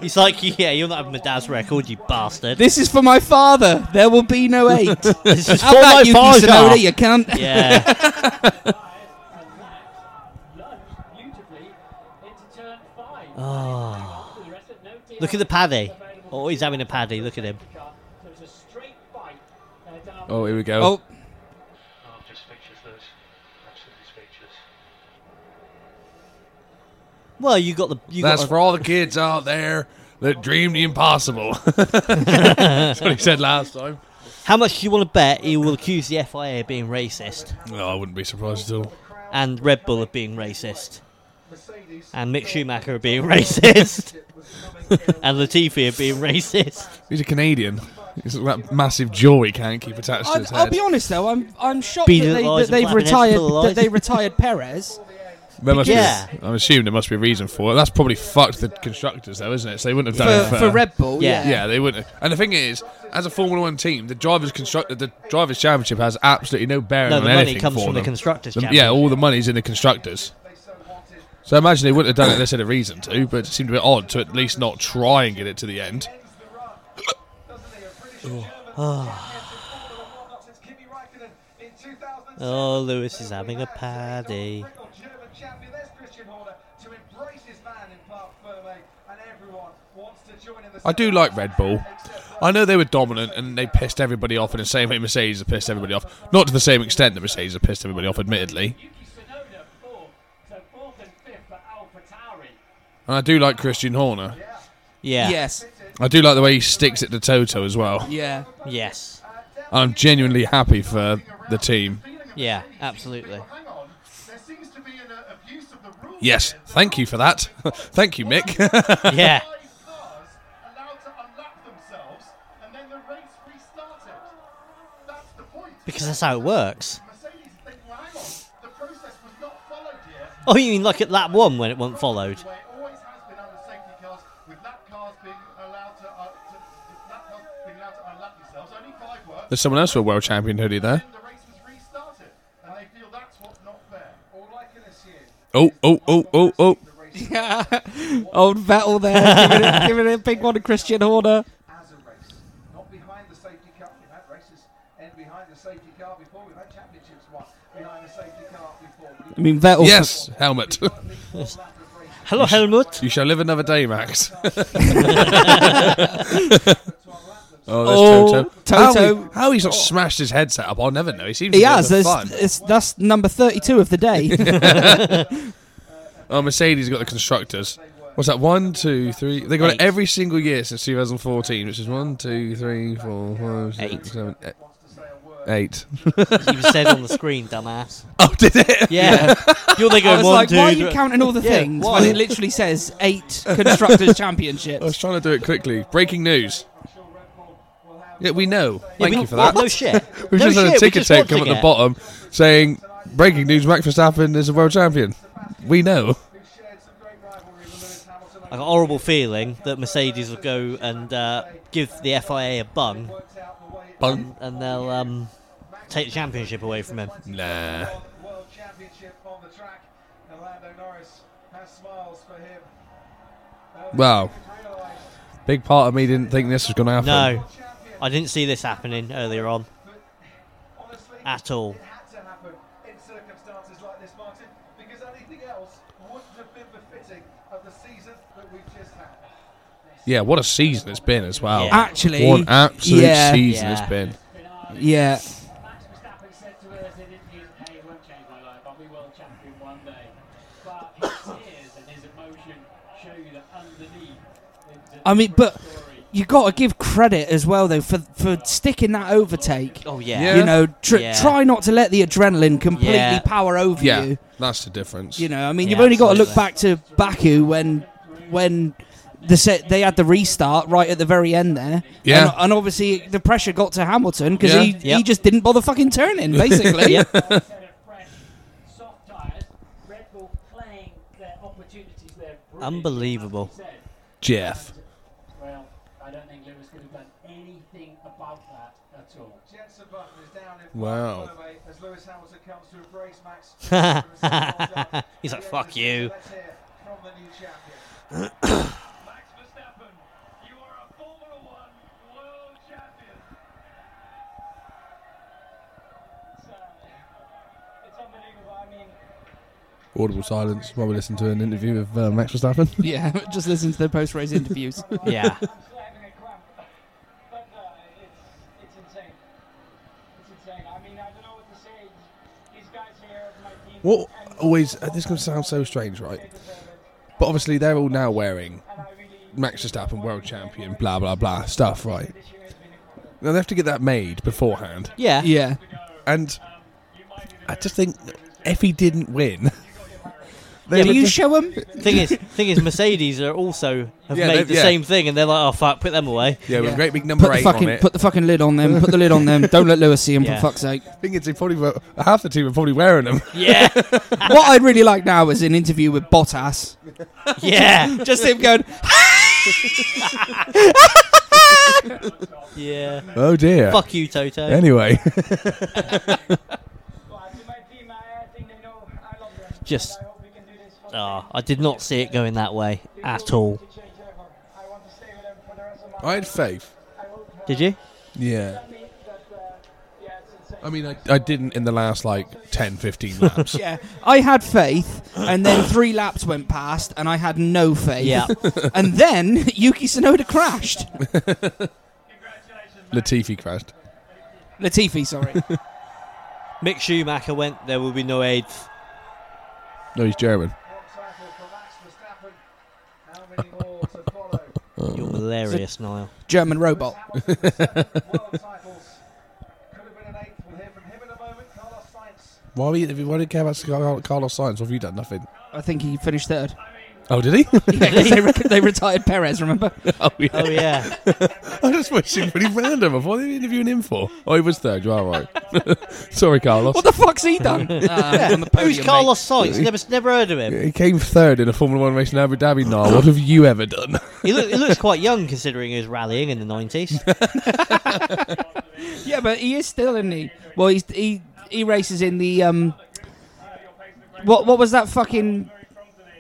Speaker 2: He's like, yeah, you're not having my dad's record, you bastard.
Speaker 3: this is for my father. There will be no eight.
Speaker 2: This is
Speaker 3: How
Speaker 2: for
Speaker 3: about
Speaker 2: my
Speaker 3: you,
Speaker 2: father.
Speaker 3: Kisunoda, you can't.
Speaker 2: Yeah,
Speaker 5: And that lunged beautifully into turn five. For the rest of no
Speaker 2: Uh, Oh, look at the paddy. Oh, he's having a paddy. Look at him.
Speaker 5: car. So it's a straight fight uh, down
Speaker 1: Oh, here we go.
Speaker 3: Oh,
Speaker 7: I'm just speechless, Lewis. Absolutely speechless.
Speaker 2: Well, you got the. You
Speaker 1: That's
Speaker 2: got a-
Speaker 1: for all the kids out there that dream the impossible. That's what he said last time.
Speaker 2: How much do you want to bet he will accuse the FIA of being racist
Speaker 1: No, I wouldn't be surprised at all.
Speaker 2: and Red Bull of being racist
Speaker 4: Mercedes
Speaker 2: and Mick Schumacher of being racist and Latifi of being racist?
Speaker 1: He's a Canadian. He's got that massive jaw he can't keep attached to
Speaker 3: I,
Speaker 1: his
Speaker 3: I'll
Speaker 1: head.
Speaker 3: be honest though. I'm I'm shocked
Speaker 2: Beating
Speaker 3: that, they,
Speaker 2: lies
Speaker 3: that
Speaker 2: and
Speaker 3: they've
Speaker 2: flapping heads
Speaker 3: retired.
Speaker 2: full of
Speaker 3: That they
Speaker 2: lies.
Speaker 3: retired Perez.
Speaker 1: There must
Speaker 2: Yeah.
Speaker 1: be, I'm assuming there must be a reason for it. That's probably fucked the constructors, though, isn't it? So they wouldn't have done
Speaker 3: for,
Speaker 1: it
Speaker 3: for Red Bull.
Speaker 2: Yeah.
Speaker 3: Yeah.
Speaker 1: Yeah, they wouldn't. have. And the thing is, as a Formula One team, the drivers construct the drivers' championship has absolutely no bearing
Speaker 2: No,
Speaker 1: on
Speaker 2: the money
Speaker 1: anything
Speaker 2: comes
Speaker 1: for
Speaker 2: from the
Speaker 1: them.
Speaker 2: constructors.
Speaker 1: The- yeah,
Speaker 2: Championship.
Speaker 1: all the money's in the constructors. So I imagine they wouldn't have done it unless they had a reason to, but it seemed a bit odd to at least not try and get it to the end.
Speaker 2: Oh, Lewis is having a paddy.
Speaker 4: Christian Horner to embrace his man in Parc Fermé, and everyone wants to join in the
Speaker 1: I do like Red Bull. I know they were dominant and they pissed everybody off in the same way Mercedes have pissed everybody off. Not to the same extent that Mercedes have pissed everybody off, admittedly.
Speaker 5: Yuki Tsunoda fourth, so fourth and fifth for AlphaTauri.
Speaker 1: And I do like Christian Horner.
Speaker 2: Yeah.
Speaker 3: Yes.
Speaker 1: I do like the way he sticks it to Toto as well.
Speaker 3: Yeah.
Speaker 2: Yes.
Speaker 1: I'm genuinely happy for the team.
Speaker 2: Yeah, absolutely.
Speaker 8: Hang on, there seems to be an uh, abuse of the rule.
Speaker 1: Yes,
Speaker 8: here. The
Speaker 1: thank you for that. thank you, Mick.
Speaker 2: Yeah.
Speaker 8: Five stars allowed to unlap themselves, and then the race restarted. That's the point.
Speaker 2: Because that's how it works.
Speaker 8: Mercedes think, well, hang on, the process was not followed here.
Speaker 2: Oh, you mean like at lap one when it wasn't followed?
Speaker 8: Where it always has been under safety cars, with lap cars being allowed to, uh, to, to lap cars being allowed to unlap themselves. Only five were.
Speaker 1: There's someone else with a world champion hoodie there.
Speaker 8: Then the race was restarted, and they feel that's what's not fair.
Speaker 4: All I can assume
Speaker 1: Oh, oh, oh, oh, oh.
Speaker 4: the race
Speaker 3: Old Vettel there, giving it, giving it a big one to Christian Horner.
Speaker 4: as a race, not behind the safety car. We've had races end behind the safety car before. We've had championships won behind the safety car before.
Speaker 3: I mean, Vettel.
Speaker 1: Yes, helmet.
Speaker 2: Hello, Helmut.
Speaker 1: you shall live another day, Max.
Speaker 3: Oh,
Speaker 1: oh, there's Toto.
Speaker 3: Toto.
Speaker 1: How, he, how he's not smashed his headset up, I'll never know. He seems
Speaker 3: He
Speaker 1: to
Speaker 3: has.
Speaker 1: Have
Speaker 3: It's,
Speaker 1: fun.
Speaker 3: it's, that's number 32 of the day.
Speaker 1: Oh, Mercedes got the constructors. What's that? One, two, three. They got
Speaker 2: Eight.
Speaker 1: it every single year since 2014, which is one, two, three, four, five, six,
Speaker 2: Eight.
Speaker 1: seven, e- eight.
Speaker 2: You said on the screen, dumbass.
Speaker 1: oh, did it?
Speaker 2: Yeah. You're there
Speaker 3: I
Speaker 2: going
Speaker 3: was
Speaker 2: one,
Speaker 3: like,
Speaker 2: two,
Speaker 3: why are you
Speaker 2: three."
Speaker 3: counting all the
Speaker 2: Yeah,
Speaker 3: things
Speaker 2: why?
Speaker 3: when it literally says eight constructors
Speaker 1: I
Speaker 3: championships?
Speaker 1: was trying to do it quickly. Breaking news. Yeah, we know.
Speaker 2: Yeah,
Speaker 1: Thank
Speaker 2: we-
Speaker 1: you for
Speaker 2: what?
Speaker 1: that.
Speaker 2: No shit.
Speaker 1: We've
Speaker 2: no
Speaker 1: just
Speaker 2: shit.
Speaker 1: had
Speaker 2: we
Speaker 1: a ticker
Speaker 2: just
Speaker 1: tape
Speaker 2: watched
Speaker 1: come at the
Speaker 2: it.
Speaker 1: bottom saying, breaking news, Max Verstappen is a world champion. We know.
Speaker 2: I got a horrible feeling that Mercedes will go and uh, give the FIA a bung,
Speaker 1: Bun.
Speaker 2: and they'll um, take the championship away from him.
Speaker 1: Nah.
Speaker 4: World Championship on the track, and Lando Norris has smiles for him.
Speaker 1: Wow. Big part of me didn't think this was going to happen.
Speaker 2: No, I didn't see this happening earlier on at all.
Speaker 4: It had to happen in circumstances like this, Martin, because anything else wouldn't have been befitting of the season that we've just had.
Speaker 1: Yeah, what a season it's been as well.
Speaker 2: Yeah.
Speaker 3: Actually,
Speaker 1: What an absolute
Speaker 3: yeah,
Speaker 1: season
Speaker 2: Yeah.
Speaker 1: it's been.
Speaker 3: yeah.
Speaker 5: Max Verstappen said to us in an interview, hey, it won't change my life, I'll be world champion one day. But his tears and his emotion show you that underneath, there's a
Speaker 3: I mean, but
Speaker 5: story.
Speaker 3: you got to give credit as well, though, for for sticking that overtake.
Speaker 2: Oh yeah.
Speaker 1: Yeah.
Speaker 3: You know, tr-
Speaker 2: Yeah.
Speaker 3: try not to let the adrenaline completely
Speaker 2: Yeah.
Speaker 3: power over
Speaker 1: Yeah,
Speaker 3: you.
Speaker 1: that's the difference.
Speaker 3: You know, I mean,
Speaker 2: Yeah,
Speaker 3: you've only got to look back
Speaker 2: absolutely.
Speaker 3: to Baku when when the set they had the restart right at the very end there.
Speaker 1: Yeah.
Speaker 3: and, and obviously the pressure got to Hamilton because
Speaker 1: Yeah.
Speaker 3: he
Speaker 2: Yep.
Speaker 3: he just didn't bother fucking turning basically.
Speaker 2: Yep.
Speaker 5: Set of fresh, soft tyres, Red Bull playing their opportunities there. brilliantly,
Speaker 2: Unbelievable.
Speaker 5: as you said.
Speaker 1: Jeff.
Speaker 5: Well, I don't think Lewis could have done anything about that at all.
Speaker 4: Jensen Button is down in
Speaker 1: Wow.
Speaker 4: front of Burbank as Lewis Hamilton comes to embrace Max. For the second time.
Speaker 2: He's like,
Speaker 4: The
Speaker 2: "Fuck
Speaker 4: end
Speaker 2: you."
Speaker 4: of the season, let's hear from the new champion.
Speaker 7: Max Verstappen, you are a Formula One world champion.
Speaker 5: It's, uh, it's unbelievable. I mean,
Speaker 1: Audible silence while we listen to an interview with uh, Max Verstappen.
Speaker 3: yeah, just listen to the post race interviews.
Speaker 2: Yeah.
Speaker 5: I'm still having a cramp, but uh, it's it's insane. It's insane. I mean, I don't know what to say. These guys here, my team.
Speaker 1: What
Speaker 5: and-
Speaker 1: always, uh, this can sound so strange, right?
Speaker 5: They deserve it,
Speaker 1: But obviously, they're all now wearing
Speaker 5: and I really-
Speaker 1: Max Verstappen, world champion, blah, blah, blah stuff, right? Now, they have to get that made beforehand.
Speaker 2: Yeah.
Speaker 3: yeah,
Speaker 1: And I just think if he didn't win. they
Speaker 3: do
Speaker 1: would
Speaker 3: you
Speaker 1: just-
Speaker 3: show them?
Speaker 2: Thing is, thing is, Mercedes are also have
Speaker 1: Yeah,
Speaker 2: made
Speaker 1: they've-
Speaker 2: the
Speaker 1: yeah.
Speaker 2: same thing, and they're like, oh fuck, put them away.
Speaker 1: yeah, with
Speaker 3: Yeah.
Speaker 1: a great big number
Speaker 3: Put the
Speaker 1: eight on
Speaker 3: fucking
Speaker 1: it.
Speaker 3: put the fucking lid on them. Put the lid on them. Don't let Lewis see them
Speaker 2: Yeah.
Speaker 3: for fuck's sake.
Speaker 1: I think it's they probably were- half the team are probably wearing them.
Speaker 2: Yeah.
Speaker 3: what I'd really like now is an interview with Bottas.
Speaker 2: Yeah.
Speaker 3: Just him going,
Speaker 2: Yeah.
Speaker 1: Oh dear.
Speaker 2: Fuck you, Toto.
Speaker 1: Anyway,
Speaker 5: Well, to my team, I, I think they know I love them.
Speaker 2: Just-
Speaker 5: I hope we can do this for
Speaker 2: Ah, I did not see it going that way at all.
Speaker 5: to change ever. I want to stay with them for the rest of my
Speaker 1: I had faith.
Speaker 5: I hope, uh,
Speaker 2: Did you?
Speaker 1: Yeah.
Speaker 5: I mean, that, uh, yeah, it's insane.
Speaker 1: I mean, I, I didn't in the last like 10, 15 laps.
Speaker 3: Yeah, I had faith, and then three laps went past, and I had no faith.
Speaker 2: Yeah.
Speaker 3: and then Yuki Tsunoda crashed.
Speaker 1: Latifi crashed.
Speaker 3: Latifi, sorry.
Speaker 2: Mick Schumacher went, there will be no eighth.
Speaker 1: No, he's German.
Speaker 4: What title for Max Verstappen? How many more to follow?
Speaker 2: You're hilarious, Niall.
Speaker 3: German robot.
Speaker 4: Hamilton with seven world titles. Could have been an eighth. We'll hear from him in a moment. Carlos Sainz.
Speaker 1: Why, were you, why did you care about Scar- Carlos Sainz? What have you done? Nothing.
Speaker 3: I think he finished third.
Speaker 1: Oh, did he?
Speaker 3: Yeah, 'cause they, re- they retired Perez, remember?
Speaker 1: oh, yeah.
Speaker 2: Oh, yeah.
Speaker 1: I just watched him pretty random. What are they interviewing him for? Oh, he was third. You are right. Sorry, Carlos.
Speaker 3: What the fuck's he done? Uh, on the podium,
Speaker 2: Who's
Speaker 3: mate.
Speaker 2: Carlos Sainz? Never, never heard of him.
Speaker 1: He came third in a Formula One race in Abu Dhabi. Now, what have you ever done?
Speaker 2: He, look, he looks quite young considering he was rallying in the 90s.
Speaker 3: Yeah, but he is still, isn't he? Well, he's, he he races in the um. What what was that fucking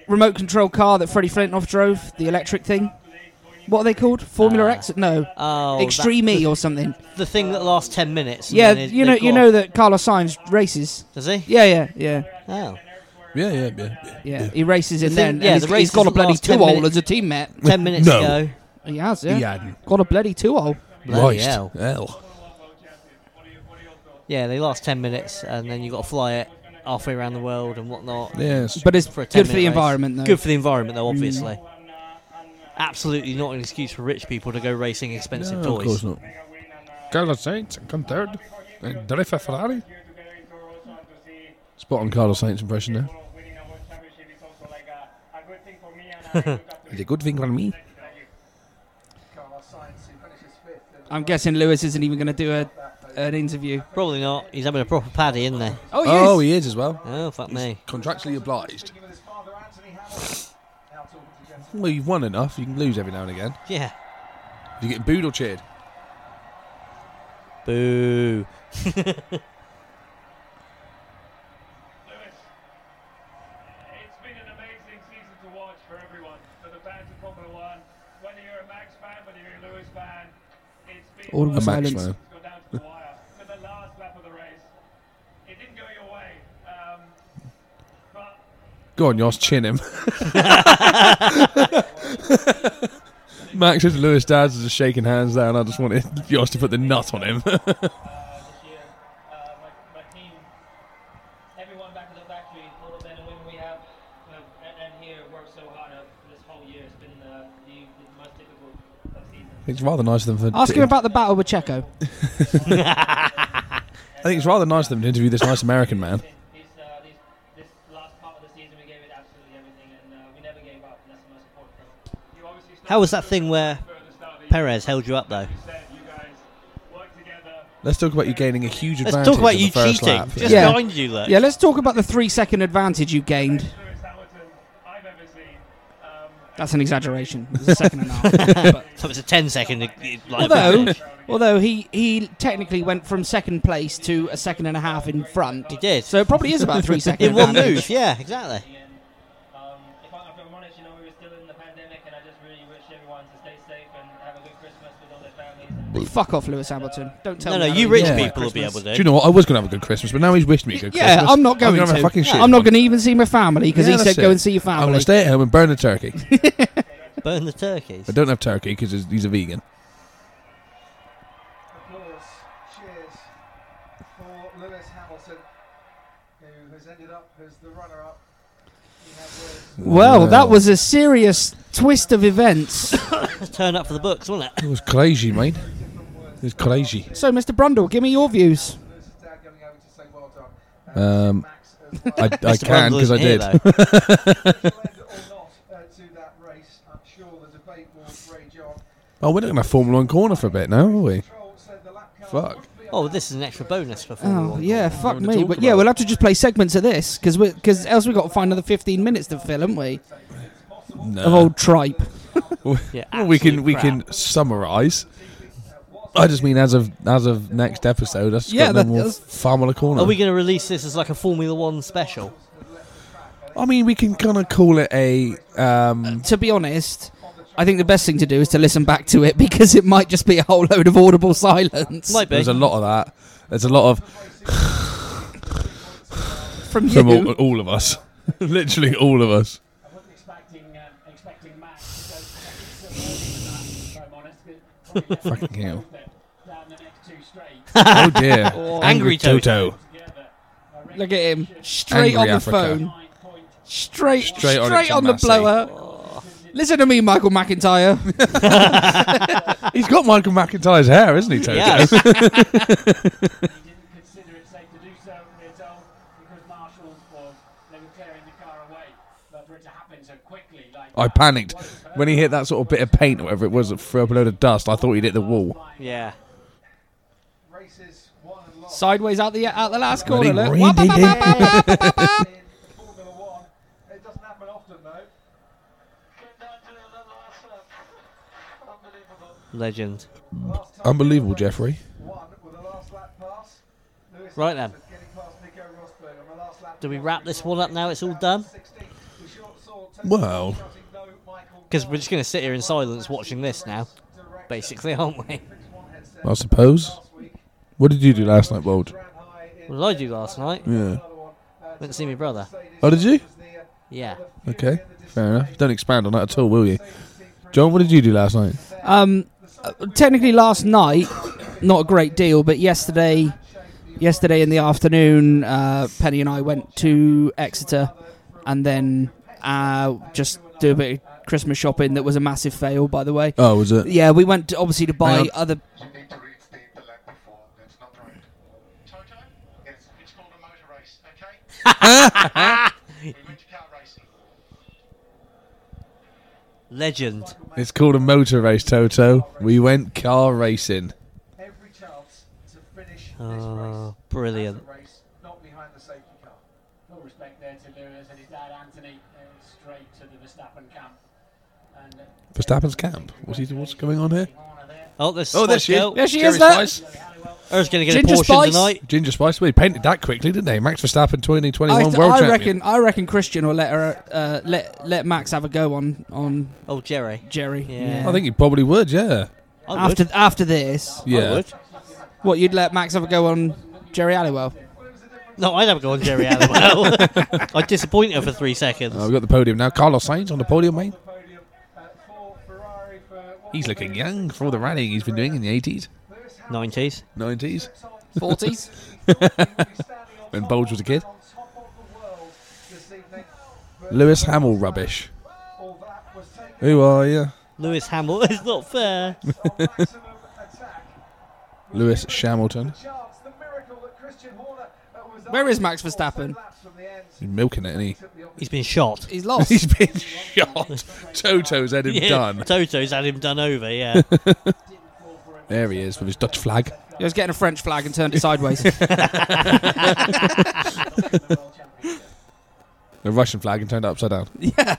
Speaker 3: remote control car that Freddie Flintoff drove? The electric thing. What are they called? Formula
Speaker 2: Ah.
Speaker 3: X? No,
Speaker 2: Oh, that-
Speaker 3: Extreme E or something.
Speaker 2: the thing that lasts 10 minutes. and
Speaker 3: Yeah,
Speaker 2: then they-
Speaker 3: you know
Speaker 2: they
Speaker 3: you
Speaker 2: go
Speaker 3: know
Speaker 2: off.
Speaker 3: that Carlos Sainz races.
Speaker 2: Does he?
Speaker 3: Yeah, yeah, yeah,
Speaker 2: Oh.
Speaker 1: yeah, yeah, yeah.
Speaker 3: yeah. He races in
Speaker 2: The
Speaker 3: there.
Speaker 2: thing-
Speaker 3: and
Speaker 2: yeah,
Speaker 3: he's,
Speaker 2: the
Speaker 3: he's
Speaker 2: race
Speaker 3: got a
Speaker 2: doesn't
Speaker 3: bloody
Speaker 2: last 10
Speaker 3: two-hole
Speaker 2: minutes.
Speaker 3: as a teammate.
Speaker 2: 10 minutes
Speaker 1: No.
Speaker 2: ago.
Speaker 3: He has, yeah.
Speaker 1: He hadn't.
Speaker 3: Got a bloody two-hole.
Speaker 2: Bloody
Speaker 1: Christ.
Speaker 2: hell.
Speaker 1: Hell.
Speaker 2: Yeah, they last 10 minutes and then you got to fly it halfway around the world and whatnot.
Speaker 1: Yes.
Speaker 3: But it's
Speaker 2: For a 10
Speaker 3: good for the
Speaker 2: minute race.
Speaker 3: environment, though. Mm.
Speaker 2: Good for the environment, though, obviously. Absolutely not an excuse for rich people to go racing expensive
Speaker 1: No, of
Speaker 2: toys.
Speaker 1: course not. Carlos Sainz come third. Drive a Ferrari. Spot on Carlos Sainz impression there. It's a good thing for me.
Speaker 4: Carlos Sainz, who finishes fifth. in
Speaker 3: I'm guessing Lewis isn't even going to do a, an interview.
Speaker 2: Probably not. He's having a proper paddy, isn't he?
Speaker 3: Oh, yes.
Speaker 1: Oh, he is as well.
Speaker 2: Oh, fuck me.
Speaker 1: Contractually obliged.
Speaker 4: Speaking with his father, Anthony Hamilton. Now talking to Jensen.
Speaker 1: Well, you've won enough. You can lose every now and again.
Speaker 2: Yeah.
Speaker 1: You get booed or cheered.
Speaker 2: Boo.
Speaker 5: Lewis, it's been an amazing season to watch for everyone, for the fans of Formula One. Whether you're a Max fan, whether you're a Lewis fan, it's been
Speaker 1: A
Speaker 3: All of
Speaker 5: one
Speaker 3: us
Speaker 1: Max
Speaker 3: Silence.
Speaker 1: man.
Speaker 5: that's gone down to the wire for the last lap of the race. It didn't go your way, um, but
Speaker 1: Go on, Yoss, chin him. Max and Lewis Dads are just shaking hands there, and I just wanted Yoss to put the nut on him.
Speaker 5: this year. Uh, my, my team, everyone back at the factory, all of them, and we have, uh, and, and here worked so hard uh, this whole year. It's been uh, the, the most difficult of seasons.
Speaker 1: it's rather nice of them for.
Speaker 3: Ask him about the battle with Checo.
Speaker 1: I think it's rather nice of them to interview this nice American man.
Speaker 5: These, uh, these, this last part of the season, we gave it absolutely everything, and uh, we never gave up, and that's the most important thing. You obviously
Speaker 2: How was that thing where Perez held you up, though?
Speaker 5: said you guys work together.
Speaker 1: Let's talk about you gaining a huge advantage.
Speaker 2: Let's talk about
Speaker 1: on
Speaker 2: you
Speaker 1: the first
Speaker 2: cheating.
Speaker 1: lap.
Speaker 2: Just
Speaker 3: Yeah.
Speaker 2: behind you, look.
Speaker 3: Yeah, let's talk about the three-second advantage you gained.
Speaker 5: Lewis Hamilton, I've ever seen. Um,
Speaker 3: That's an exaggeration. It's a second and a half. But-
Speaker 2: So it's a 10 second. uh, Like,
Speaker 3: although, although he he technically went from second place to a second and a half in front.
Speaker 2: He did.
Speaker 3: So it probably is about three seconds.
Speaker 2: in one move, yeah, exactly.
Speaker 5: um, if, I, if I'm honest, you know, we were still in the pandemic, and I just really wish everyone to stay safe and have a good Christmas with all their families. And
Speaker 3: Fuck off, Lewis Hamilton. Don't tell
Speaker 2: No,
Speaker 3: me.
Speaker 2: no,
Speaker 3: how to
Speaker 2: you
Speaker 3: do
Speaker 2: rich
Speaker 3: it.
Speaker 1: Yeah.
Speaker 2: people will be able
Speaker 1: Do
Speaker 2: to.
Speaker 1: you know what? I was going to have a good Christmas, but now he's wished me a good
Speaker 3: Yeah,
Speaker 1: Christmas.
Speaker 3: I'm not going
Speaker 1: I'm gonna
Speaker 3: to.
Speaker 1: have a fucking shit
Speaker 3: I'm not
Speaker 1: one.
Speaker 3: going to even see my family because
Speaker 1: Yeah,
Speaker 3: he
Speaker 1: that's
Speaker 3: said
Speaker 1: it.
Speaker 3: go and see your
Speaker 1: I'm going
Speaker 3: family.
Speaker 1: to stay at home and burn a turkey.
Speaker 2: Burn the turkeys.
Speaker 1: I don't have turkey because he's a vegan.
Speaker 4: applause, cheers for Lewis Hamilton, who has ended up as the runner-up. He had words.
Speaker 3: Well, that was a serious twist of events.
Speaker 2: Turn up for the books, wasn't it?
Speaker 1: It was crazy, mate. It was crazy.
Speaker 3: so, Mr. Brundle, give me your views.
Speaker 4: Lewis's dad going over to say well done.
Speaker 1: Um,
Speaker 4: Max as well.
Speaker 1: I, I
Speaker 2: Mr.
Speaker 1: can
Speaker 2: Brundle
Speaker 1: because I
Speaker 2: isn't here,
Speaker 1: did.
Speaker 2: though.
Speaker 4: Whether it led or not uh, to that race, I'm sure the debate will rage on.
Speaker 1: Oh, we're not going to Formula One corner for a bit now, are we?
Speaker 4: Troll said the lap cars
Speaker 1: Fuck.
Speaker 4: would be
Speaker 2: oh, this is an extra bonus for Formula
Speaker 3: Oh
Speaker 2: One.
Speaker 3: yeah,
Speaker 1: Nothing
Speaker 3: fuck
Speaker 1: to
Speaker 3: me.
Speaker 1: talk
Speaker 3: But yeah,
Speaker 1: about.
Speaker 3: we'll have to just play segments of this because because else we've got to find another fifteen minutes to fill, haven't we?
Speaker 1: No.
Speaker 3: Of old tripe.
Speaker 2: Yeah,
Speaker 1: Well, we can
Speaker 2: absolute
Speaker 1: we
Speaker 2: crap.
Speaker 1: can summarise. I just mean as of as of next episode. That's yeah,
Speaker 3: Yeah,
Speaker 1: got
Speaker 3: that-
Speaker 1: no more
Speaker 3: that's-
Speaker 1: Formula corner.
Speaker 2: Are we going to release this as like a Formula One special?
Speaker 1: I mean, we can kind of call it a. Um,
Speaker 3: To be honest, I think the best thing to do is to listen back to it because it might just be a whole load of audible silence.
Speaker 2: Might be.
Speaker 1: there's a lot of that. There's a lot of
Speaker 3: From you,
Speaker 1: from all, uh, all of us, literally all of us.
Speaker 5: I wasn't expecting um, expecting Max to go so early with that, if I'm honest. It probably left
Speaker 1: Fucking hell.
Speaker 5: me down the next two straight
Speaker 1: Oh dear.
Speaker 2: Angry Toto.
Speaker 5: together. I reckon
Speaker 3: look at him,
Speaker 1: Angry
Speaker 3: straight on the
Speaker 1: Africa.
Speaker 3: phone,
Speaker 5: nine point
Speaker 3: straight,
Speaker 1: Straight
Speaker 3: straight
Speaker 1: on
Speaker 3: on,
Speaker 1: it, John
Speaker 3: the
Speaker 1: Massey.
Speaker 3: blower. Listen to me, Michael McIntyre.
Speaker 1: He's got Michael McIntyre's hair, isn't he, Toto?
Speaker 2: Yeah.
Speaker 5: he didn't consider it safe to do so, we're told, because marshals or they were clearing the car away. But for it to happen so quickly, like
Speaker 1: I panicked when he hit that sort of bit of paint or whatever it was that threw up a load of dust. I thought he'd hit the wall.
Speaker 2: yeah.
Speaker 4: Races won and lost
Speaker 3: Sideways out the out the last
Speaker 1: Bloody
Speaker 3: corner. Look.
Speaker 1: really
Speaker 3: Wah, bah, bah,
Speaker 1: did.
Speaker 3: bah, bah, bah, bah, bah.
Speaker 4: in Formula One. It doesn't happen often though.
Speaker 2: Legend.
Speaker 4: Last time
Speaker 1: Unbelievable, Jeffrey.
Speaker 4: One with a last lap pass. Lewis
Speaker 2: Right then.
Speaker 4: Hamilton getting past Nico Rosberg on the last lap.
Speaker 2: Do we wrap this one up now? It's all done?
Speaker 4: 16. We short saw Toto
Speaker 1: Well.
Speaker 4: shouting no, Michael
Speaker 2: Because we're just going to sit here in silence watching this now,
Speaker 4: direct
Speaker 2: basically, aren't we?
Speaker 4: one headset
Speaker 1: I suppose.
Speaker 4: last week.
Speaker 1: What did you do last night, Bold?
Speaker 4: Ran high in
Speaker 2: What did I do last night?
Speaker 1: Yeah.
Speaker 4: another one. Uh,
Speaker 2: Went to see my brother.
Speaker 1: Oh, did you?
Speaker 2: Yeah.
Speaker 1: Okay. Fair enough. Don't expand on that at all, will you? John, what did you do last night?
Speaker 3: Um, uh, technically last night, not a great deal, but yesterday, yesterday in the afternoon, uh, Penny and I went to Exeter, and then uh, just do a bit of Christmas shopping. That was a massive fail, by the way.
Speaker 1: Oh, was it?
Speaker 3: Yeah, we went to, obviously to
Speaker 1: Hang
Speaker 3: buy
Speaker 1: on.
Speaker 3: other.
Speaker 8: You need to reinstate the lap before. That's not right. Toto? Yes, it's called a motor race, okay? we went to car racing.
Speaker 2: Legend.
Speaker 1: It's called a motor race, Toto. We went car racing.
Speaker 4: Every chance to finish this race.
Speaker 2: Oh, brilliant.
Speaker 4: As a race, not behind the safety car.
Speaker 5: full respect there to Lewis and his dad Anthony, uh, straight to the Verstappen camp. And uh,
Speaker 1: Verstappen's camp. What's he? What's going on here?
Speaker 5: Horner there,
Speaker 2: Oh, there's
Speaker 1: Oh, there she is.
Speaker 2: Spice
Speaker 3: There
Speaker 2: Girl.
Speaker 3: she
Speaker 1: Jerry
Speaker 3: is. There.
Speaker 1: Spice.
Speaker 2: Er's going to get
Speaker 3: Ginger
Speaker 2: a portion
Speaker 3: Spice.
Speaker 2: tonight.
Speaker 1: Ginger Spice. Well, he painted that quickly, didn't he? Max Verstappen, twenty
Speaker 3: I,
Speaker 1: twenty-one
Speaker 3: th-
Speaker 1: world
Speaker 3: I
Speaker 1: champion.
Speaker 3: reckon. I reckon Christian will let her uh, let let Max have a go on on
Speaker 2: Oh, Jerry. Oh,
Speaker 3: Jerry.
Speaker 2: Yeah.
Speaker 1: I think he probably would. Yeah.
Speaker 2: I would.
Speaker 3: after after this,
Speaker 1: Yeah.
Speaker 2: I would.
Speaker 3: what you'd let Max have a go on Jerry Halliwell?
Speaker 2: No, I'd have a go on Jerry Allen. I'd disappoint her for three seconds.
Speaker 1: Oh, we've got the podium now. Carlos Sainz on the podium, mate.
Speaker 4: Podium uh, for Ferrari for what
Speaker 1: He's
Speaker 4: will
Speaker 1: looking
Speaker 4: be
Speaker 1: young for all the rallying he's been doing in the eighties,
Speaker 2: 90s.
Speaker 1: nineties.
Speaker 3: Forties.
Speaker 1: When
Speaker 4: when
Speaker 1: Bulge was a kid.
Speaker 4: Lewis
Speaker 1: Lewis
Speaker 4: Hamill.
Speaker 1: Hamill rubbish. Who are you?
Speaker 2: Lewis Hamill. It's not fair.
Speaker 1: Lewis Shamilton.
Speaker 4: Where is Max Verstappen?
Speaker 1: He's milking it, isn't he?
Speaker 2: He's been shot.
Speaker 3: He's lost.
Speaker 1: He's been shot. Toto's had him
Speaker 2: Yeah,
Speaker 1: done.
Speaker 2: Toto's had him done over, yeah.
Speaker 1: There he is with his Dutch flag.
Speaker 3: He was getting a French flag and turned it sideways.
Speaker 1: The Russian flag and turned it upside down.
Speaker 3: yeah.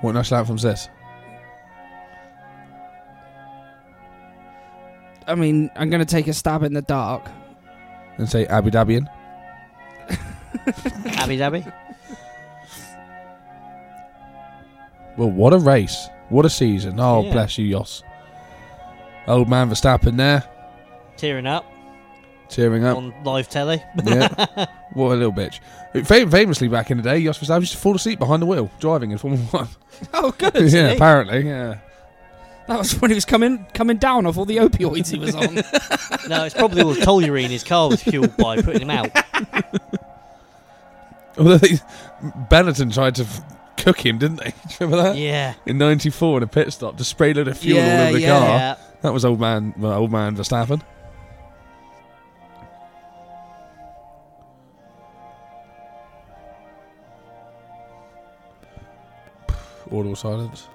Speaker 1: What national anthem's this?
Speaker 3: I mean, I'm going to take a stab in the dark.
Speaker 1: And say Abu Dhabian.
Speaker 2: Abby Dabby.
Speaker 1: Well, what a race. What a season. Oh,
Speaker 2: Yeah.
Speaker 1: bless you, Yoss. Old man Verstappen there,
Speaker 2: Tearing up
Speaker 1: tearing
Speaker 3: Oh.
Speaker 1: up.
Speaker 2: on live telly.
Speaker 1: yeah. What a little bitch. Fam- famously, back in the day, Jos Verstappen used to fall asleep behind the wheel driving in Formula One.
Speaker 3: Oh, good.
Speaker 1: yeah, apparently. Yeah.
Speaker 3: That was when he was coming coming down off all the opioids he was on.
Speaker 2: no, it's probably all the toluene his car was fueled by, putting him out.
Speaker 1: Although they, Benetton tried to f- cook him, didn't they? Do you remember that?
Speaker 2: Yeah.
Speaker 1: In '94, in a pit stop, to spray a load of fuel all
Speaker 3: Yeah,
Speaker 1: over the
Speaker 3: yeah.
Speaker 1: car.
Speaker 2: Yeah.
Speaker 1: That was old man, well, old man Verstappen. Audible silence.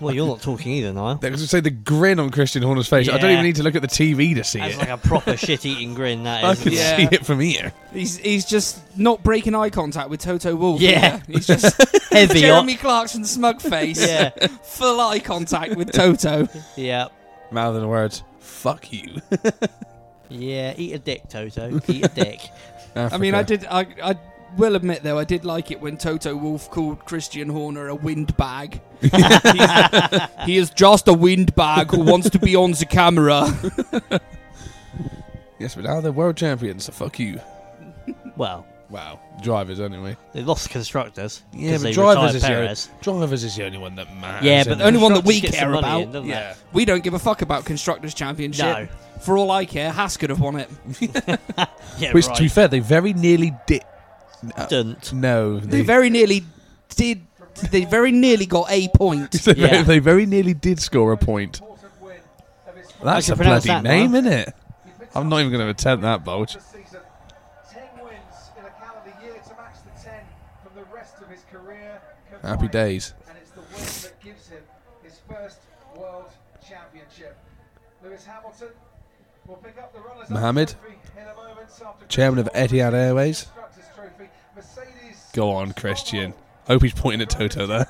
Speaker 2: Well, you're not talking either, Niall.
Speaker 1: They say the grin on Christian Horner's face. I don't
Speaker 2: Yeah.
Speaker 1: even need to look at the TV to see
Speaker 2: That's
Speaker 1: it.
Speaker 2: like a proper shit-eating grin,
Speaker 1: I
Speaker 2: that is.
Speaker 1: can
Speaker 3: Yeah.
Speaker 1: see it from here.
Speaker 3: He's he's just not breaking eye contact with Toto Wolf.
Speaker 2: Yeah.
Speaker 3: He's just
Speaker 2: Heavy on.
Speaker 3: Jeremy Clarkson's smug face.
Speaker 2: Yeah.
Speaker 3: Full eye contact with Toto.
Speaker 2: Yeah.
Speaker 1: Mouth and words. Fuck you.
Speaker 2: Yeah, eat a dick, Toto. Eat a dick.
Speaker 3: I mean, I did. I, I will admit though, I did like it when Toto Wolf called Christian Horner a windbag. He's- he is just a windbag who wants to be on the camera.
Speaker 1: Yes, but now they're world champions, so fuck you.
Speaker 2: Well,
Speaker 1: Well, drivers anyway.
Speaker 2: they lost constructors.
Speaker 1: Yeah,
Speaker 2: 'cause
Speaker 1: but
Speaker 2: they
Speaker 1: drivers
Speaker 2: retired
Speaker 1: is, uh,
Speaker 2: Perez.
Speaker 1: the, drivers is the only one that matters.
Speaker 2: Yeah,
Speaker 1: isn't
Speaker 2: but
Speaker 1: it?
Speaker 3: only one that we
Speaker 2: Constructors get
Speaker 3: care
Speaker 2: some money
Speaker 3: about.
Speaker 2: in, doesn't they?
Speaker 1: Yeah.
Speaker 3: We don't give a fuck about Constructors Championship.
Speaker 2: No.
Speaker 3: For all I care, Haas could have won it.
Speaker 2: Yeah,
Speaker 1: Which,
Speaker 2: right.
Speaker 1: to be fair, they very nearly did.
Speaker 2: Didn't.
Speaker 1: No,
Speaker 3: They very nearly did. They very nearly got a point.
Speaker 1: they, very,
Speaker 2: Yeah.
Speaker 1: they very nearly did score a point.
Speaker 4: Important win of his
Speaker 1: That's
Speaker 2: can
Speaker 1: a
Speaker 2: pronounce
Speaker 1: bloody
Speaker 2: that,
Speaker 1: name,
Speaker 2: Mark.
Speaker 1: isn't it? I'm not even going to attempt that, Bulge.
Speaker 4: the season. Ten wins in a calendar year to match the ten from the rest of his career. combined.
Speaker 1: Happy days.
Speaker 4: And it's the win that gives him his first world championship. Lewis Hamilton will pick up the runners
Speaker 1: Mohammed, chairman of Etihad Airways. Go on, Christian. Hope he's pointing at Toto there.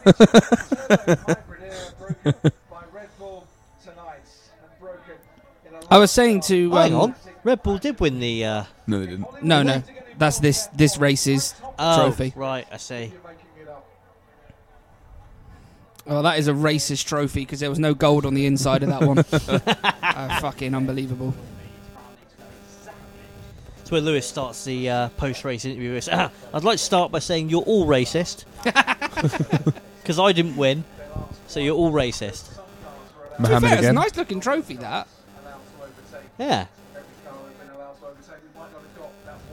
Speaker 3: I was saying to
Speaker 2: Oh, Hang
Speaker 3: um,
Speaker 2: on. Red Bull did win the uh,
Speaker 1: no, they didn't.
Speaker 3: No, no, that's this this race's
Speaker 2: oh,
Speaker 3: trophy.
Speaker 2: Right, I see.
Speaker 3: Well, Oh, that is a racist trophy because there was no gold on the inside of that one. oh, fucking unbelievable.
Speaker 2: It's where Lewis starts the uh, post-race interview. It's, "Ah, I'd like to start by saying you're all racist because I didn't win, so you're all racist.
Speaker 3: To be
Speaker 1: Mohammed
Speaker 3: fair, it's a
Speaker 1: again.
Speaker 3: nice looking trophy that.
Speaker 2: Yeah,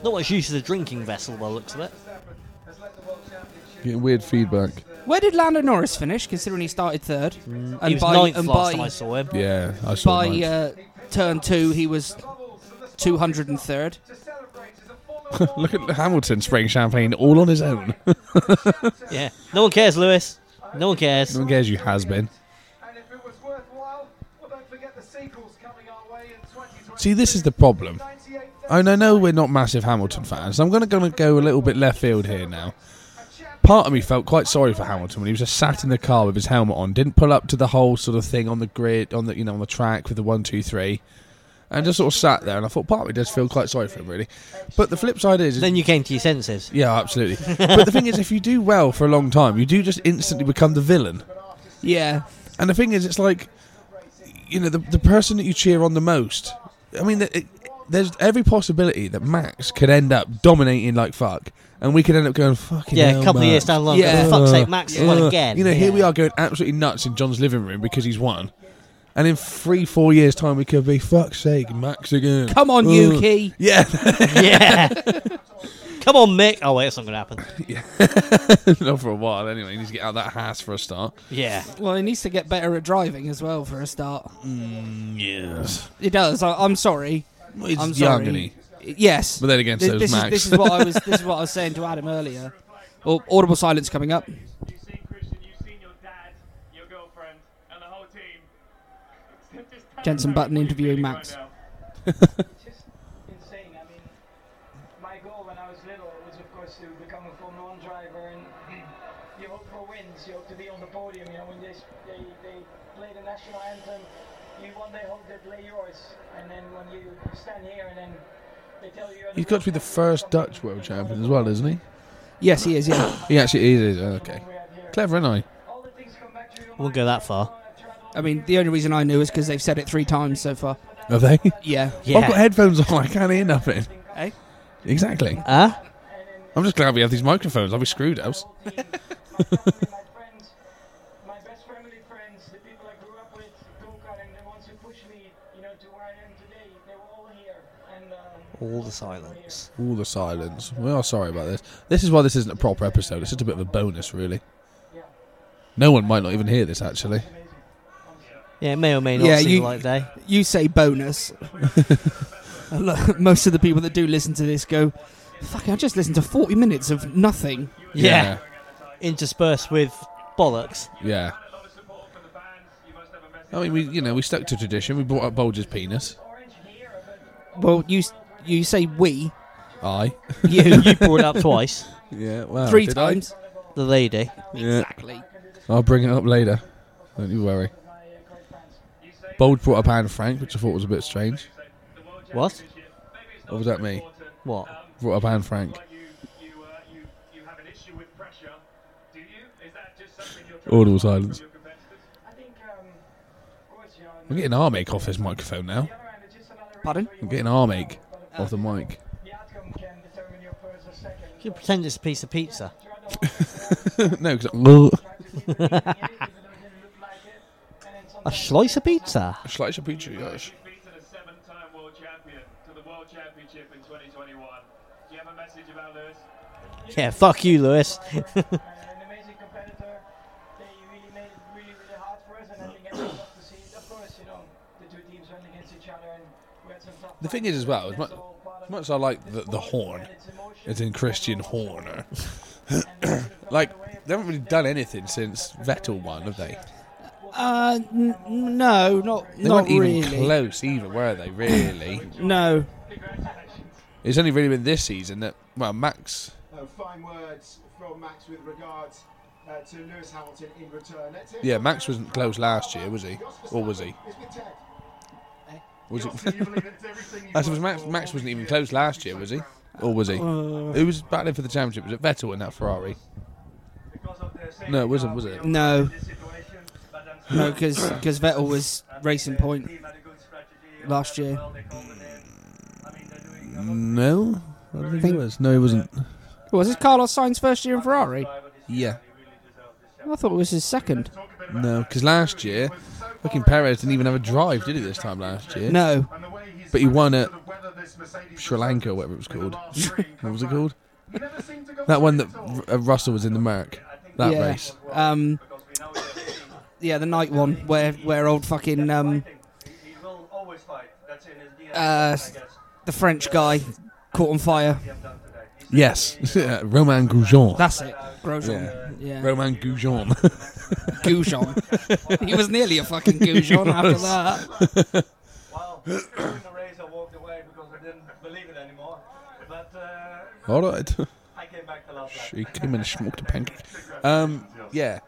Speaker 2: not much use as a drinking vessel by the looks of it.
Speaker 1: Getting weird feedback.
Speaker 3: Where did Lando Norris finish? Considering he started third, and
Speaker 2: he was ninth last time I saw him.
Speaker 1: Yeah, I saw
Speaker 3: by
Speaker 1: mine.
Speaker 3: uh, turn two he was two hundred and third.
Speaker 1: Look at Hamilton spraying champagne all on his own.
Speaker 2: Yeah, no one cares, Lewis. No one cares.
Speaker 1: no one cares you has been.
Speaker 4: And if it was worthwhile, well, don't forget the sequels coming our way in 2020.
Speaker 1: See, this is the problem. And I know we're not massive Hamilton fans. I'm going to gonna go a little bit left field here now. Part of me felt quite sorry for Hamilton when he was just sat in the car with his helmet on, didn't pull up to the whole sort of thing on the grid, on the you know on the track with the one, two, three, and just sort of sat there. And I thought part of me does feel quite sorry for him really. But the flip side is,
Speaker 2: Then you came to your senses.
Speaker 1: yeah, absolutely. but the thing is, if you do well for a long time, you do just instantly become the villain.
Speaker 3: Yeah,
Speaker 1: And the thing is, it's like, you know, the, the person that you cheer on the most. I mean, it, there's every possibility that Max could end up dominating like fuck, and we could end up going fucking.
Speaker 2: Yeah,
Speaker 1: hell,
Speaker 2: a couple of
Speaker 1: Max.
Speaker 2: years down the line.
Speaker 3: Yeah.
Speaker 2: For fuck's sake, Max has won
Speaker 1: Ugh.
Speaker 2: again.
Speaker 1: You know,
Speaker 2: Yeah.
Speaker 1: here we are going absolutely nuts in John's living room because he's won. And in three, four years' time, we could be fuck's sake, Max again.
Speaker 3: come on,
Speaker 1: Ugh.
Speaker 3: Yuki.
Speaker 1: Yeah,
Speaker 2: Yeah. Come on, Mick. Oh wait, that's not going to happen.
Speaker 1: not for a while anyway. You need to get out of that house for a start.
Speaker 2: Yeah.
Speaker 3: Well, he needs to get better at driving as well for a start.
Speaker 1: Yes,
Speaker 3: He does. I, I'm sorry.
Speaker 1: he's
Speaker 3: I'm
Speaker 1: young,
Speaker 3: sorry.
Speaker 1: isn't he?
Speaker 3: Yes.
Speaker 1: But then again,
Speaker 3: Th-
Speaker 1: so
Speaker 3: this,
Speaker 1: is
Speaker 3: Is,
Speaker 1: Max.
Speaker 3: this is what I was. This is what I was saying to Adam earlier. Oh, audible silence coming up.
Speaker 5: You've seen Christian, you've seen your dad, your girlfriend, and the whole team. So just tell us
Speaker 3: Jensen
Speaker 5: how
Speaker 3: Button
Speaker 5: you're
Speaker 3: interviewing
Speaker 5: feeling
Speaker 3: Max.
Speaker 5: now.
Speaker 9: just insane. I mean, my goal when I was little was, of course, to become a Formula One driver, and you hope for wins, you hope to be on the podium. You know, when they s- they, they play the national anthem, you one day hope they play yours, and then when you stand here and then they tell you you're
Speaker 1: He's
Speaker 9: the
Speaker 1: got to be the first Dutch world champion as well, isn't he?
Speaker 3: Yes, he is. Yeah.
Speaker 1: He actually is. is- Okay, clever, isn't I?
Speaker 9: all the things come back to you.
Speaker 2: Won't go that far.
Speaker 3: I mean, the only reason I knew is because they've said it three times so far.
Speaker 1: Are they?
Speaker 3: Yeah.
Speaker 2: Yeah.
Speaker 1: I've got headphones on. I can't hear nothing.
Speaker 3: Eh?
Speaker 1: Exactly.
Speaker 2: Huh?
Speaker 1: I'm just glad we have these microphones. I'll be screwed else.
Speaker 9: my friends, my best family friends, the people I grew up with, Gokar, and the ones who pushed me, you know, to where I am today, they were all here. And um,
Speaker 2: All the silence.
Speaker 1: All the silence. We are sorry about this. This is why this isn't a proper episode. It's just a bit of a bonus, really. No one might not even hear this, actually.
Speaker 2: Yeah, it may or may not
Speaker 3: Yeah,
Speaker 2: see
Speaker 3: you-
Speaker 2: the light of day.
Speaker 3: You say bonus. A lo- Most of the people that do listen to this go, "Fuck! I just listened to forty minutes of nothing."
Speaker 2: Yeah. Interspersed with bollocks.
Speaker 1: Yeah.
Speaker 5: A lot of support from the fans. You must have a message.
Speaker 1: I mean, we you know we stuck to tradition. We brought up Bulger's penis.
Speaker 3: Well, you s- you say we
Speaker 1: I.
Speaker 2: You, you brought it up twice.
Speaker 1: Yeah. Well,
Speaker 3: three
Speaker 1: Oh, did I?
Speaker 3: times.
Speaker 2: The lady.
Speaker 1: Yeah.
Speaker 3: Exactly.
Speaker 1: I'll bring it up later. Don't you worry. Bulge brought up Anne Frank, which I thought was a bit strange.
Speaker 2: What?
Speaker 5: Maybe it's
Speaker 1: Or was that me?
Speaker 5: not important. um,
Speaker 2: What?
Speaker 1: Brought up Anne Frank.
Speaker 5: You, you, uh, you
Speaker 1: Audible silence.
Speaker 9: I think, um, of course, you know, on
Speaker 1: I'm getting arm ache off this microphone now.
Speaker 9: the other hand, it's just another
Speaker 3: Pardon?
Speaker 9: radio you
Speaker 1: I'm
Speaker 9: want
Speaker 1: getting
Speaker 9: to
Speaker 1: arm
Speaker 9: know,
Speaker 1: ache
Speaker 9: but if
Speaker 1: off the mic.
Speaker 9: The outcome can determine your first or second.
Speaker 2: You can pretend it's a piece of pizza.
Speaker 9: Try to hold it,
Speaker 1: no, because
Speaker 9: try to see what you can get, even though it didn't look like it. And then
Speaker 2: A
Speaker 9: sometimes-
Speaker 2: slice of pizza.
Speaker 1: Slice of pizza, yes.
Speaker 5: Defeated a seven-time world champion to the world championship in 2021. Do you have a message about Lewis?
Speaker 2: Yeah, fuck you, Lewis.
Speaker 9: uh, an amazing competitor. They really made it really, really hard for us, and I think everyone got to see it. Of course, you know, the two teams went against each other, and we had some tough
Speaker 1: The thing
Speaker 9: fights.
Speaker 1: is, as well, as much,
Speaker 9: That's all part
Speaker 1: as
Speaker 9: of
Speaker 1: much as I like
Speaker 9: the
Speaker 1: the, the
Speaker 9: sport,
Speaker 1: horn,
Speaker 9: and it's emotion,
Speaker 1: as in Christian
Speaker 9: overall,
Speaker 1: Horner,
Speaker 9: and they should have gone
Speaker 1: like,
Speaker 9: the way of
Speaker 1: they haven't really done anything since Vettel won, have they?
Speaker 3: Uh, n- no, not
Speaker 1: They
Speaker 3: not
Speaker 1: weren't even
Speaker 3: really.
Speaker 1: close either, were they, really?
Speaker 3: No,
Speaker 1: it's only really been this season that, well, Max,
Speaker 10: Uh, fine words from Max with regards uh, to Lewis Hamilton in return. Let's hear
Speaker 1: yeah,
Speaker 10: from
Speaker 1: Max wasn't close last year, was he?
Speaker 10: Jos
Speaker 1: Or was he?
Speaker 10: Verstappen is with Ted.
Speaker 1: Was it?
Speaker 8: Can you believe it's everything you
Speaker 1: I suppose
Speaker 8: worked
Speaker 1: Max,
Speaker 8: for
Speaker 1: Max
Speaker 8: all
Speaker 1: wasn't
Speaker 8: these
Speaker 1: even
Speaker 8: years?
Speaker 1: close last
Speaker 8: You're
Speaker 1: year,
Speaker 8: so
Speaker 1: was he?
Speaker 8: proud.
Speaker 1: Or was he? Who was battling for the championship? Was it Vettel in that Ferrari?
Speaker 5: Because of the safety
Speaker 1: No, it wasn't,
Speaker 5: car,
Speaker 1: was
Speaker 5: we
Speaker 1: it?
Speaker 5: don't
Speaker 3: No.
Speaker 5: know this situation, but I'm sure
Speaker 3: no, because Vettel was
Speaker 5: that
Speaker 3: racing
Speaker 5: the
Speaker 3: point.
Speaker 5: team had a good strategy.
Speaker 3: last year.
Speaker 5: Well, they called it in. I mean, they're doing a lot
Speaker 1: No, I don't think it was. No, he wasn't.
Speaker 3: Was this Carlos Sainz first year in Ferrari?
Speaker 5: driver this
Speaker 1: Yeah.
Speaker 5: year, and he really deserved this
Speaker 3: I thought it was his second.
Speaker 8: Talk a bit about
Speaker 1: No,
Speaker 8: Max.
Speaker 1: because last year, fucking Perez didn't even have a drive, did he? This time last year,
Speaker 3: No,
Speaker 8: And the way he's
Speaker 1: But he won
Speaker 8: managed
Speaker 1: at
Speaker 8: to weather this Mercedes
Speaker 1: Sri Lanka,
Speaker 8: result
Speaker 1: whatever it was
Speaker 8: in the
Speaker 1: called.
Speaker 8: last three and
Speaker 1: What was it
Speaker 8: come
Speaker 1: called?
Speaker 8: back. Never seemed to go
Speaker 1: That one
Speaker 8: through
Speaker 1: that
Speaker 8: at all.
Speaker 1: R- uh, Russell was in the Merck. That
Speaker 3: yeah,
Speaker 1: race.
Speaker 3: um,
Speaker 5: because we know that he-
Speaker 3: yeah, the night one where where old fucking
Speaker 5: that's
Speaker 3: um
Speaker 5: fighting. He, he will always fight. That's in his DNA,
Speaker 3: Uh,
Speaker 5: I guess.
Speaker 3: the French guy caught on fire.
Speaker 5: He have done today. He's
Speaker 1: Yes, Uh, Romain Goujon.
Speaker 3: That's it, Grosjean. Yeah,
Speaker 1: Romain Goujon.
Speaker 3: Goujon. he was nearly a fucking Goujon after that.
Speaker 5: Well, during the race, I walked away because I didn't believe it anymore. But uh,
Speaker 1: All right,
Speaker 5: I came back to last night.
Speaker 1: she came and smoked a pancake. Um, yeah,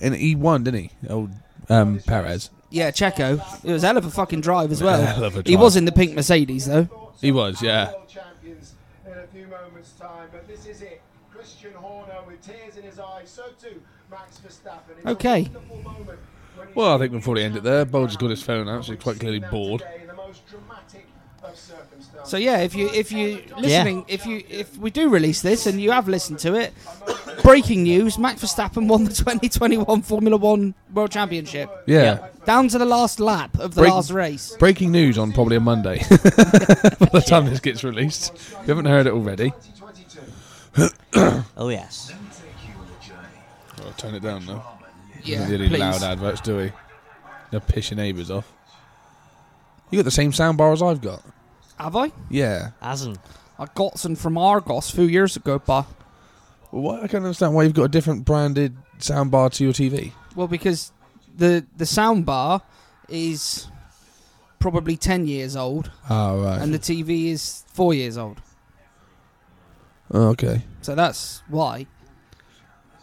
Speaker 1: and he won, didn't he? Oh, um, Perez.
Speaker 3: Yeah, Checo. It was a hell of a fucking drive as well.
Speaker 1: Hell of a
Speaker 3: He
Speaker 1: drive.
Speaker 3: was in the pink Mercedes though.
Speaker 1: He was, yeah.
Speaker 10: World champions in a few moments' time, but this is it. Christian Horner with tears in his eyes, so too Max Verstappen. It's a
Speaker 3: Okay.
Speaker 10: wonderful moment when he-
Speaker 1: Well, I think we'll probably end it there. Bulge has got his phone out, so he's quite clearly
Speaker 10: Now
Speaker 1: bored.
Speaker 10: today, in the most dramatic of circumstances.
Speaker 3: So yeah, if you if you listening, if you if we do release this and you have listened to it, breaking news: Max Verstappen won the 2021 Formula One World Championship.
Speaker 1: Yeah.
Speaker 3: Down to the last lap of the
Speaker 1: Break-
Speaker 3: last race.
Speaker 1: Breaking news on probably a Monday by the time this gets released. If you haven't heard it already,
Speaker 10: 2022.
Speaker 2: Oh, yes.
Speaker 1: I'll turn it down now.
Speaker 3: Yeah,
Speaker 1: really
Speaker 3: please.
Speaker 1: loud adverts, do we? They'll piss your neighbours off. You got the same sound bar as I've got.
Speaker 3: Have I?
Speaker 1: Yeah.
Speaker 2: Hasn't.
Speaker 3: I got some from Argos a few years ago, but
Speaker 1: Well, why- I can't understand why you've got a different branded sound bar to your TV.
Speaker 3: well, because the the sound bar is probably 10 years old
Speaker 1: Oh, right.
Speaker 3: and the TV is four years old.
Speaker 1: oh, okay.
Speaker 3: So that's why.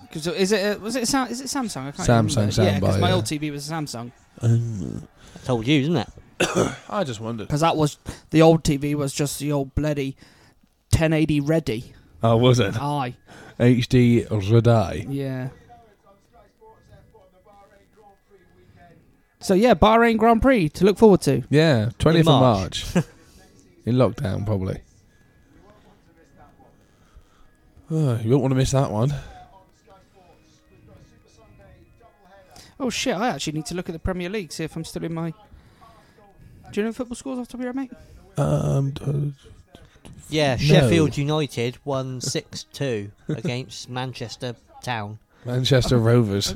Speaker 3: Because is it a, was it a, Sam- is it Samsung? I can't
Speaker 1: Samsung
Speaker 3: remember. Yeah,
Speaker 1: soundbar,
Speaker 3: because my
Speaker 1: yeah.
Speaker 3: old TV was a Samsung.
Speaker 2: I told you, didn't it?
Speaker 1: I just wondered.
Speaker 3: Because that was the old TV was just the old bloody 1080 ready.
Speaker 1: Oh, was it?
Speaker 3: Aye,
Speaker 1: HD Radai.
Speaker 3: yeah. So yeah, Bahrain Grand Prix to look forward to.
Speaker 1: Yeah, 20th
Speaker 2: March.
Speaker 1: of March. In lockdown, probably. Oh, you won't want to miss that one.
Speaker 3: Oh shit! I actually need to look at the Premier League see if I'm still in my. Do you know football scores off the top of your head, mate?
Speaker 1: Um, d-
Speaker 2: Yeah, Sheffield United won 6 2 against Manchester Town.
Speaker 1: Manchester Rovers.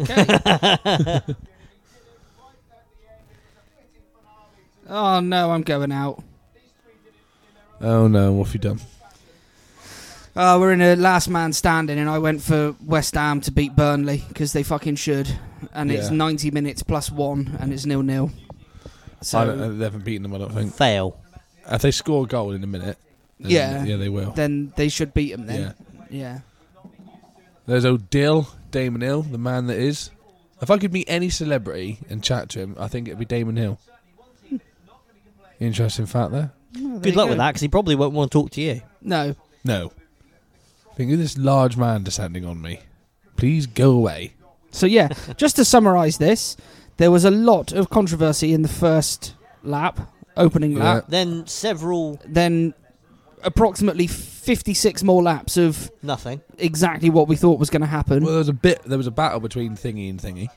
Speaker 3: Oh no, I'm going out.
Speaker 1: Oh no, what have you done?
Speaker 3: Oh, we're in a last man standing, and I went for West Ham to beat Burnley because they fucking should. And it's
Speaker 1: Yeah.
Speaker 3: 90 minutes plus one, and it's nil nil.
Speaker 1: I don't, uh,
Speaker 3: So
Speaker 1: they haven't beaten them, I don't think.
Speaker 2: Fail.
Speaker 1: If they score a goal in a minute, then
Speaker 3: Yeah.
Speaker 1: yeah, they will.
Speaker 3: then they should beat them. Then, yeah.
Speaker 1: There's O'Dill, Damon Hill, the man that is. If I could meet any celebrity and chat to him, I think it'd be Damon Hill. Interesting fact there.
Speaker 2: Good luck with that because he probably won't want to talk to you.
Speaker 3: No,
Speaker 1: No. Think of this large man descending on me. Please go away.
Speaker 3: So yeah, just to summarise this, there was a lot of controversy in the first lap, opening
Speaker 1: Yeah.
Speaker 3: lap.
Speaker 2: Then several
Speaker 3: Then approximately 56 more laps of
Speaker 2: nothing.
Speaker 3: exactly what we thought was going to happen.
Speaker 1: Well, there was a bit. There was a battle between Thingy and Thingy.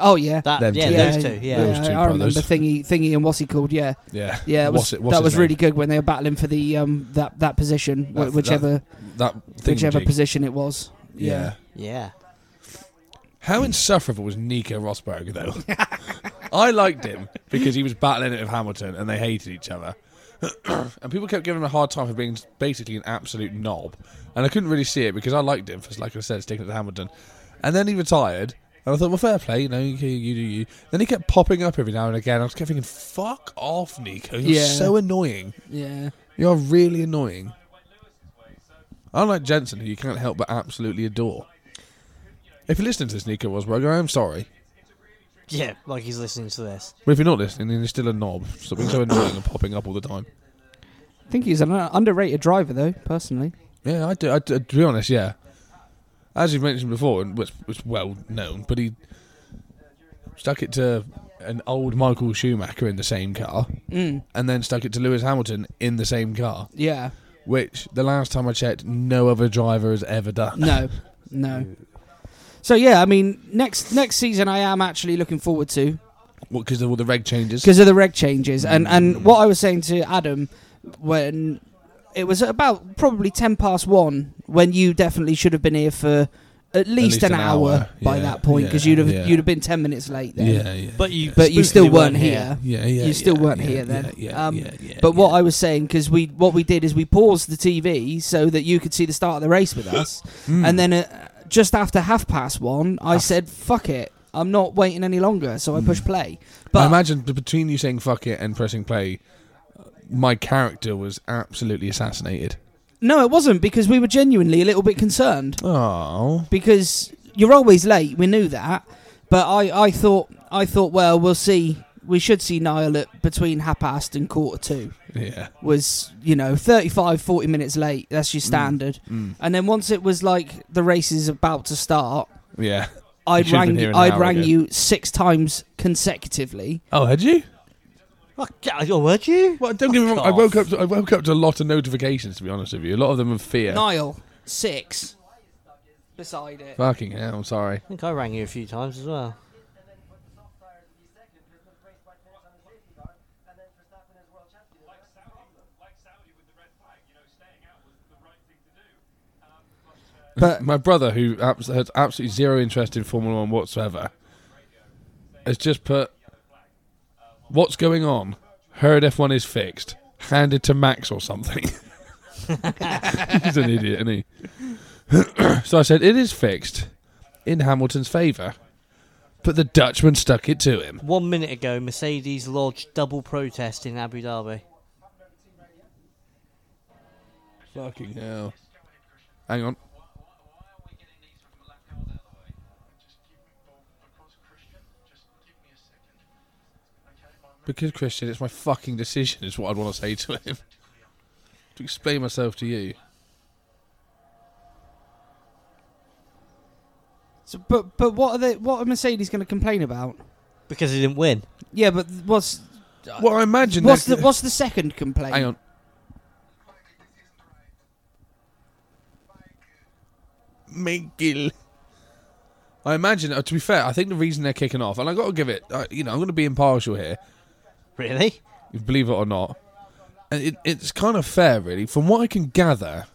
Speaker 3: oh yeah.
Speaker 2: That
Speaker 1: Them
Speaker 2: yeah,
Speaker 1: two.
Speaker 2: those two. Yeah.
Speaker 1: Those two
Speaker 3: I remember
Speaker 1: brothers.
Speaker 3: thingy, thingy, and what's he called? Yeah,
Speaker 1: Yeah,
Speaker 3: yeah. It was,
Speaker 1: What's it- what's
Speaker 3: that
Speaker 1: his
Speaker 3: was
Speaker 1: name?
Speaker 3: really good when they were battling for the um that that position, wh-
Speaker 1: That- that
Speaker 3: whichever
Speaker 1: that thing.
Speaker 3: whichever position it was. Yeah.
Speaker 2: Yeah.
Speaker 1: How insufferable was Nico Rosberg though? I liked him because he was battling it with Hamilton and they hated each other. and people kept giving him a hard time for being basically an absolute knob. And I couldn't really see it because I liked him for like I said, sticking it to Hamilton. And then he retired. And I thought, well, fair play, you know, you, you do you. Then he kept popping up every now and again. I was kept thinking, fuck off, Nico. You're
Speaker 3: Yeah.
Speaker 1: so annoying.
Speaker 3: yeah.
Speaker 1: You're really annoying. Unlike Jensen, who you can't help but absolutely adore. If you're listening to this, Nico Rosberg, I am sorry.
Speaker 2: Yeah, like he's listening to this.
Speaker 1: But if you're not listening, then you're still a knob. Stop being so annoying and popping up all the time.
Speaker 3: I think he's an underrated driver, though. Personally,
Speaker 1: Yeah, I do. I do to be honest, yeah. As you've mentioned before, and which was well known, but he stuck it to an old Michael Schumacher in the same car, and then stuck it to Lewis Hamilton in the same car,
Speaker 3: yeah.
Speaker 1: which the last time I checked, no other driver has ever done.
Speaker 3: No, no. So yeah, I mean, next next season I am actually looking forward to
Speaker 1: because of all the reg changes.
Speaker 3: because of the reg changes and
Speaker 1: Mm.
Speaker 3: and what I was saying to Adam when it was about probably ten past one when you definitely should have been here for at least,
Speaker 1: least
Speaker 3: an,
Speaker 1: an
Speaker 3: hour,
Speaker 1: hour.
Speaker 3: by
Speaker 1: Yeah,
Speaker 3: that point because
Speaker 1: yeah,
Speaker 3: you'd have
Speaker 1: yeah.
Speaker 3: you'd have been ten minutes late then.
Speaker 1: Yeah, yeah.
Speaker 2: But you
Speaker 3: But you
Speaker 2: spookily
Speaker 3: still weren't here.
Speaker 1: yeah, yeah,
Speaker 3: you still
Speaker 1: yeah,
Speaker 3: weren't
Speaker 1: yeah,
Speaker 3: here then.
Speaker 1: Yeah, yeah,
Speaker 3: um,
Speaker 1: yeah, yeah,
Speaker 3: but what
Speaker 1: yeah.
Speaker 3: I was saying, because we what we did is we paused the TV so that you could see the start of the race with us,
Speaker 1: Mm.
Speaker 3: and then uh, just after half past one,
Speaker 1: Ah.
Speaker 3: I said, "Fuck it, I'm not waiting any longer," so I pushed play.
Speaker 1: Mm. I
Speaker 3: But
Speaker 1: imagine b- between you saying "fuck it" and pressing play, uh, my character was absolutely assassinated.
Speaker 3: no, it wasn't because we were genuinely a little bit concerned
Speaker 1: Oh,
Speaker 3: because you're always late. We knew that, but I I thought I thought well we'll see. We should see Niall at between half past and quarter two.
Speaker 1: yeah,
Speaker 3: was you know 35 40 minutes late that's
Speaker 1: Mm.
Speaker 3: your standard and then once it was like the race is about to start
Speaker 1: yeah.
Speaker 3: i
Speaker 1: should've been
Speaker 3: rang
Speaker 1: here an
Speaker 3: i
Speaker 1: hour
Speaker 3: rang
Speaker 1: ago.
Speaker 3: you six times consecutively
Speaker 1: Oh, had you?
Speaker 2: Fuck, oh, would you?
Speaker 1: Well, don't get me wrong. I
Speaker 2: off.
Speaker 1: woke up. To, I woke up to a lot of notifications. To be honest with you, a lot of them of fear.
Speaker 3: niall six beside it
Speaker 1: Fucking hell! I'm sorry.
Speaker 2: I think I rang you a few times as well.
Speaker 3: but
Speaker 1: My brother, who abs- has absolutely zero interest in Formula One whatsoever, has just put, "What's going on? Heard F1 is fixed. Handed to Max or something." He's an idiot, isn't he? so I said, "It is fixed in Hamilton's favour," but the Dutchman stuck it to him.
Speaker 2: One minute ago, Mercedes lodged double protest in Abu Dhabi.
Speaker 1: Fucking hell! Hang on. Because Christian, it's my fucking decision. Is what I'd want to say to him. To explain myself to you.
Speaker 3: so, but but what are they what are mercedes going to complain about
Speaker 2: Because he didn't win.
Speaker 3: yeah but what's
Speaker 1: Well, I imagine.
Speaker 3: what's the
Speaker 1: they're-
Speaker 3: what's the second complaint
Speaker 1: Hang on. Michael. I imagine. Uh, to be fair, I think the reason they're kicking off, and I got to give it. Uh, you know, I'm going to be impartial here.
Speaker 2: Really?
Speaker 1: believe it or not. And it, it's kind of fair, really. From what I can gather,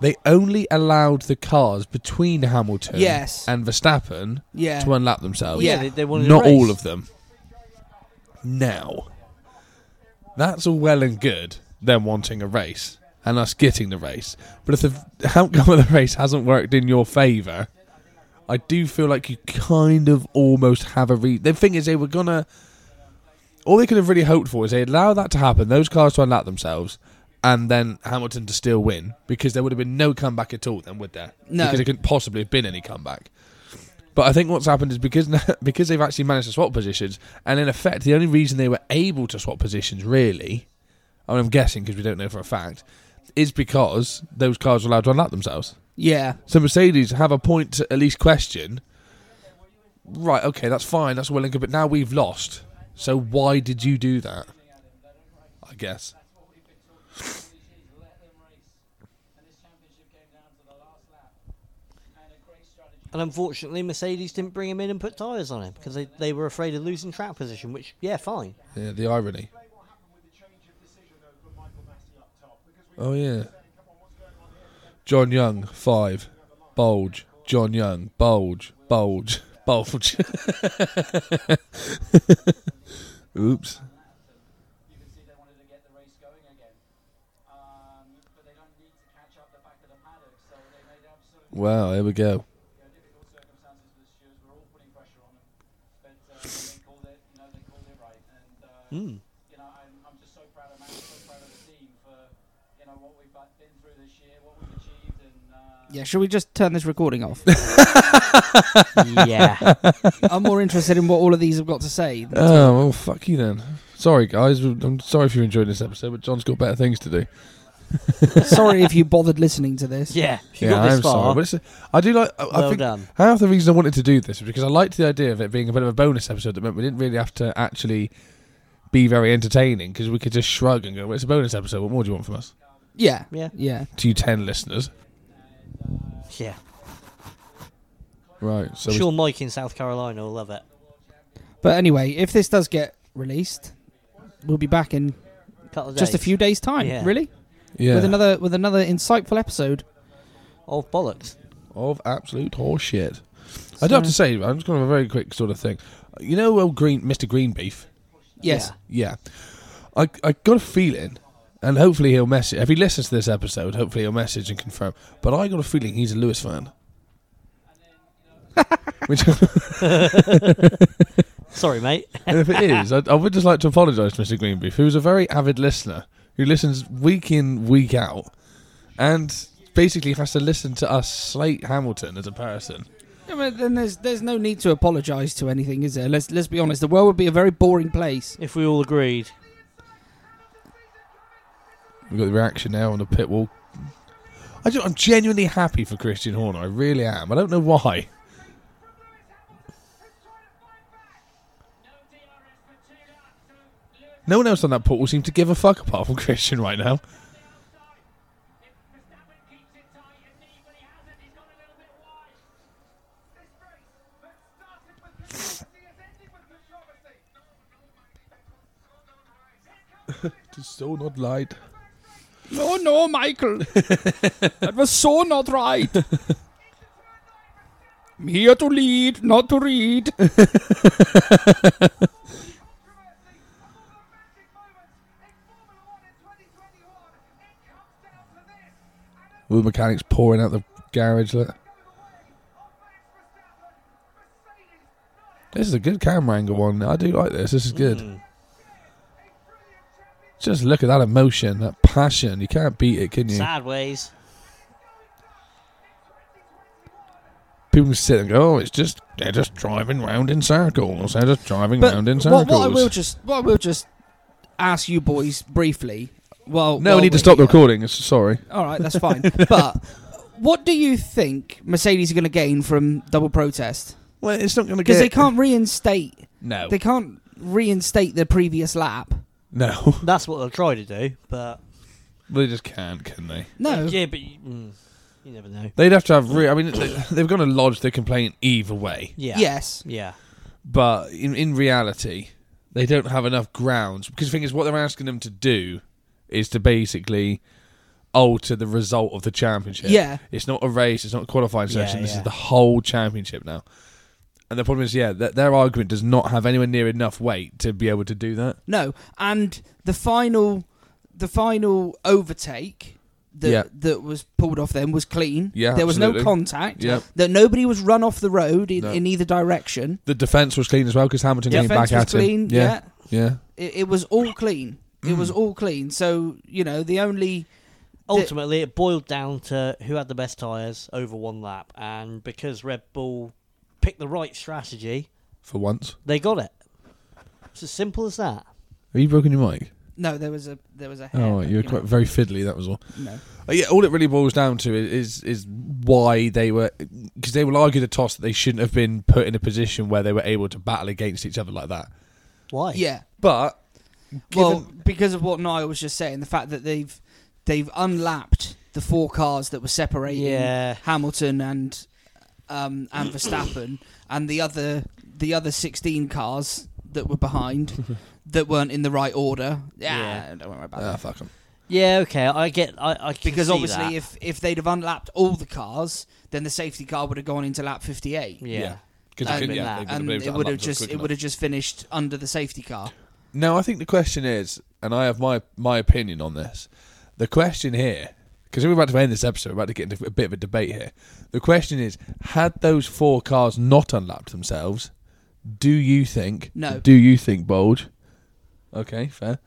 Speaker 1: they only allowed the cars between Hamilton
Speaker 3: Yes.
Speaker 1: and Verstappen
Speaker 3: Yeah.
Speaker 1: to unlap themselves.
Speaker 2: Well, yeah, they, they wanted
Speaker 1: Not
Speaker 2: a race.
Speaker 1: all of them. Now, that's all well and good, them wanting a race and us getting the race. But if the outcome of the race hasn't worked in your favour, I do feel like you kind of almost have a re. The thing is, they were gonna. All they could have really hoped for is they allow that to happen, those cars to unlap themselves, and then Hamilton to still win because there would have been no comeback at all. Then would there?
Speaker 3: No.
Speaker 1: because there couldn't possibly have been any comeback. But I think what's happened is because because they've actually managed to swap positions, and in effect, the only reason they were able to swap positions really, I mean, I'm guessing because we don't know for a fact, is because those cars were allowed to unlap themselves.
Speaker 3: yeah
Speaker 1: So Mercedes have a point to at least question right, okay, that's fine, that's well and good, but now we've lost. So why did you do that? I guess.
Speaker 2: And unfortunately, Mercedes didn't bring him in and put tyres on him because they, they were afraid of losing track position, which, yeah, fine.
Speaker 1: Yeah, the irony.
Speaker 10: Play what happened with the change of decision over Michael Massey up top. Because we
Speaker 1: Oh, yeah.
Speaker 10: saying, come on, what's going on here?
Speaker 1: John Young, five. Bulge. John Young, bulge, bulge, bulge. Oops.
Speaker 9: You can see they wanted to get the race going again. Um, but they don't need to catch up the back of the paddock, so they made absolute
Speaker 1: Wow, here we go.
Speaker 9: you know, difficult circumstances for the stewards. We're all putting pressure on them. But uh, they called it, you know, they called it right. And, uh,
Speaker 2: Mm.
Speaker 9: you know, I'm, I'm just so proud of Max, so proud of the team for, you know, what we've bu- been through this year, what we've achieved, and... Uh,
Speaker 3: Yeah, should we just turn this recording off?
Speaker 2: yeah.
Speaker 3: I'm more interested in what all of these have got to say.
Speaker 1: Oh, well, fuck you then. Sorry, guys. I'm sorry if you enjoyed this episode, but John's got better things to do.
Speaker 3: Sorry if you bothered listening to this.
Speaker 2: Yeah. If you
Speaker 1: yeah,
Speaker 2: got this
Speaker 1: I'm
Speaker 2: far,
Speaker 1: sorry. But it's, I do like. I, I
Speaker 2: well
Speaker 1: think
Speaker 2: done.
Speaker 1: half the reason I wanted to do this was because I liked the idea of it being a bit of a bonus episode that meant we didn't really have to actually be very entertaining because we could just shrug and go, well, it's a bonus episode. What more do you want from us?
Speaker 3: Yeah.
Speaker 2: Yeah.
Speaker 3: Yeah.
Speaker 1: To you 10 listeners.
Speaker 2: Yeah.
Speaker 1: Right. So we-
Speaker 2: Sure, Mike in South Carolina will love it.
Speaker 3: But anyway, if this does get released, we'll be back in
Speaker 2: Couple of
Speaker 3: just a
Speaker 2: days.
Speaker 3: few days' time.
Speaker 2: Yeah.
Speaker 3: Really,
Speaker 1: yeah.
Speaker 3: with another with another insightful episode.
Speaker 2: Oh, bollocks.
Speaker 1: of absolute horseshit. I do have to say, I'm just going to have a very quick sort of thing. You know, old green Mr. Green Beef.
Speaker 3: Yes.
Speaker 1: Yeah, I I got a feeling, and hopefully he'll message. If he listens to this episode, hopefully he'll message and confirm. But I got a feeling he's a Lewis fan. Which,
Speaker 2: Sorry, mate.
Speaker 1: and if it is, I, I would just like to apologise to Mr. Greenbeef, who's a very avid listener who listens week in, week out, and basically has to listen to us slate Hamilton as a person.
Speaker 3: Yeah, but then there's there's no need to apologise to anything, is there? Let's let's be honest. The world would be a very boring place.
Speaker 2: if we all agreed.
Speaker 1: We've got the reaction now on the pit wall. I do, I'm genuinely happy for Christian Horner. I really am. I don't know why. No one else on that portal seemed to give a fuck apart from Christian right now. Just so not light.
Speaker 3: No, no, Michael, that was so not right. I'm here to lead, not to read.
Speaker 1: All the mechanics pouring out the garage. Look. This is a good camera angle one. I do like this. This is good. Just look at that emotion, that passion. You can't beat it, can you?
Speaker 2: Sideways.
Speaker 1: People can sit and go, "Oh, it's just they're just driving round in circles. They're just driving
Speaker 3: But
Speaker 1: round in circles."
Speaker 3: what, what I will just what I will just ask you boys briefly. Well,
Speaker 1: no,
Speaker 3: while
Speaker 1: we need to
Speaker 3: we're
Speaker 1: stop the
Speaker 3: here-
Speaker 1: recording. It's- Sorry.
Speaker 3: All right, that's fine. but what do you think Mercedes are going to gain from double protest?
Speaker 1: Well, it's not going to
Speaker 3: Because they can't reinstate.
Speaker 1: No.
Speaker 3: They can't reinstate the previous lap.
Speaker 1: no.
Speaker 2: That's what they'll try to do, but
Speaker 1: they just can't, can they?
Speaker 3: No.
Speaker 2: yeah, but you, mm, you never know.
Speaker 1: They'd have to have. Re- I mean, they, they've got to lodge their complaint either way.
Speaker 2: Yeah.
Speaker 3: Yes.
Speaker 2: Yeah.
Speaker 1: but in, in reality, they don't have enough grounds because the thing is, what they're asking them to do is to basically alter the result of the championship.
Speaker 3: Yeah.
Speaker 1: it's not a race, it's not a qualifying
Speaker 2: Yeah,
Speaker 1: session. This
Speaker 2: yeah.
Speaker 1: is the whole championship now. And the problem is, yeah, that their argument does not have anywhere near enough weight to be able to do that.
Speaker 3: No. And the final, the final overtake that
Speaker 1: Yeah.
Speaker 3: that was pulled off them was clean.
Speaker 1: Yeah,
Speaker 3: There was
Speaker 1: absolutely.
Speaker 3: no contact.
Speaker 1: Yep.
Speaker 3: That nobody was run off the road in,
Speaker 1: No.
Speaker 3: in either direction.
Speaker 1: The defense was clean as well because Hamilton came
Speaker 3: Defense
Speaker 1: back
Speaker 3: was
Speaker 1: at
Speaker 3: clean.
Speaker 1: him. Yeah, Mm. yeah.
Speaker 3: It, it was all clean. It was all clean. So you know the only
Speaker 2: Ultimately, it boiled down to who had the best tyres over one lap, and because Red Bull picked the right strategy,
Speaker 1: For once,
Speaker 2: they got it. It's as simple as that.
Speaker 1: have you broken your mic?
Speaker 3: no. There was a there was a. hair,
Speaker 1: Oh,
Speaker 3: but,
Speaker 1: you were
Speaker 3: know,
Speaker 1: quite very fiddly. That was all.
Speaker 3: no.
Speaker 1: Uh, Yeah, all it really boils down to i- is is why they were because they will argue the toss that they shouldn't have been put in a position where they were able to battle against each other like that.
Speaker 2: Why?
Speaker 3: Yeah.
Speaker 1: But
Speaker 3: Well,
Speaker 1: given-
Speaker 3: because of what Niall was just saying, the fact that they've they've unlapped the four cars that were separating
Speaker 2: Yeah.
Speaker 3: Hamilton and um, and Verstappen, and the other the other sixteen cars that were behind that weren't in the right order. Yeah,
Speaker 2: Yeah.
Speaker 3: don't worry about
Speaker 1: ah,
Speaker 3: that.
Speaker 1: fuck 'em.
Speaker 2: Yeah. Okay. I get. I. I can
Speaker 3: Because
Speaker 2: see
Speaker 3: obviously,
Speaker 2: that.
Speaker 3: if if they'd have unlapped all the cars, then the safety car would have gone into lap fifty eight.
Speaker 2: yeah.
Speaker 1: yeah. 'Cause
Speaker 3: And,
Speaker 1: they couldn't- yeah,
Speaker 2: that-
Speaker 1: they couldn't
Speaker 3: and
Speaker 1: believe
Speaker 3: it
Speaker 1: that
Speaker 3: would have
Speaker 1: lap was
Speaker 3: just
Speaker 1: quick
Speaker 3: it
Speaker 1: enough.
Speaker 3: would have just finished under the safety car.
Speaker 1: Now, I think the question is, and I have my my opinion on this. The question here, because we're about to end this episode, we're about to get into a bit of a debate here. The question is, had those four cars not unlapped themselves, do you think?
Speaker 3: No.
Speaker 1: Do you think Bold? Okay, fair.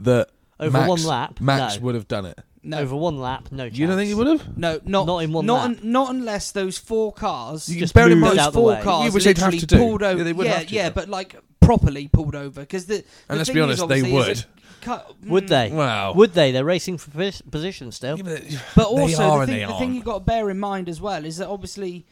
Speaker 1: That
Speaker 2: Over
Speaker 1: Max-
Speaker 2: one lap?
Speaker 1: Max
Speaker 2: No.
Speaker 1: would have done it.
Speaker 3: No,
Speaker 2: Over one lap, no. Chance.
Speaker 1: You don't think he would have?
Speaker 3: No, not
Speaker 2: Not in one
Speaker 3: Not,
Speaker 2: lap.
Speaker 3: un- not unless those four cars.
Speaker 2: You just
Speaker 1: bear in
Speaker 2: moved
Speaker 1: mind
Speaker 2: out
Speaker 3: those
Speaker 2: the
Speaker 3: four
Speaker 2: way.
Speaker 3: cars
Speaker 1: Yeah, which they'd have
Speaker 3: literally
Speaker 1: to do.
Speaker 3: pulled over.
Speaker 1: Yeah, they would
Speaker 3: yeah,
Speaker 1: have to,
Speaker 3: yeah,
Speaker 1: though.
Speaker 3: but like properly pulled over because the. the
Speaker 1: And let's
Speaker 3: thing
Speaker 1: be
Speaker 3: is,
Speaker 1: honest, they
Speaker 3: obviously, is
Speaker 1: would.
Speaker 3: that cu-
Speaker 2: Would they?
Speaker 1: Mm. Wow.
Speaker 2: Would they? They're racing for pos- position still.
Speaker 3: But also,
Speaker 1: they are and
Speaker 3: the, thing,
Speaker 1: they
Speaker 3: the
Speaker 1: aren't.
Speaker 3: thing you've got to bear in mind as well is that obviously,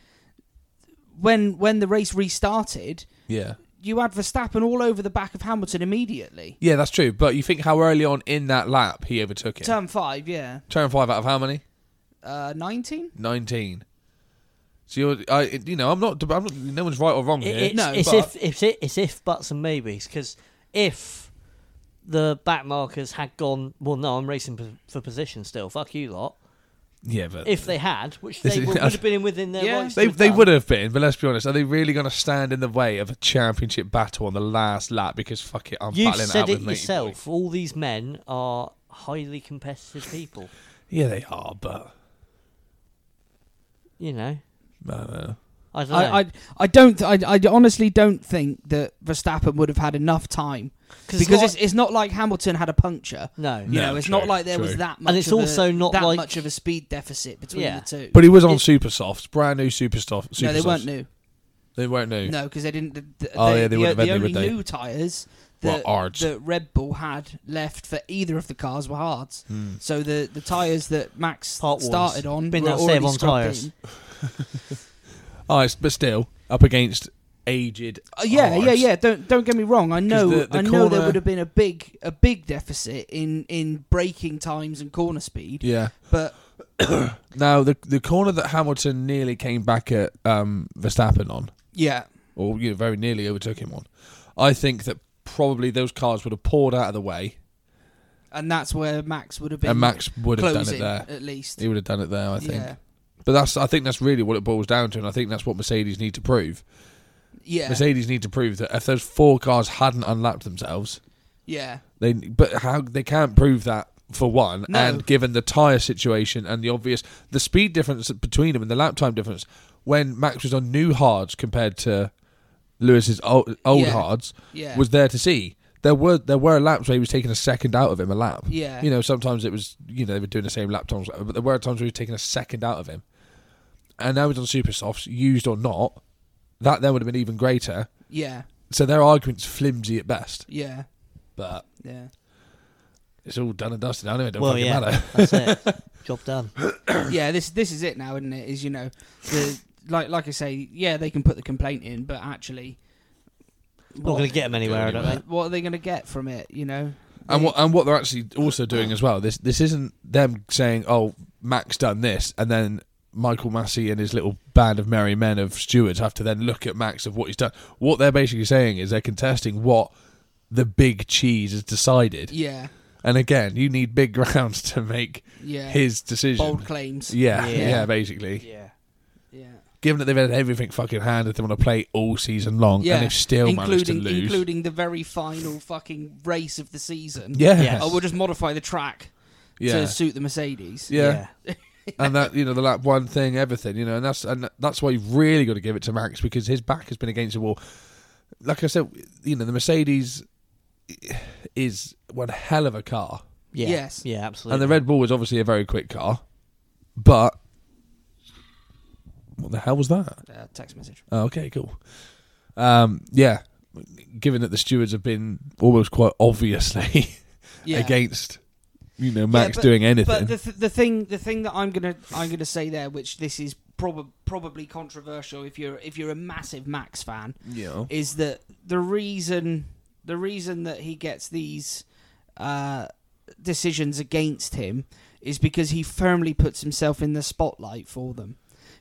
Speaker 3: when when the race restarted,
Speaker 1: yeah.
Speaker 3: you had Verstappen all over the back of Hamilton immediately.
Speaker 1: Yeah, that's true. But you think how early on in that lap he overtook it?
Speaker 3: Turn five, yeah,
Speaker 1: Turn five out of how many?
Speaker 3: uh, nineteen.
Speaker 1: 19. So you're, I, you know, I'm not, I'm not. No one's right or wrong
Speaker 2: It-
Speaker 1: here.
Speaker 2: it's,
Speaker 3: No,
Speaker 2: it's
Speaker 1: but-
Speaker 2: if it's if, it's if buts and maybes because if the back markers had gone, well, no, I'm racing p- for position still. Fuck you lot.
Speaker 1: yeah, but
Speaker 2: If they had, which
Speaker 1: This
Speaker 2: they
Speaker 1: is-
Speaker 2: would, would have been within their
Speaker 3: Yeah.
Speaker 2: rights, to
Speaker 1: they
Speaker 2: have
Speaker 1: they
Speaker 2: done.
Speaker 1: would have been. But let's be honest, are they really going to stand in the way of a championship battle on the last lap? Because fuck it, I'm
Speaker 2: You've
Speaker 1: battling out
Speaker 2: said it
Speaker 1: with matey boy.
Speaker 2: yourself. All these men are highly competitive people.
Speaker 1: Yeah, they are, but
Speaker 2: You know,
Speaker 1: I don't know.
Speaker 2: I don't know.
Speaker 3: I, I I don't I, I honestly don't think that Verstappen would have had enough time
Speaker 2: 'Cause it's
Speaker 3: because
Speaker 2: not-
Speaker 3: it's, it's not like Hamilton had a puncture.
Speaker 2: No.
Speaker 3: you
Speaker 1: No,
Speaker 3: know it's
Speaker 1: true,
Speaker 3: not like there was
Speaker 1: true.
Speaker 3: that much.
Speaker 2: And it's
Speaker 3: of a-
Speaker 2: also not
Speaker 3: that
Speaker 2: like-
Speaker 3: much of a speed deficit between
Speaker 2: Yeah.
Speaker 3: the two.
Speaker 1: But he was on super softs, brand new super soft. Super
Speaker 3: no, they weren't
Speaker 1: softs.
Speaker 3: new.
Speaker 1: They weren't new.
Speaker 3: No, because they didn't. th- th-
Speaker 1: Oh, yeah, they
Speaker 3: the,
Speaker 1: wouldn't have
Speaker 3: the
Speaker 1: had new,
Speaker 3: only
Speaker 1: would they?
Speaker 3: new tires
Speaker 1: Well,
Speaker 3: that
Speaker 1: hards.
Speaker 3: that Red Bull had left for either of the cars were hards.
Speaker 1: Hmm.
Speaker 3: So the the tires that Max
Speaker 2: Part ones.
Speaker 3: started on
Speaker 2: Been
Speaker 3: were
Speaker 2: that
Speaker 3: already
Speaker 2: save on
Speaker 3: scrubbed
Speaker 2: tyres.
Speaker 3: in.
Speaker 1: Oh, it's- but still up against aged.
Speaker 3: Uh, yeah, yeah,
Speaker 1: arse.
Speaker 3: yeah. Don't don't get me wrong. I know,
Speaker 1: the- the
Speaker 3: I know there
Speaker 1: corner-
Speaker 3: would have been a big a big deficit in in braking times and corner speed.
Speaker 1: yeah.
Speaker 3: But
Speaker 1: Now the the corner that Hamilton nearly came back at um, Verstappen on,
Speaker 3: yeah,
Speaker 1: or you know, very nearly overtook him on. I think that probably those cars would have poured out of the way,
Speaker 3: and that's where Max would have been.
Speaker 1: and Max would have done it
Speaker 3: closing
Speaker 1: there.
Speaker 3: at least.
Speaker 1: He would have done it there, I think.
Speaker 3: yeah,
Speaker 1: But that's I think that's really what it boils down to, and I think that's what Mercedes need to prove.
Speaker 3: yeah,
Speaker 1: Mercedes need to prove that if those four cars hadn't unlapped themselves,
Speaker 3: yeah.
Speaker 1: they but how they can't prove that for one,
Speaker 3: No.
Speaker 1: and given the tyre situation and the obvious the speed difference between them and the lap time difference, when Max was on new hards compared to Lewis's old, old
Speaker 3: Yeah.
Speaker 1: hards,
Speaker 3: Yeah.
Speaker 1: was there to see. There were there were laps where he was taking a second out of him a lap.
Speaker 3: Yeah.
Speaker 1: you know sometimes it was you know they were doing the same lap times, but there were times where he was taking a second out of him. And now he's on super softs, used or not, that then would have been even greater.
Speaker 3: Yeah,
Speaker 1: So their argument's flimsy at best,
Speaker 3: yeah,
Speaker 1: but
Speaker 3: yeah.
Speaker 1: it's all done and dusted. I know it don't
Speaker 2: well,
Speaker 1: fucking
Speaker 2: yeah,
Speaker 1: matter.
Speaker 2: that's it. Job done.
Speaker 3: yeah, this this is it now, isn't it? Is you know, the like like I say, yeah, they can put the complaint in, but actually,
Speaker 2: Not going to get them anywhere, I don't think.
Speaker 3: what are they going to get from it? You know,
Speaker 1: And what and what they're actually also doing as well. This this isn't them saying, "Oh, Max done this," and then Michael Massey and his little band of merry men of stewards have to then look at Max of what he's done. What they're basically saying is they're contesting what the big cheese has decided.
Speaker 3: yeah,
Speaker 1: And again, you need big grounds to make
Speaker 3: Yeah.
Speaker 1: his decision.
Speaker 3: bold claims.
Speaker 1: Yeah, yeah,
Speaker 2: Yeah.
Speaker 1: basically.
Speaker 2: Yeah.
Speaker 3: yeah,
Speaker 1: Given that they've had everything fucking handed them on a plate all season long,
Speaker 3: yeah.
Speaker 1: and they've still managed to
Speaker 3: including
Speaker 1: lose.
Speaker 3: including the very final fucking race of the season.
Speaker 1: yeah,
Speaker 2: Yes.
Speaker 3: oh, we'll just modify the track
Speaker 1: yeah.
Speaker 3: to suit the Mercedes.
Speaker 1: yeah. and that you know the lap one thing, everything you know, and that's and that's why you've really got to give it to Max because his back has been against the wall. Like I said, you know the Mercedes is one hell of a car,
Speaker 2: Yeah.
Speaker 3: Yes.
Speaker 2: Yeah,
Speaker 1: and
Speaker 3: Mm.
Speaker 2: absolutely.
Speaker 1: the Red Bull was obviously a very quick car, but what the hell was that?
Speaker 3: Uh, text message.
Speaker 1: Oh, okay, cool. Um, yeah, given that the stewards have been almost quite obviously
Speaker 3: Yeah,
Speaker 1: against you know Max
Speaker 3: Yeah, but-
Speaker 1: doing anything.
Speaker 3: But the, th- the thing the thing that I'm gonna I'm gonna say there, which this is prob- probably controversial if you're if you're a massive Max fan,
Speaker 1: yeah.
Speaker 3: is that the reason the reason that he gets these uh, decisions against him is because he firmly puts himself in the spotlight for them.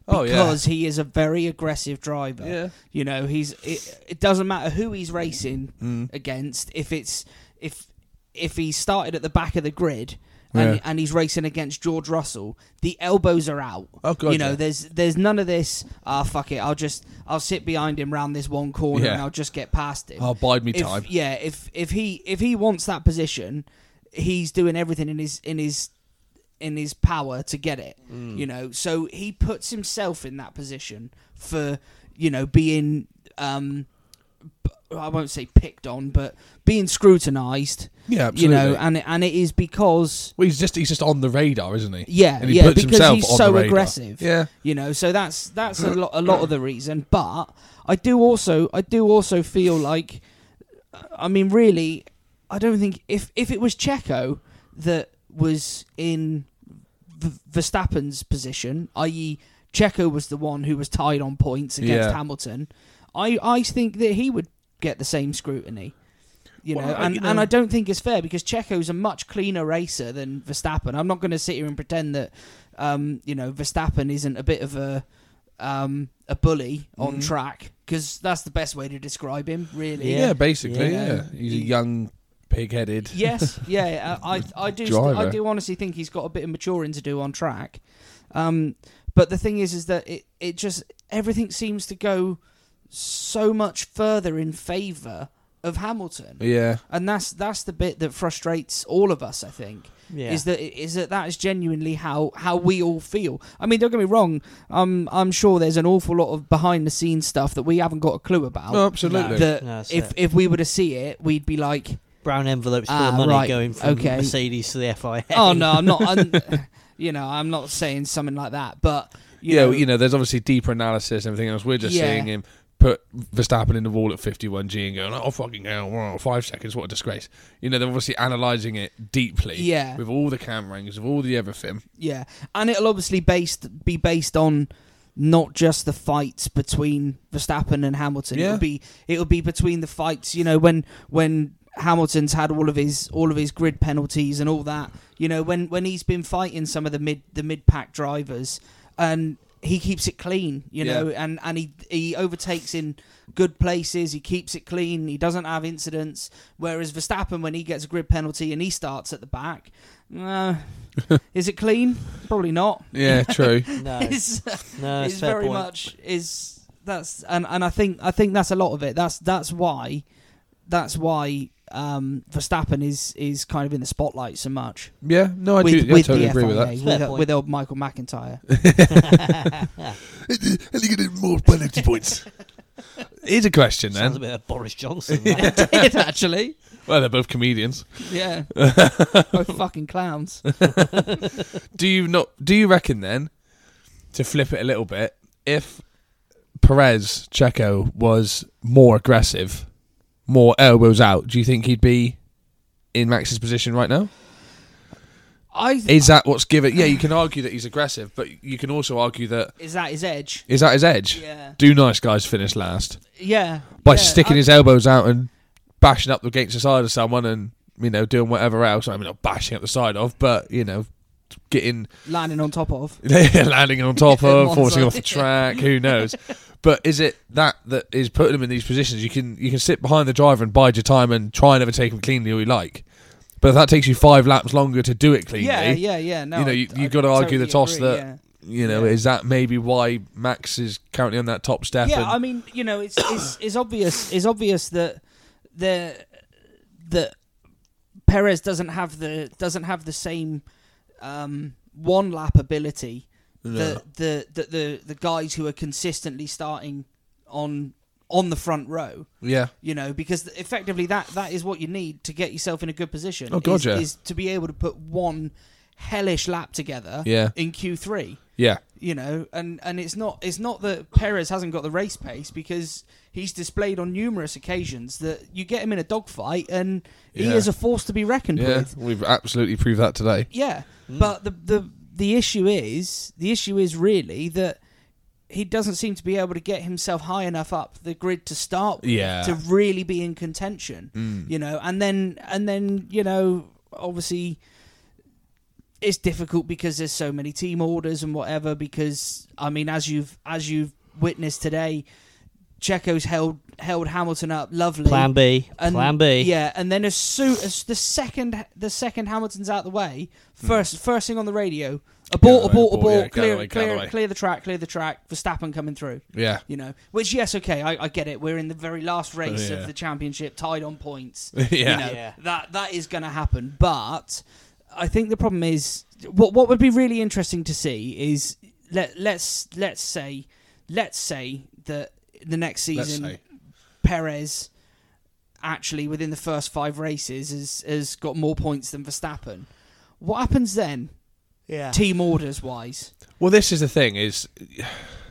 Speaker 1: Oh, yeah.
Speaker 3: Because he is a very aggressive driver.
Speaker 1: Yeah.
Speaker 3: You know, he's it, it doesn't matter who he's racing
Speaker 1: Mm.
Speaker 3: against if it's if if he started at the back of the grid and,
Speaker 1: Yeah.
Speaker 3: and he's racing against George Russell, the elbows are out.
Speaker 1: Oh, God,
Speaker 3: You know,
Speaker 1: yeah.
Speaker 3: there's there's none of this. Ah, fuck it. I'll just I'll sit behind him round this one corner
Speaker 1: Yeah.
Speaker 3: and I'll just get past him.
Speaker 1: I'll Oh, bide me
Speaker 3: If-
Speaker 1: time.
Speaker 3: Yeah. If if he if he wants that position, he's doing everything in his in his in his power to get it. You know, so he puts himself in that position for you know being. Um, b- I won't say picked on, but being scrutinised.
Speaker 1: Yeah,
Speaker 3: You know,
Speaker 1: absolutely.
Speaker 3: and and it is because
Speaker 1: Well, he's just he's just on the radar, isn't he?
Speaker 3: yeah,
Speaker 1: and he
Speaker 3: yeah,
Speaker 1: puts
Speaker 3: because
Speaker 1: himself
Speaker 3: he's
Speaker 1: on
Speaker 3: so
Speaker 1: the radar.
Speaker 3: aggressive.
Speaker 1: Yeah,
Speaker 3: You know, so that's that's a lot a lot of the reason. But I do also I do also feel like, I mean, really, I don't think if if it was Checo that was in v- Verstappen's position, i.e., Checo was the one who was tied on points against
Speaker 1: Yeah.
Speaker 3: Hamilton, I I think that he would get the same scrutiny. You know,
Speaker 1: Well,
Speaker 3: and,
Speaker 1: you
Speaker 3: and
Speaker 1: know-
Speaker 3: I don't think it's fair because Checo's a much cleaner racer than Verstappen. I'm not going to sit here and pretend that um, you know Verstappen isn't a bit of a um, a bully on
Speaker 1: Mm-hmm.
Speaker 3: track because that's the best way to describe him, really.
Speaker 1: yeah, basically.
Speaker 3: Yeah.
Speaker 1: Yeah, he's a
Speaker 3: He-
Speaker 1: young, pig-headed.
Speaker 3: Yes, yeah, uh, I, I- I do, I
Speaker 1: Driver.
Speaker 3: do honestly think he's got a bit of maturing to do on track. Um, but the thing is, is that it, it just everything seems to go so much further in favour of Hamilton,
Speaker 1: Yeah,
Speaker 3: and that's that's the bit that frustrates all of us. I think
Speaker 2: Yeah.
Speaker 3: is that is that that is genuinely how how we all feel. I mean, don't get me wrong. I'm I'm sure there's an awful lot of behind the scenes stuff that we haven't got a clue about.
Speaker 1: no, absolutely.
Speaker 3: That
Speaker 2: No, that's
Speaker 3: if
Speaker 2: it.
Speaker 3: if we were to see it, we'd be like,
Speaker 2: Brown envelopes full
Speaker 3: Ah,
Speaker 2: of money
Speaker 3: right,
Speaker 2: going from
Speaker 3: okay.
Speaker 2: Mercedes to the FIA.
Speaker 3: oh no, I'm not. I'm, you know, I'm not saying something like that. But you
Speaker 1: yeah,
Speaker 3: know,
Speaker 1: well, you know, there's obviously deeper analysis and everything else. We're just
Speaker 3: Yeah.
Speaker 1: seeing him put Verstappen in the wall at 51G and going, oh, fucking hell, wow, five seconds, what a disgrace. You know, they're obviously analysing it deeply.
Speaker 3: Yeah.
Speaker 1: With all the camera angles, with all the everything.
Speaker 3: yeah, and it'll obviously based be based on not just the fights between Verstappen and Hamilton.
Speaker 1: Yeah.
Speaker 3: It'll be it'll be between the fights. You know, when when Hamilton's had all of his all of his grid penalties and all that. You know, when when he's been fighting some of the mid the mid pack drivers and. He keeps it clean, you
Speaker 1: Yeah.
Speaker 3: know, and, and he he overtakes in good places. He keeps it clean. He doesn't have incidents. Whereas Verstappen, when he gets a grid penalty and he starts at the back, uh, is it clean? Probably not.
Speaker 1: Yeah, true.
Speaker 2: no,
Speaker 3: It's,
Speaker 2: no, it's
Speaker 3: it's
Speaker 2: Uh, fair
Speaker 3: very
Speaker 2: point.
Speaker 3: much is that's and and I think I think that's a lot of it. That's that's why that's why um Verstappen is is kind of in the spotlight so much
Speaker 1: yeah, no, I
Speaker 3: with
Speaker 1: do I
Speaker 3: with
Speaker 1: totally
Speaker 3: the
Speaker 1: agree
Speaker 3: FIA
Speaker 1: with that.
Speaker 3: with,
Speaker 2: Fair
Speaker 3: with,
Speaker 2: point.
Speaker 3: old Michael McIntyre.
Speaker 1: And you get more penalty points. Here's a question
Speaker 2: Sounds a
Speaker 1: then.
Speaker 2: bit like Boris Johnson. that.
Speaker 3: Did actually,
Speaker 1: Well, they're both comedians.
Speaker 3: yeah, both fucking clowns.
Speaker 1: Do you not? Do you reckon then, to flip it a little bit, if Perez Checo was more aggressive, more elbows out, do you think he'd be in Max's position right now?
Speaker 3: I th-
Speaker 1: Is that what's given? Yeah, you can argue that he's aggressive, but you can also argue that
Speaker 3: is that his edge?
Speaker 1: is that his edge?
Speaker 3: Yeah.
Speaker 1: Do nice guys finish last
Speaker 3: Yeah,
Speaker 1: by
Speaker 3: yeah,
Speaker 1: sticking
Speaker 3: I-
Speaker 1: his elbows out and bashing up against the side of someone and you know doing whatever else? I mean, not bashing up the side of, but you know, getting
Speaker 3: landing on top of.
Speaker 1: landing on top of,
Speaker 3: Monza.
Speaker 1: forcing off the track. Who knows? But is it that that is putting him in these positions? You can you can sit behind the driver and bide your time and try and overtake him cleanly all you like. But if that takes you five laps longer to do it cleanly,
Speaker 3: Yeah, yeah, yeah. No,
Speaker 1: you know
Speaker 3: I-
Speaker 1: you,
Speaker 3: I
Speaker 1: you've got to argue the
Speaker 3: totally
Speaker 1: toss
Speaker 3: agree,
Speaker 1: that
Speaker 3: yeah.
Speaker 1: you know
Speaker 3: Yeah.
Speaker 1: is that maybe why Max is currently on that top step?
Speaker 3: Yeah,
Speaker 1: and-
Speaker 3: I mean, you know, it's it's, it's obvious it's obvious that the that Perez doesn't have the doesn't have the same um, one lap ability
Speaker 1: uh,
Speaker 3: that the, the the the guys who are consistently starting on on the front row.
Speaker 1: yeah,
Speaker 3: You know, because effectively that that is what you need to get yourself in a good position.
Speaker 1: Oh, God,
Speaker 3: is,
Speaker 1: yeah.
Speaker 3: is to be able to put one hellish lap together
Speaker 1: Yeah.
Speaker 3: in Q3
Speaker 1: Yeah.
Speaker 3: you know and and it's not it's not that Perez hasn't got the race pace because he's displayed on numerous occasions that you get him in a dogfight and he
Speaker 1: Yeah.
Speaker 3: is a force to be reckoned
Speaker 1: Yeah.
Speaker 3: with
Speaker 1: We've absolutely proved that today.
Speaker 3: yeah but the the the issue is the issue is really that he doesn't seem to be able to get himself high enough up the grid to start with
Speaker 1: Yeah.
Speaker 3: to really be in contention you know and then and then you know obviously it's difficult because there's so many team orders and whatever because i mean as you've as you've witnessed today Checo's held held Hamilton up lovely
Speaker 2: Plan B. plan B.
Speaker 3: yeah, and then as soon as the second the second Hamilton's out the way, first first thing on the radio, abort,
Speaker 1: away,
Speaker 3: abort, abort,
Speaker 1: abort, yeah,
Speaker 3: clear,
Speaker 1: Galloway,
Speaker 3: clear,
Speaker 1: Galloway.
Speaker 3: clear the track, clear the track. Verstappen coming through.
Speaker 1: Yeah.
Speaker 3: You know, which yes, okay, I, I get it. We're in the very last race
Speaker 1: yeah.
Speaker 3: of the championship, tied on points.
Speaker 1: Yeah.
Speaker 3: You know,
Speaker 2: Yeah.
Speaker 3: that that is going to happen. But I think the problem is what what would be really interesting to see is let let's let's say let's say that the next
Speaker 1: Let's
Speaker 3: season
Speaker 1: say.
Speaker 3: Perez actually within the first five races has has got more points than Verstappen. What happens then?
Speaker 2: Yeah.
Speaker 3: Team orders wise,
Speaker 1: Well, this is the thing is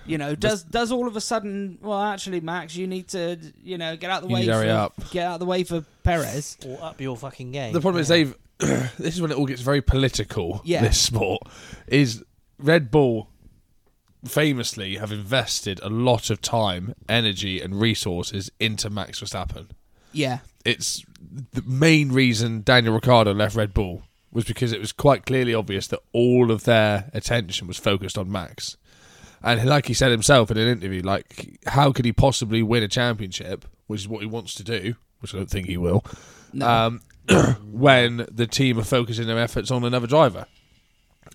Speaker 3: you know, does does all of a sudden? Well, actually, Max, you need to you know get out the
Speaker 1: You
Speaker 3: way.
Speaker 1: need to hurry
Speaker 3: for,
Speaker 1: up.
Speaker 3: Get out the way for Perez.
Speaker 2: Or up your fucking game.
Speaker 1: the problem is they've. this is when it all gets very political.
Speaker 3: Yeah.
Speaker 1: This sport is Red Bull. Famously, have invested a lot of time, energy, and resources into Max Verstappen.
Speaker 3: Yeah,
Speaker 1: it's the main reason Daniel Ricciardo left Red Bull was because it was quite clearly obvious that all of their attention was focused on Max. And like he said himself in an interview, like how could he possibly win a championship, which is what he wants to do, which I don't think he will, um, when the team are focusing their efforts on another driver.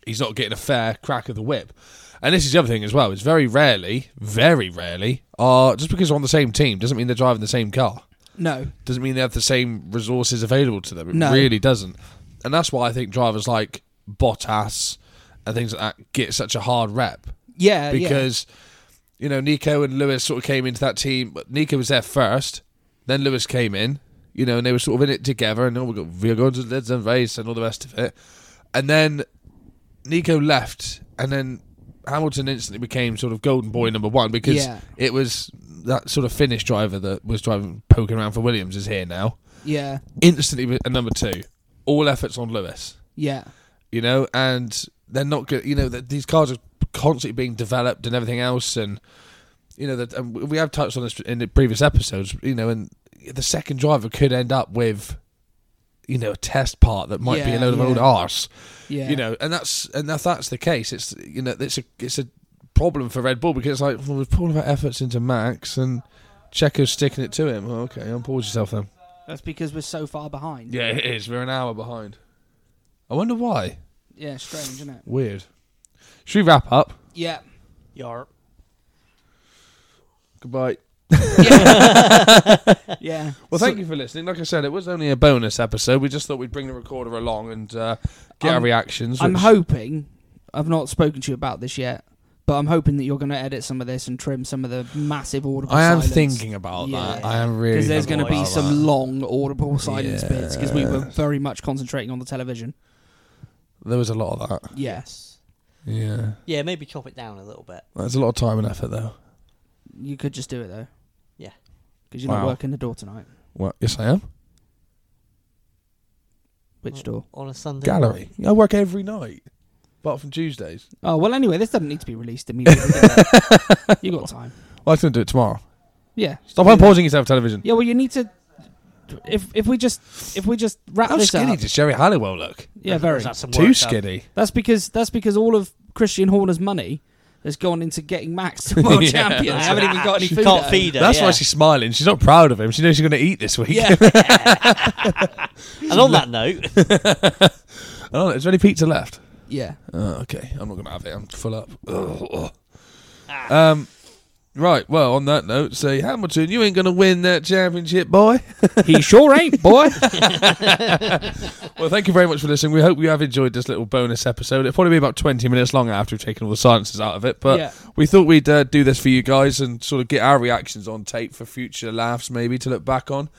Speaker 1: He's not getting a fair crack of the whip. And this is the other thing as well. It's very rarely, very rarely, are just because they're on the same team doesn't mean they're driving the same car
Speaker 3: no,
Speaker 1: doesn't mean they have the same resources available to them. It
Speaker 3: No.
Speaker 1: really doesn't. And that's why I think drivers like Bottas and things like that get such a hard rep
Speaker 3: yeah, Uh, yeah.
Speaker 1: because, you know, Nico and Lewis sort of came into that team. But Nico was there first, then Lewis came in, you know, and they were sort of in it together. And oh, we're, we're going to the and race and all the rest of it. And then Nico left, and then Hamilton instantly became sort of golden boy number one because
Speaker 3: Yeah.
Speaker 1: it was that sort of Finnish driver that was driving poking around for Williams is here now.
Speaker 3: yeah,
Speaker 1: Instantly, a number two. All efforts on Lewis,
Speaker 3: yeah,
Speaker 1: you know, and they're not good. You know that these cars are constantly being developed and everything else, and you know that and we we have touched on this in the previous episodes. You know, and the second driver could end up with. You know, a test part that might be
Speaker 3: Yeah,
Speaker 1: a load of
Speaker 3: yeah.
Speaker 1: old arse
Speaker 3: yeah.
Speaker 1: you know, and that's and if that's the case, it's you know, it's a it's a problem for Red Bull because it's like well, we're putting all of our efforts into Max and Checo's sticking it to him. Well, okay, unpause yourself then.
Speaker 3: that's because we're so far behind.
Speaker 1: Yeah, it is. We're an hour behind. I wonder why.
Speaker 3: yeah, strange, isn't it?
Speaker 1: Weird. Should we wrap up?
Speaker 3: Yeah.
Speaker 2: Yarp.
Speaker 1: Goodbye.
Speaker 3: Yeah.
Speaker 1: Well, thank you for listening. Like I said, it was only a bonus episode. We just thought we'd bring the recorder along and uh, get our
Speaker 3: I'm-
Speaker 1: reactions.
Speaker 3: I'm
Speaker 1: which-
Speaker 3: hoping I've not spoken to you about this yet, but I'm hoping that you're going to edit some of this and trim some of the massive audible.
Speaker 1: I am
Speaker 3: silence.
Speaker 1: thinking about that.
Speaker 3: Yeah.
Speaker 1: I am really
Speaker 3: because there's going to
Speaker 1: thinking
Speaker 3: be
Speaker 1: about
Speaker 3: some
Speaker 1: that.
Speaker 3: long audible silence
Speaker 1: Yeah.
Speaker 3: bits because we were very much concentrating on the television.
Speaker 1: There was a lot of that.
Speaker 3: Yes,
Speaker 1: Yeah,
Speaker 2: Yeah, maybe chop it down a little bit.
Speaker 1: that's a lot of time and effort though.
Speaker 3: you could just do it though.
Speaker 2: Yeah.
Speaker 3: because you're not
Speaker 1: Wow.
Speaker 3: working the door tonight.
Speaker 1: What? Yes, I am.
Speaker 3: Which door?
Speaker 2: On a Sunday.
Speaker 1: Gallery. I work every night, apart from Tuesdays.
Speaker 3: Oh well. Anyway, this doesn't need to be released immediately. does it? you got time.
Speaker 1: Well, I can do it tomorrow.
Speaker 3: Yeah.
Speaker 1: Stop unpausing yourself, television.
Speaker 3: Yeah. Well, you need to. If if we just if we just wrap
Speaker 1: How
Speaker 3: this
Speaker 1: skinny
Speaker 3: up.
Speaker 1: does Sherry Halliwell look?
Speaker 3: Yeah, very.
Speaker 2: Is that some
Speaker 1: Too
Speaker 2: work
Speaker 1: skinny.
Speaker 3: That's because that's because all of Christian Horner's money has gone into getting Max to world
Speaker 1: Yeah.
Speaker 3: champion. I haven't even got
Speaker 2: done?
Speaker 3: any
Speaker 2: She
Speaker 3: food.
Speaker 2: can't
Speaker 3: at
Speaker 2: feed her.
Speaker 1: That's
Speaker 2: yeah.
Speaker 1: why she's smiling. She's not proud of him. She knows she's going to eat this week.
Speaker 3: home. Yeah.
Speaker 2: And on that note,
Speaker 1: I don't know. Is there any pizza left?
Speaker 3: yeah.
Speaker 1: Oh, okay. I'm not going to have it. I'm full up. Ugh. Um. Right. Well, on that note, say Hamilton, you ain't going to win that championship, boy.
Speaker 3: He sure ain't, boy.
Speaker 1: Well, thank you very much for listening. We hope you have enjoyed this little bonus episode. It'll probably be about 20 minutes long after we've taken all the silences out of it, but
Speaker 3: Yeah.
Speaker 1: we thought we'd uh, do this for you guys and sort of get our reactions on tape for future laughs, maybe to look back on.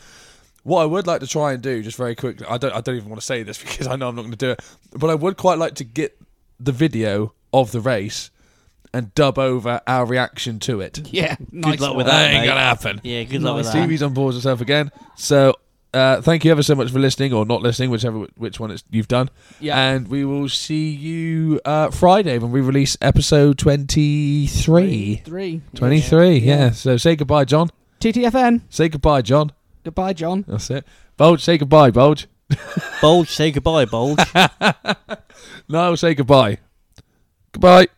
Speaker 1: What I would like to try and do, just very quickly, I don't, I don't even want to say this because I know I'm not going to do it, but I would quite like to get the video of the race and dub over our reaction to it.
Speaker 3: Yeah, nice
Speaker 2: luck
Speaker 3: one.
Speaker 2: with
Speaker 1: That ain't
Speaker 2: mate.
Speaker 1: gonna happen.
Speaker 2: Yeah, good luck with that.
Speaker 1: TV's on board herself again. So uh, thank you ever so much for listening or not listening, whichever which one it's, you've done.
Speaker 3: Yeah.
Speaker 1: And we will see you uh, Friday when we release episode 23.
Speaker 3: Three.
Speaker 1: 23, yeah. So say goodbye, John.
Speaker 3: TTFN.
Speaker 1: Say goodbye, John.
Speaker 3: Goodbye, John.
Speaker 1: That's it. Bulge, say goodbye, Bulge.
Speaker 2: Bulge, say goodbye, Bulge.
Speaker 1: No, say goodbye. Goodbye.